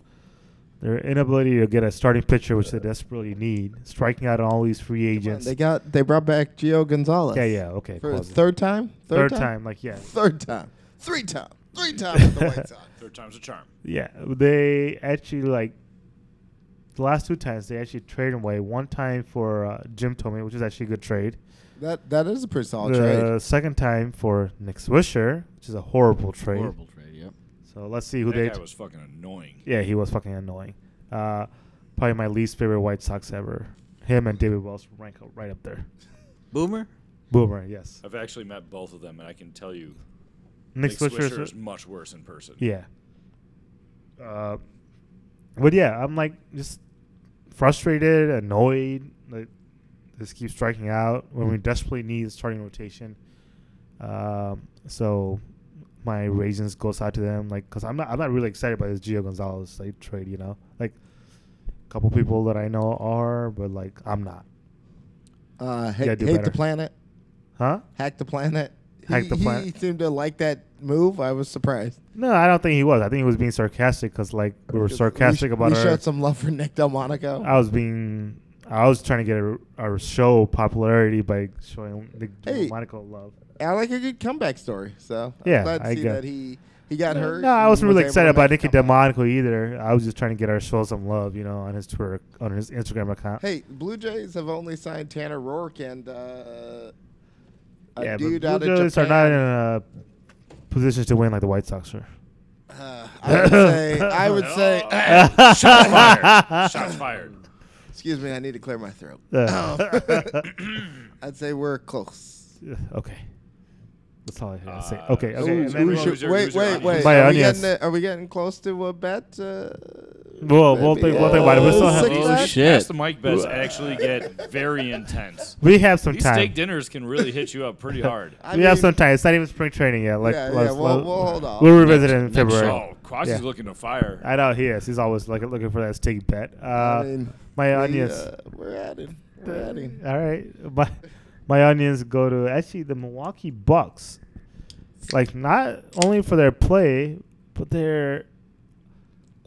[SPEAKER 5] Their inability to get a starting pitcher, which they desperately need, striking out all these free agents.
[SPEAKER 1] They got they brought back Gio Gonzalez.
[SPEAKER 5] yeah, yeah, okay.
[SPEAKER 1] For
[SPEAKER 5] pause it.
[SPEAKER 1] third time.
[SPEAKER 5] Third time, like yeah,
[SPEAKER 1] Third time. Three time. Three times with the White Sox.
[SPEAKER 3] Third time's a charm.
[SPEAKER 5] yeah. They actually like the last two times they actually traded away. One time for uh, Jim Tomey, which is actually a good trade.
[SPEAKER 1] That that is a pretty solid
[SPEAKER 5] the
[SPEAKER 1] trade.
[SPEAKER 5] second time for Nick Swisher, which is a horrible trade.
[SPEAKER 2] Horrible trade. Yep.
[SPEAKER 5] So let's see who
[SPEAKER 3] that
[SPEAKER 5] they.
[SPEAKER 3] guy was fucking annoying.
[SPEAKER 5] yeah, he was fucking annoying. Uh, probably my least favorite White Sox ever. Him and David Wells rank up right up there.
[SPEAKER 2] Boomer.
[SPEAKER 5] Boomer, yes.
[SPEAKER 3] I've actually met both of them, and I can tell you,
[SPEAKER 5] Nick
[SPEAKER 3] Nick
[SPEAKER 5] Swisher,
[SPEAKER 3] Swisher is
[SPEAKER 5] is-
[SPEAKER 3] much worse in person.
[SPEAKER 5] yeah. Uh, but yeah, I'm like just frustrated, annoyed. Like this keeps striking out when we desperately need a starting rotation. Um, so my raisins goes out to them, like because I'm not I'm not really excited about this Gio Gonzalez like trade. You know, like a couple people that I know are, but like I'm not.
[SPEAKER 1] Uh, ha-
[SPEAKER 5] Yeah,
[SPEAKER 1] hate
[SPEAKER 5] do
[SPEAKER 1] the
[SPEAKER 5] better.
[SPEAKER 1] planet.
[SPEAKER 5] Huh?
[SPEAKER 1] Hack the planet.
[SPEAKER 5] Hack
[SPEAKER 1] He-
[SPEAKER 5] the planet.
[SPEAKER 1] He seemed to like that move. I was surprised.
[SPEAKER 5] No, I don't think he was. I think he was being sarcastic because like we were sarcastic
[SPEAKER 1] we,
[SPEAKER 5] about
[SPEAKER 1] we
[SPEAKER 5] our.
[SPEAKER 1] showed some love for Nick Delmonico.
[SPEAKER 5] I was being. I was trying to get our, our show popularity by showing the
[SPEAKER 1] Hey.
[SPEAKER 5] Monaco love.
[SPEAKER 1] I like a good comeback story. So
[SPEAKER 5] Yeah,
[SPEAKER 1] I'm glad to
[SPEAKER 5] I
[SPEAKER 1] see
[SPEAKER 5] get-
[SPEAKER 1] that he he got hurt.
[SPEAKER 5] No, I
[SPEAKER 1] and
[SPEAKER 5] wasn't really
[SPEAKER 1] was able to
[SPEAKER 5] excited about
[SPEAKER 1] make
[SPEAKER 5] Nicky
[SPEAKER 1] a comeback.
[SPEAKER 5] DeMonico either. I was just trying to get our show some love, you know, on his Twitter, on his Instagram account.
[SPEAKER 1] Hey, Blue Jays have only signed Tanner Rourke and uh, a
[SPEAKER 5] yeah,
[SPEAKER 1] dude
[SPEAKER 5] but
[SPEAKER 1] out
[SPEAKER 5] Blue
[SPEAKER 1] of
[SPEAKER 5] Jays are
[SPEAKER 1] Japan.
[SPEAKER 5] not in a position to win like the White Sox are.
[SPEAKER 1] Uh, I would say. I would say.
[SPEAKER 3] Shots fired. Shots fired.
[SPEAKER 1] excuse me. I need to clear my throat. Oh.
[SPEAKER 5] Uh,
[SPEAKER 1] I'd say we're close.
[SPEAKER 5] okay, that's all I had to say.
[SPEAKER 3] Uh,
[SPEAKER 5] Okay, okay.
[SPEAKER 1] Ooh,
[SPEAKER 5] and then
[SPEAKER 1] we
[SPEAKER 5] we-
[SPEAKER 1] should-
[SPEAKER 3] Who's your-
[SPEAKER 1] wait,
[SPEAKER 3] who's your
[SPEAKER 1] wait,
[SPEAKER 3] onions?
[SPEAKER 1] wait.
[SPEAKER 5] My
[SPEAKER 1] Are we,
[SPEAKER 5] onions.
[SPEAKER 1] getting, are we getting close to a bet? Uh,
[SPEAKER 5] Well, we'll
[SPEAKER 1] maybe?
[SPEAKER 5] think- we'll think about it. We're still-
[SPEAKER 1] Oh,
[SPEAKER 5] Six
[SPEAKER 1] six
[SPEAKER 2] oh,
[SPEAKER 1] bet?
[SPEAKER 2] shit.
[SPEAKER 3] Past the mic bets actually get very intense.
[SPEAKER 5] we have some
[SPEAKER 3] These
[SPEAKER 5] time.
[SPEAKER 3] steak dinners can really hit you up pretty hard.
[SPEAKER 1] I
[SPEAKER 5] we have
[SPEAKER 1] mean,
[SPEAKER 5] some time. It's not even spring training yet. Like,
[SPEAKER 1] Yeah,
[SPEAKER 5] let's-
[SPEAKER 1] yeah, we'll-
[SPEAKER 5] let-
[SPEAKER 1] we'll hold off.
[SPEAKER 5] We'll revisit it in February.
[SPEAKER 3] Oh, Quasi's
[SPEAKER 5] Yeah.
[SPEAKER 3] looking to fire.
[SPEAKER 5] I know he is. He's always like looking for that steak bet. Uh,
[SPEAKER 1] I mean,
[SPEAKER 5] my
[SPEAKER 1] we,
[SPEAKER 5] onions.
[SPEAKER 1] uh, we're at it. We're at it.
[SPEAKER 5] All right, my my onions go to actually the Milwaukee Bucks. Like not only for their play, but their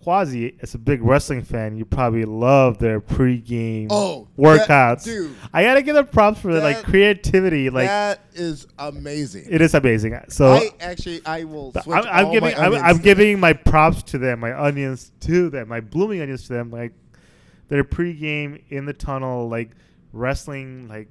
[SPEAKER 5] Quasi, as a big wrestling fan, you probably love their pregame
[SPEAKER 1] Oh, that-
[SPEAKER 5] workouts.
[SPEAKER 1] dude.
[SPEAKER 5] I gotta give them props for like
[SPEAKER 1] That-
[SPEAKER 5] creativity. Like
[SPEAKER 1] that is amazing.
[SPEAKER 5] it is amazing. So
[SPEAKER 1] I actually I will.
[SPEAKER 5] But
[SPEAKER 1] Switch
[SPEAKER 5] I'm, I'm
[SPEAKER 1] all
[SPEAKER 5] giving
[SPEAKER 1] my
[SPEAKER 5] I'm,
[SPEAKER 1] onions
[SPEAKER 5] I'm
[SPEAKER 1] to-
[SPEAKER 5] giving my props to them, my onions to them, my blooming onions to them. Like their pregame in the tunnel, like wrestling, like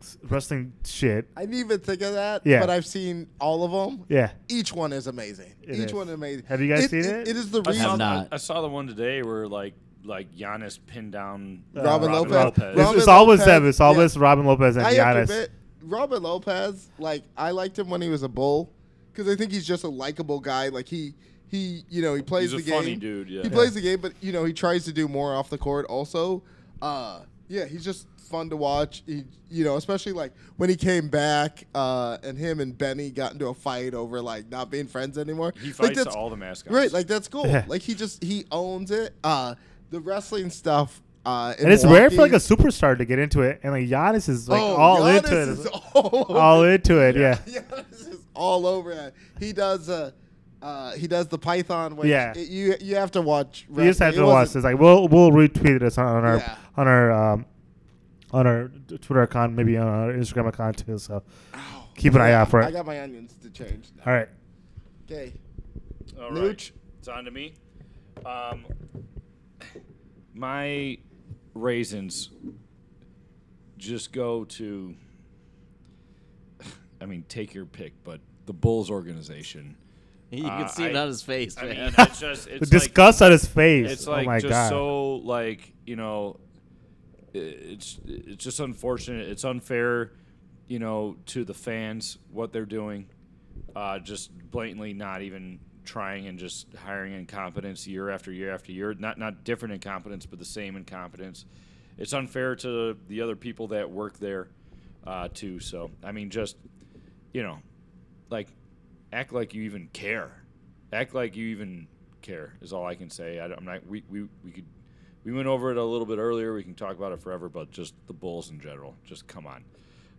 [SPEAKER 5] s- wrestling shit.
[SPEAKER 1] I didn't even think of that.
[SPEAKER 5] Yeah.
[SPEAKER 1] But I've seen all of them.
[SPEAKER 5] Yeah,
[SPEAKER 1] Each one is amazing.
[SPEAKER 5] It
[SPEAKER 1] Each
[SPEAKER 5] is.
[SPEAKER 1] one is amazing.
[SPEAKER 5] Have you guys seen it?
[SPEAKER 1] It is the
[SPEAKER 3] I saw,
[SPEAKER 2] Have
[SPEAKER 1] reason.
[SPEAKER 2] not.
[SPEAKER 3] I, I saw the one today where like like Giannis pinned down
[SPEAKER 5] Uh,
[SPEAKER 1] Robin
[SPEAKER 5] Rob-
[SPEAKER 1] Lopez.
[SPEAKER 5] Rob-
[SPEAKER 1] Robin
[SPEAKER 5] It's, it's always
[SPEAKER 1] Lopez,
[SPEAKER 5] them. It's
[SPEAKER 1] yeah.
[SPEAKER 5] always Robin Lopez and
[SPEAKER 1] I have to
[SPEAKER 5] Giannis.
[SPEAKER 1] admit, Robert Lopez. Like I liked him when he was a bull, because I think he's just a likable guy. Like he, he, you know, he plays
[SPEAKER 3] He's a
[SPEAKER 1] the game.
[SPEAKER 3] funny dude, yeah.
[SPEAKER 1] He plays the game, but you know, he tries to do more off the court. Also, uh, yeah, he's just fun to watch. He, you know, especially like when he came back, uh, and him and Benny got into a fight over like not being friends anymore.
[SPEAKER 3] He
[SPEAKER 1] Like,
[SPEAKER 3] fights
[SPEAKER 1] that's-
[SPEAKER 3] all the mascots.
[SPEAKER 1] Right, like that's cool.
[SPEAKER 5] Yeah.
[SPEAKER 1] Like he just he owns it. Uh, the wrestling stuff. Uh, in
[SPEAKER 5] And it's rare for like
[SPEAKER 1] Milwaukee-
[SPEAKER 5] a superstar to get into it, and like Giannis is like
[SPEAKER 1] Oh,
[SPEAKER 5] all
[SPEAKER 1] Giannis
[SPEAKER 5] into it,
[SPEAKER 1] is all over
[SPEAKER 5] all into it. Yeah,
[SPEAKER 1] Giannis is all over that. He does uh, uh, he does the Python which
[SPEAKER 5] Yeah.
[SPEAKER 1] it- you you have to watch.
[SPEAKER 5] you just
[SPEAKER 1] wrestling.
[SPEAKER 5] have
[SPEAKER 1] It
[SPEAKER 5] to watch.
[SPEAKER 1] wasn't-
[SPEAKER 5] It's like we'll we'll retweet this on, on our
[SPEAKER 1] Yeah.
[SPEAKER 5] on our um, on our Twitter account, maybe on our Instagram account too. So keep an eye
[SPEAKER 1] Oh, Yeah,
[SPEAKER 5] out for it.
[SPEAKER 1] I got my onions to change. Now.
[SPEAKER 5] All right.
[SPEAKER 1] Okay.
[SPEAKER 3] All
[SPEAKER 1] right.
[SPEAKER 3] right. It's on to me. Um, my raisins just go to, I mean, take your pick, but the Bulls organization.
[SPEAKER 2] You
[SPEAKER 3] Uh,
[SPEAKER 2] can see it
[SPEAKER 3] I-
[SPEAKER 2] on his face,
[SPEAKER 3] I
[SPEAKER 2] man.
[SPEAKER 3] mean, it's just,
[SPEAKER 5] The
[SPEAKER 3] it's like,
[SPEAKER 5] disgust on his face.
[SPEAKER 3] it's like
[SPEAKER 5] oh my
[SPEAKER 3] just
[SPEAKER 5] god.
[SPEAKER 3] so like you know i- it's it's just unfortunate it's unfair you know to the fans what they're doing uh, just blatantly not even trying and just hiring incompetence year after year after year not not different incompetence but the same incompetence it's unfair to the other people that work there uh, too so i mean just you know like act like you even care act like you even care is all i can say I, am not we, we we could we went over it a little bit earlier we can talk about it forever but just the bulls in general just come on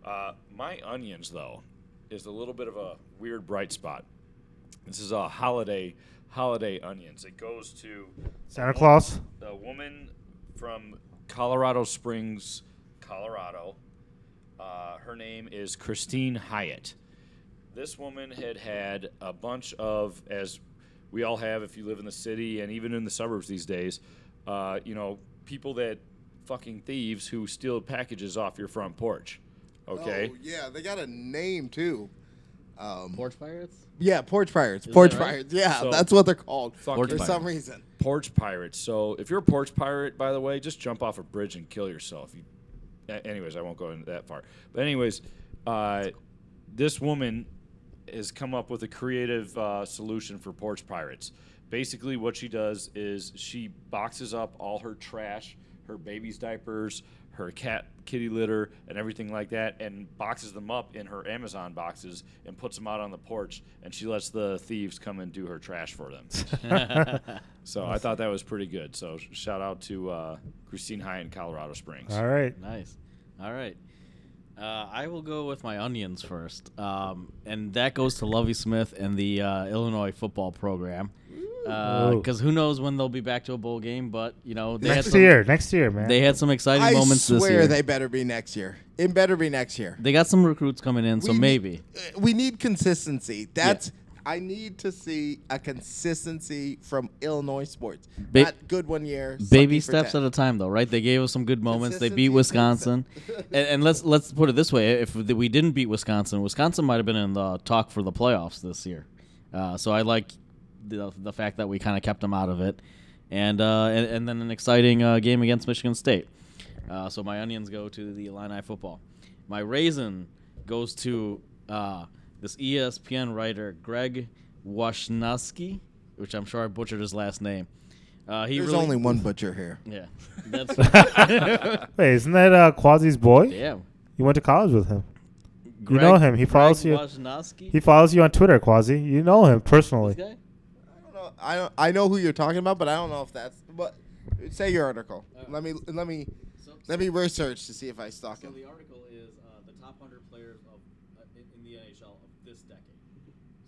[SPEAKER 3] uh, my onions though is a little bit of a weird bright spot this is a holiday holiday onions it goes to
[SPEAKER 5] Santa Claus.
[SPEAKER 3] a woman from colorado springs colorado uh, her name is christine hyatt this woman had had a bunch of, as we all have if you live in the city and even in the suburbs these days, uh, you know, people that fucking thieves who steal packages off your front porch. Okay.
[SPEAKER 1] Oh, yeah, they got a name too. Um,
[SPEAKER 2] Porch pirates?
[SPEAKER 1] yeah, porch pirates.
[SPEAKER 2] that
[SPEAKER 1] Porch
[SPEAKER 2] right?
[SPEAKER 1] pirates. Yeah,
[SPEAKER 3] So-
[SPEAKER 1] that's what they're called for
[SPEAKER 3] Porch pirate.
[SPEAKER 1] some reason.
[SPEAKER 3] Porch pirates. So if you're a porch pirate, by the way, just jump off a bridge and kill yourself. You, a- anyways, I won't go into that far. But anyways, uh, this woman has come up with a creative uh, solution for porch pirates. Basically, what she does is she boxes up all her trash, her baby's diapers, her cat kitty litter, and everything like that, and boxes them up in her Amazon boxes and puts them out on the porch. And she lets the thieves come and do her trash for them. So I thought that was pretty good. So sh- shout out to uh, Christine Hyatt in Colorado Springs.
[SPEAKER 5] All right.
[SPEAKER 2] Nice. All right. Uh, I will go with my onions first, um, and that goes to Lovey Smith and the uh, Illinois football program.
[SPEAKER 5] Ooh.
[SPEAKER 2] Because who knows when they'll be back to a bowl game? But you know, they had
[SPEAKER 5] Next
[SPEAKER 2] some,
[SPEAKER 5] year. Next year, man.
[SPEAKER 2] they had some exciting
[SPEAKER 1] I
[SPEAKER 2] moments this year.
[SPEAKER 1] swear they better be next year. It better be next year.
[SPEAKER 2] They got some recruits coming in, so
[SPEAKER 1] We-
[SPEAKER 2] maybe.
[SPEAKER 1] uh, we need consistency. That's I need to see a consistency from Illinois sports.
[SPEAKER 2] Ba-
[SPEAKER 1] Not good one year. sucky
[SPEAKER 2] Baby
[SPEAKER 1] for
[SPEAKER 2] steps at
[SPEAKER 1] ten.
[SPEAKER 2] a time, though, right? They gave us some good moments. They beat Wisconsin,
[SPEAKER 1] Consistency
[SPEAKER 2] and, and let's let's put it this way: if th- we didn't beat Wisconsin, Wisconsin might have been in the talk for the playoffs this year. Uh, so I like the the fact that we kind of kept them out of it, and uh, and, and then an exciting uh, game against Michigan State. Uh, so my onions go to the Illini football. My raisin goes to uh, this ESPN writer Greg Washnowski, which I'm sure I butchered his last name. Uh, he
[SPEAKER 1] There's
[SPEAKER 2] really,
[SPEAKER 1] only one butcher here.
[SPEAKER 2] yeah. That's
[SPEAKER 5] Wait, isn't that uh, Quasi's boy?
[SPEAKER 2] yeah.
[SPEAKER 5] You went to college with him. know him. He follows you.
[SPEAKER 2] Wojnarowski?
[SPEAKER 5] He follows you on Twitter, Quasi. You know him personally.
[SPEAKER 2] This guy?
[SPEAKER 1] I don't know. I don't, I know who you're talking about, but I don't know if that's. But say your article. Let me let me
[SPEAKER 2] Uh, So,
[SPEAKER 1] let me research to see if I stalk
[SPEAKER 2] so
[SPEAKER 1] him.
[SPEAKER 2] the article is uh, the top 100 players of uh, in, in the NHL of this decade.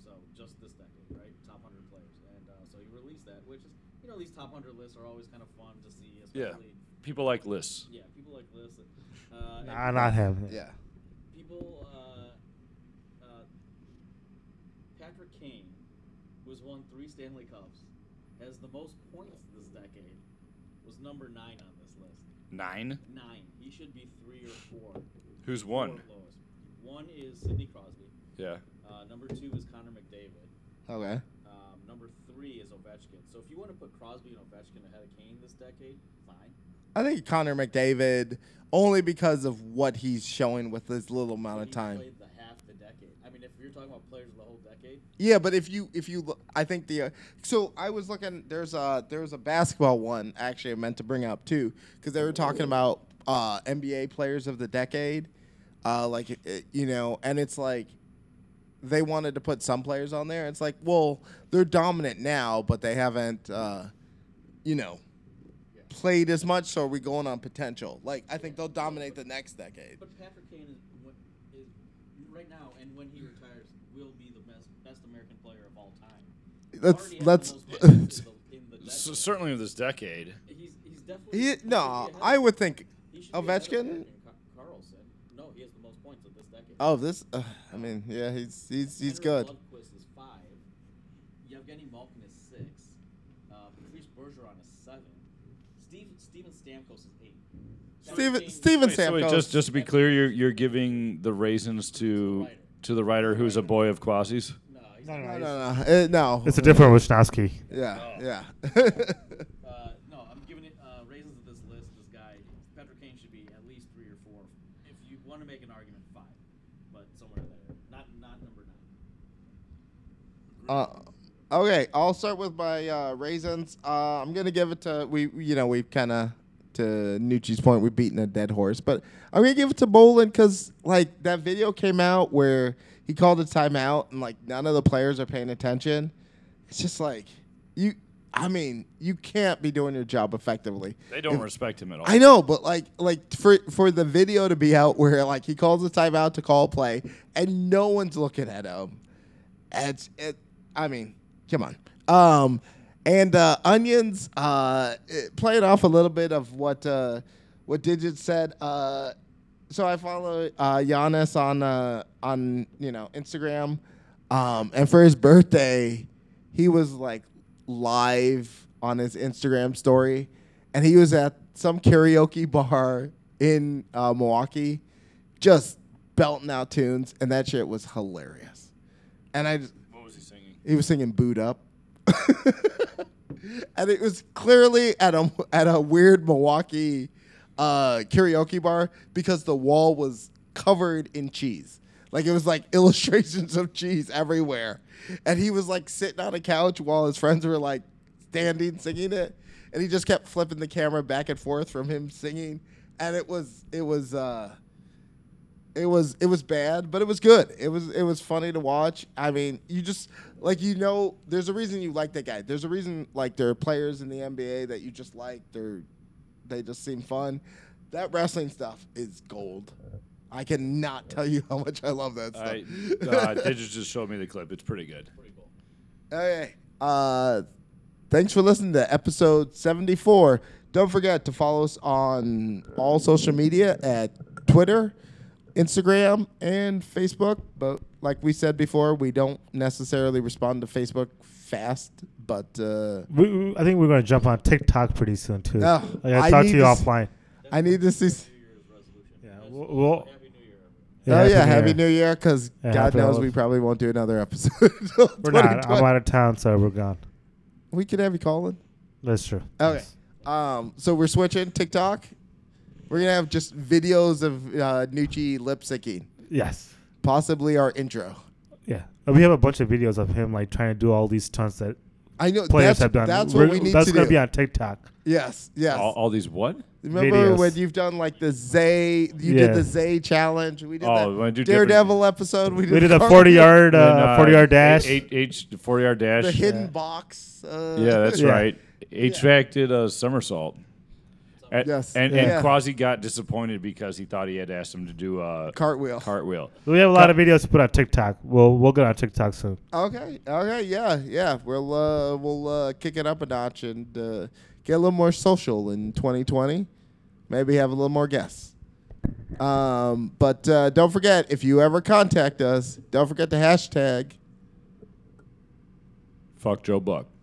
[SPEAKER 2] So just this decade, right? Top 100 players. And uh, so he released that, which is, you know, know these top hundred lists are always kind of fun to see.
[SPEAKER 3] Yeah.
[SPEAKER 2] Especially,
[SPEAKER 3] People like lists.
[SPEAKER 2] yeah, people like lists. Uh, and
[SPEAKER 5] Nah, not having it.
[SPEAKER 1] Yeah.
[SPEAKER 2] people. Uh, uh, Patrick Kane, who's won three Stanley Cups, has the most points this decade. Was number nine on this list.
[SPEAKER 3] Nine.
[SPEAKER 2] Nine. He should be three or four.
[SPEAKER 3] Who's
[SPEAKER 2] Four
[SPEAKER 3] one?
[SPEAKER 2] lowest. One is Sidney Crosby.
[SPEAKER 3] Yeah.
[SPEAKER 2] Uh, number two is Connor McDavid.
[SPEAKER 1] Okay.
[SPEAKER 2] Um, number three is Ovechkin. So if you want to put Crosby and Ovechkin ahead of Kane this decade, fine.
[SPEAKER 1] I think Connor McDavid only because of what he's showing with this little amount
[SPEAKER 2] But
[SPEAKER 1] of
[SPEAKER 2] he
[SPEAKER 1] time.
[SPEAKER 2] Played the half the decade. I mean, if you're talking about players of the whole decade,
[SPEAKER 1] Yeah, but if you if you look, I think the uh, so I was looking there's a there's a basketball one actually I meant to bring up too because they were talking about uh, NBA players of the decade, uh, like it- it, you know, and it's like they wanted to put some players on there. It's like well they're dominant now, but they haven't uh, you know played as much. So are we going on potential? Like I think they'll dominate the next decade.
[SPEAKER 2] but Patrick Kane is what is right now and when he retires will be the best best American player of all time.
[SPEAKER 1] Let's
[SPEAKER 2] Already has the
[SPEAKER 1] let's.
[SPEAKER 2] most wins in the- in the decade.
[SPEAKER 3] S- certainly with this decade.
[SPEAKER 2] he's, he's definitely
[SPEAKER 1] He,
[SPEAKER 2] he should be
[SPEAKER 1] no,
[SPEAKER 2] ahead of-
[SPEAKER 1] I would think
[SPEAKER 2] he should be ahead of
[SPEAKER 1] Ovechkin.
[SPEAKER 2] Ovechkin, Car- Carlson. No, he has the most points of this decade.
[SPEAKER 1] Oh, this. Uh, I mean, yeah, he's he's he's
[SPEAKER 2] Henrik
[SPEAKER 1] good.
[SPEAKER 2] Lundqvist is five. Yevgeny Malkin is six. Uh, Patrice Bergeron is seven. Steve Steven Stamkos is eight.
[SPEAKER 1] Steven
[SPEAKER 2] Everything-
[SPEAKER 1] Steven
[SPEAKER 3] Wait, so wait,
[SPEAKER 1] Stamkos.
[SPEAKER 3] just just to be clear, you're you're giving the raisins to to the writer who's a boy of Quasi's.
[SPEAKER 2] No, he's
[SPEAKER 5] No,
[SPEAKER 2] not.
[SPEAKER 1] no,
[SPEAKER 5] no, no.
[SPEAKER 1] no, no, uh, no.
[SPEAKER 5] It's a different Wisnowski.
[SPEAKER 1] Yeah, yeah.
[SPEAKER 2] Uh, no, I'm giving it uh, raisins to this list. This guy, Patrick Kane, should be at least three or four. If you want to make an argument, five, but somewhere there, not not number nine.
[SPEAKER 1] uh, okay, I'll start with my uh, raisins. Uh, I'm gonna give it to we. You know, we kind of to Nucci's point, we've beaten a dead horse, but I'm gonna give it to Bolin because like that video came out where he called a timeout and like none of the players are paying attention. It's just like you. I mean, you can't be doing your job effectively.
[SPEAKER 3] They don't respect him at all.
[SPEAKER 1] I know, but like like for for the video to be out where like he calls a timeout to call play and no one's looking at him. It's it I mean, come on. Um and uh onions uh it- playing off a little bit of what uh what Digit said uh so I follow uh Giannis on uh on you know Instagram um and for his birthday he was like live on his Instagram story, and he was at some karaoke bar in uh, Milwaukee, just belting out tunes, and that shit was hilarious. And I, just,
[SPEAKER 3] What was he singing?
[SPEAKER 1] he was singing "Boot Up," and it was clearly at a at a weird Milwaukee uh, karaoke bar because the wall was covered in cheese. Like it was like illustrations of cheese everywhere, and he was like sitting on a couch while his friends were like standing singing it, and he just kept flipping the camera back and forth from him singing, and it was it was. uh it was it was bad, but it was good. It was it was funny to watch. I mean, you just like you know, there's a reason you like that guy. There's a reason like there are players in the NBA that you just like. They're they just seem fun. That wrestling stuff is gold. I cannot tell you how much I love that stuff.
[SPEAKER 3] I, uh, Digits just showed me the clip. It's pretty good.
[SPEAKER 1] Okay. Uh, thanks for listening to episode 74. Don't forget to follow us on all social media at Twitter, Instagram, and Facebook. But like we said before, we don't necessarily respond to Facebook fast, but uh,
[SPEAKER 5] We, we- I think we're gonna jump on TikTok pretty soon too.
[SPEAKER 1] Oh,
[SPEAKER 5] Like, I
[SPEAKER 1] I
[SPEAKER 5] talked
[SPEAKER 1] need
[SPEAKER 5] to you
[SPEAKER 1] to s-
[SPEAKER 5] offline.
[SPEAKER 1] I need to see.
[SPEAKER 2] New Year's resolution.
[SPEAKER 5] Yeah,
[SPEAKER 2] That's-
[SPEAKER 5] we'll- we'll-
[SPEAKER 2] Happy New Year. everyone.
[SPEAKER 1] oh, yeah. Happy New Year because
[SPEAKER 5] Yeah,
[SPEAKER 1] God
[SPEAKER 5] happy
[SPEAKER 1] knows
[SPEAKER 5] holidays.
[SPEAKER 1] we probably won't do another episode. until
[SPEAKER 5] We're not.
[SPEAKER 1] 2020.
[SPEAKER 5] I'm out of town, so we're gone.
[SPEAKER 1] we could have you calling.
[SPEAKER 5] That's true.
[SPEAKER 1] Okay.
[SPEAKER 5] Yes.
[SPEAKER 1] Um, so we're switching TikTok. We're gonna have just videos of uh, Nucci lip syncing,
[SPEAKER 5] Yes.
[SPEAKER 1] possibly our intro.
[SPEAKER 5] Yeah. And we have a bunch of videos of him like trying to do all these stunts that
[SPEAKER 1] I know
[SPEAKER 5] players
[SPEAKER 1] that's,
[SPEAKER 5] have done.
[SPEAKER 1] that's what
[SPEAKER 5] We're-
[SPEAKER 1] we need
[SPEAKER 5] that's
[SPEAKER 1] to
[SPEAKER 5] gonna
[SPEAKER 1] do.
[SPEAKER 5] be on TikTok.
[SPEAKER 1] yes, yes.
[SPEAKER 3] All, all these what?
[SPEAKER 1] Remember
[SPEAKER 5] videos.
[SPEAKER 1] when you've done like the Zay? You
[SPEAKER 5] Yeah.
[SPEAKER 1] did the Zay challenge. We did
[SPEAKER 3] Oh,
[SPEAKER 1] that
[SPEAKER 3] we wanna do different-
[SPEAKER 1] Daredevil episode. We did,
[SPEAKER 5] We did
[SPEAKER 1] the
[SPEAKER 5] a
[SPEAKER 1] car-
[SPEAKER 5] 40 yard,
[SPEAKER 3] Then,
[SPEAKER 5] uh, 40 yard dash.
[SPEAKER 3] H, H, 40 yard dash.
[SPEAKER 1] the hidden
[SPEAKER 5] Yeah.
[SPEAKER 1] box. Uh,
[SPEAKER 3] yeah, that's
[SPEAKER 5] Yeah.
[SPEAKER 3] right. HVAC did a somersault. And,
[SPEAKER 1] Yes.
[SPEAKER 3] And,
[SPEAKER 1] Yeah.
[SPEAKER 3] and Quasi got disappointed because he thought he had asked him to do a
[SPEAKER 1] Cartwheel.
[SPEAKER 3] cartwheel.
[SPEAKER 5] We have a lot of videos to put on TikTok. We'll we'll get on TikTok soon.
[SPEAKER 1] Okay. Okay. Yeah. Yeah. We'll uh, we'll uh, kick it up a notch and uh, get a little more social in 2020. Maybe have a little more guests. Um, but uh, don't forget, if you ever contact us, don't forget the hashtag.
[SPEAKER 3] Fuck Joe Buck.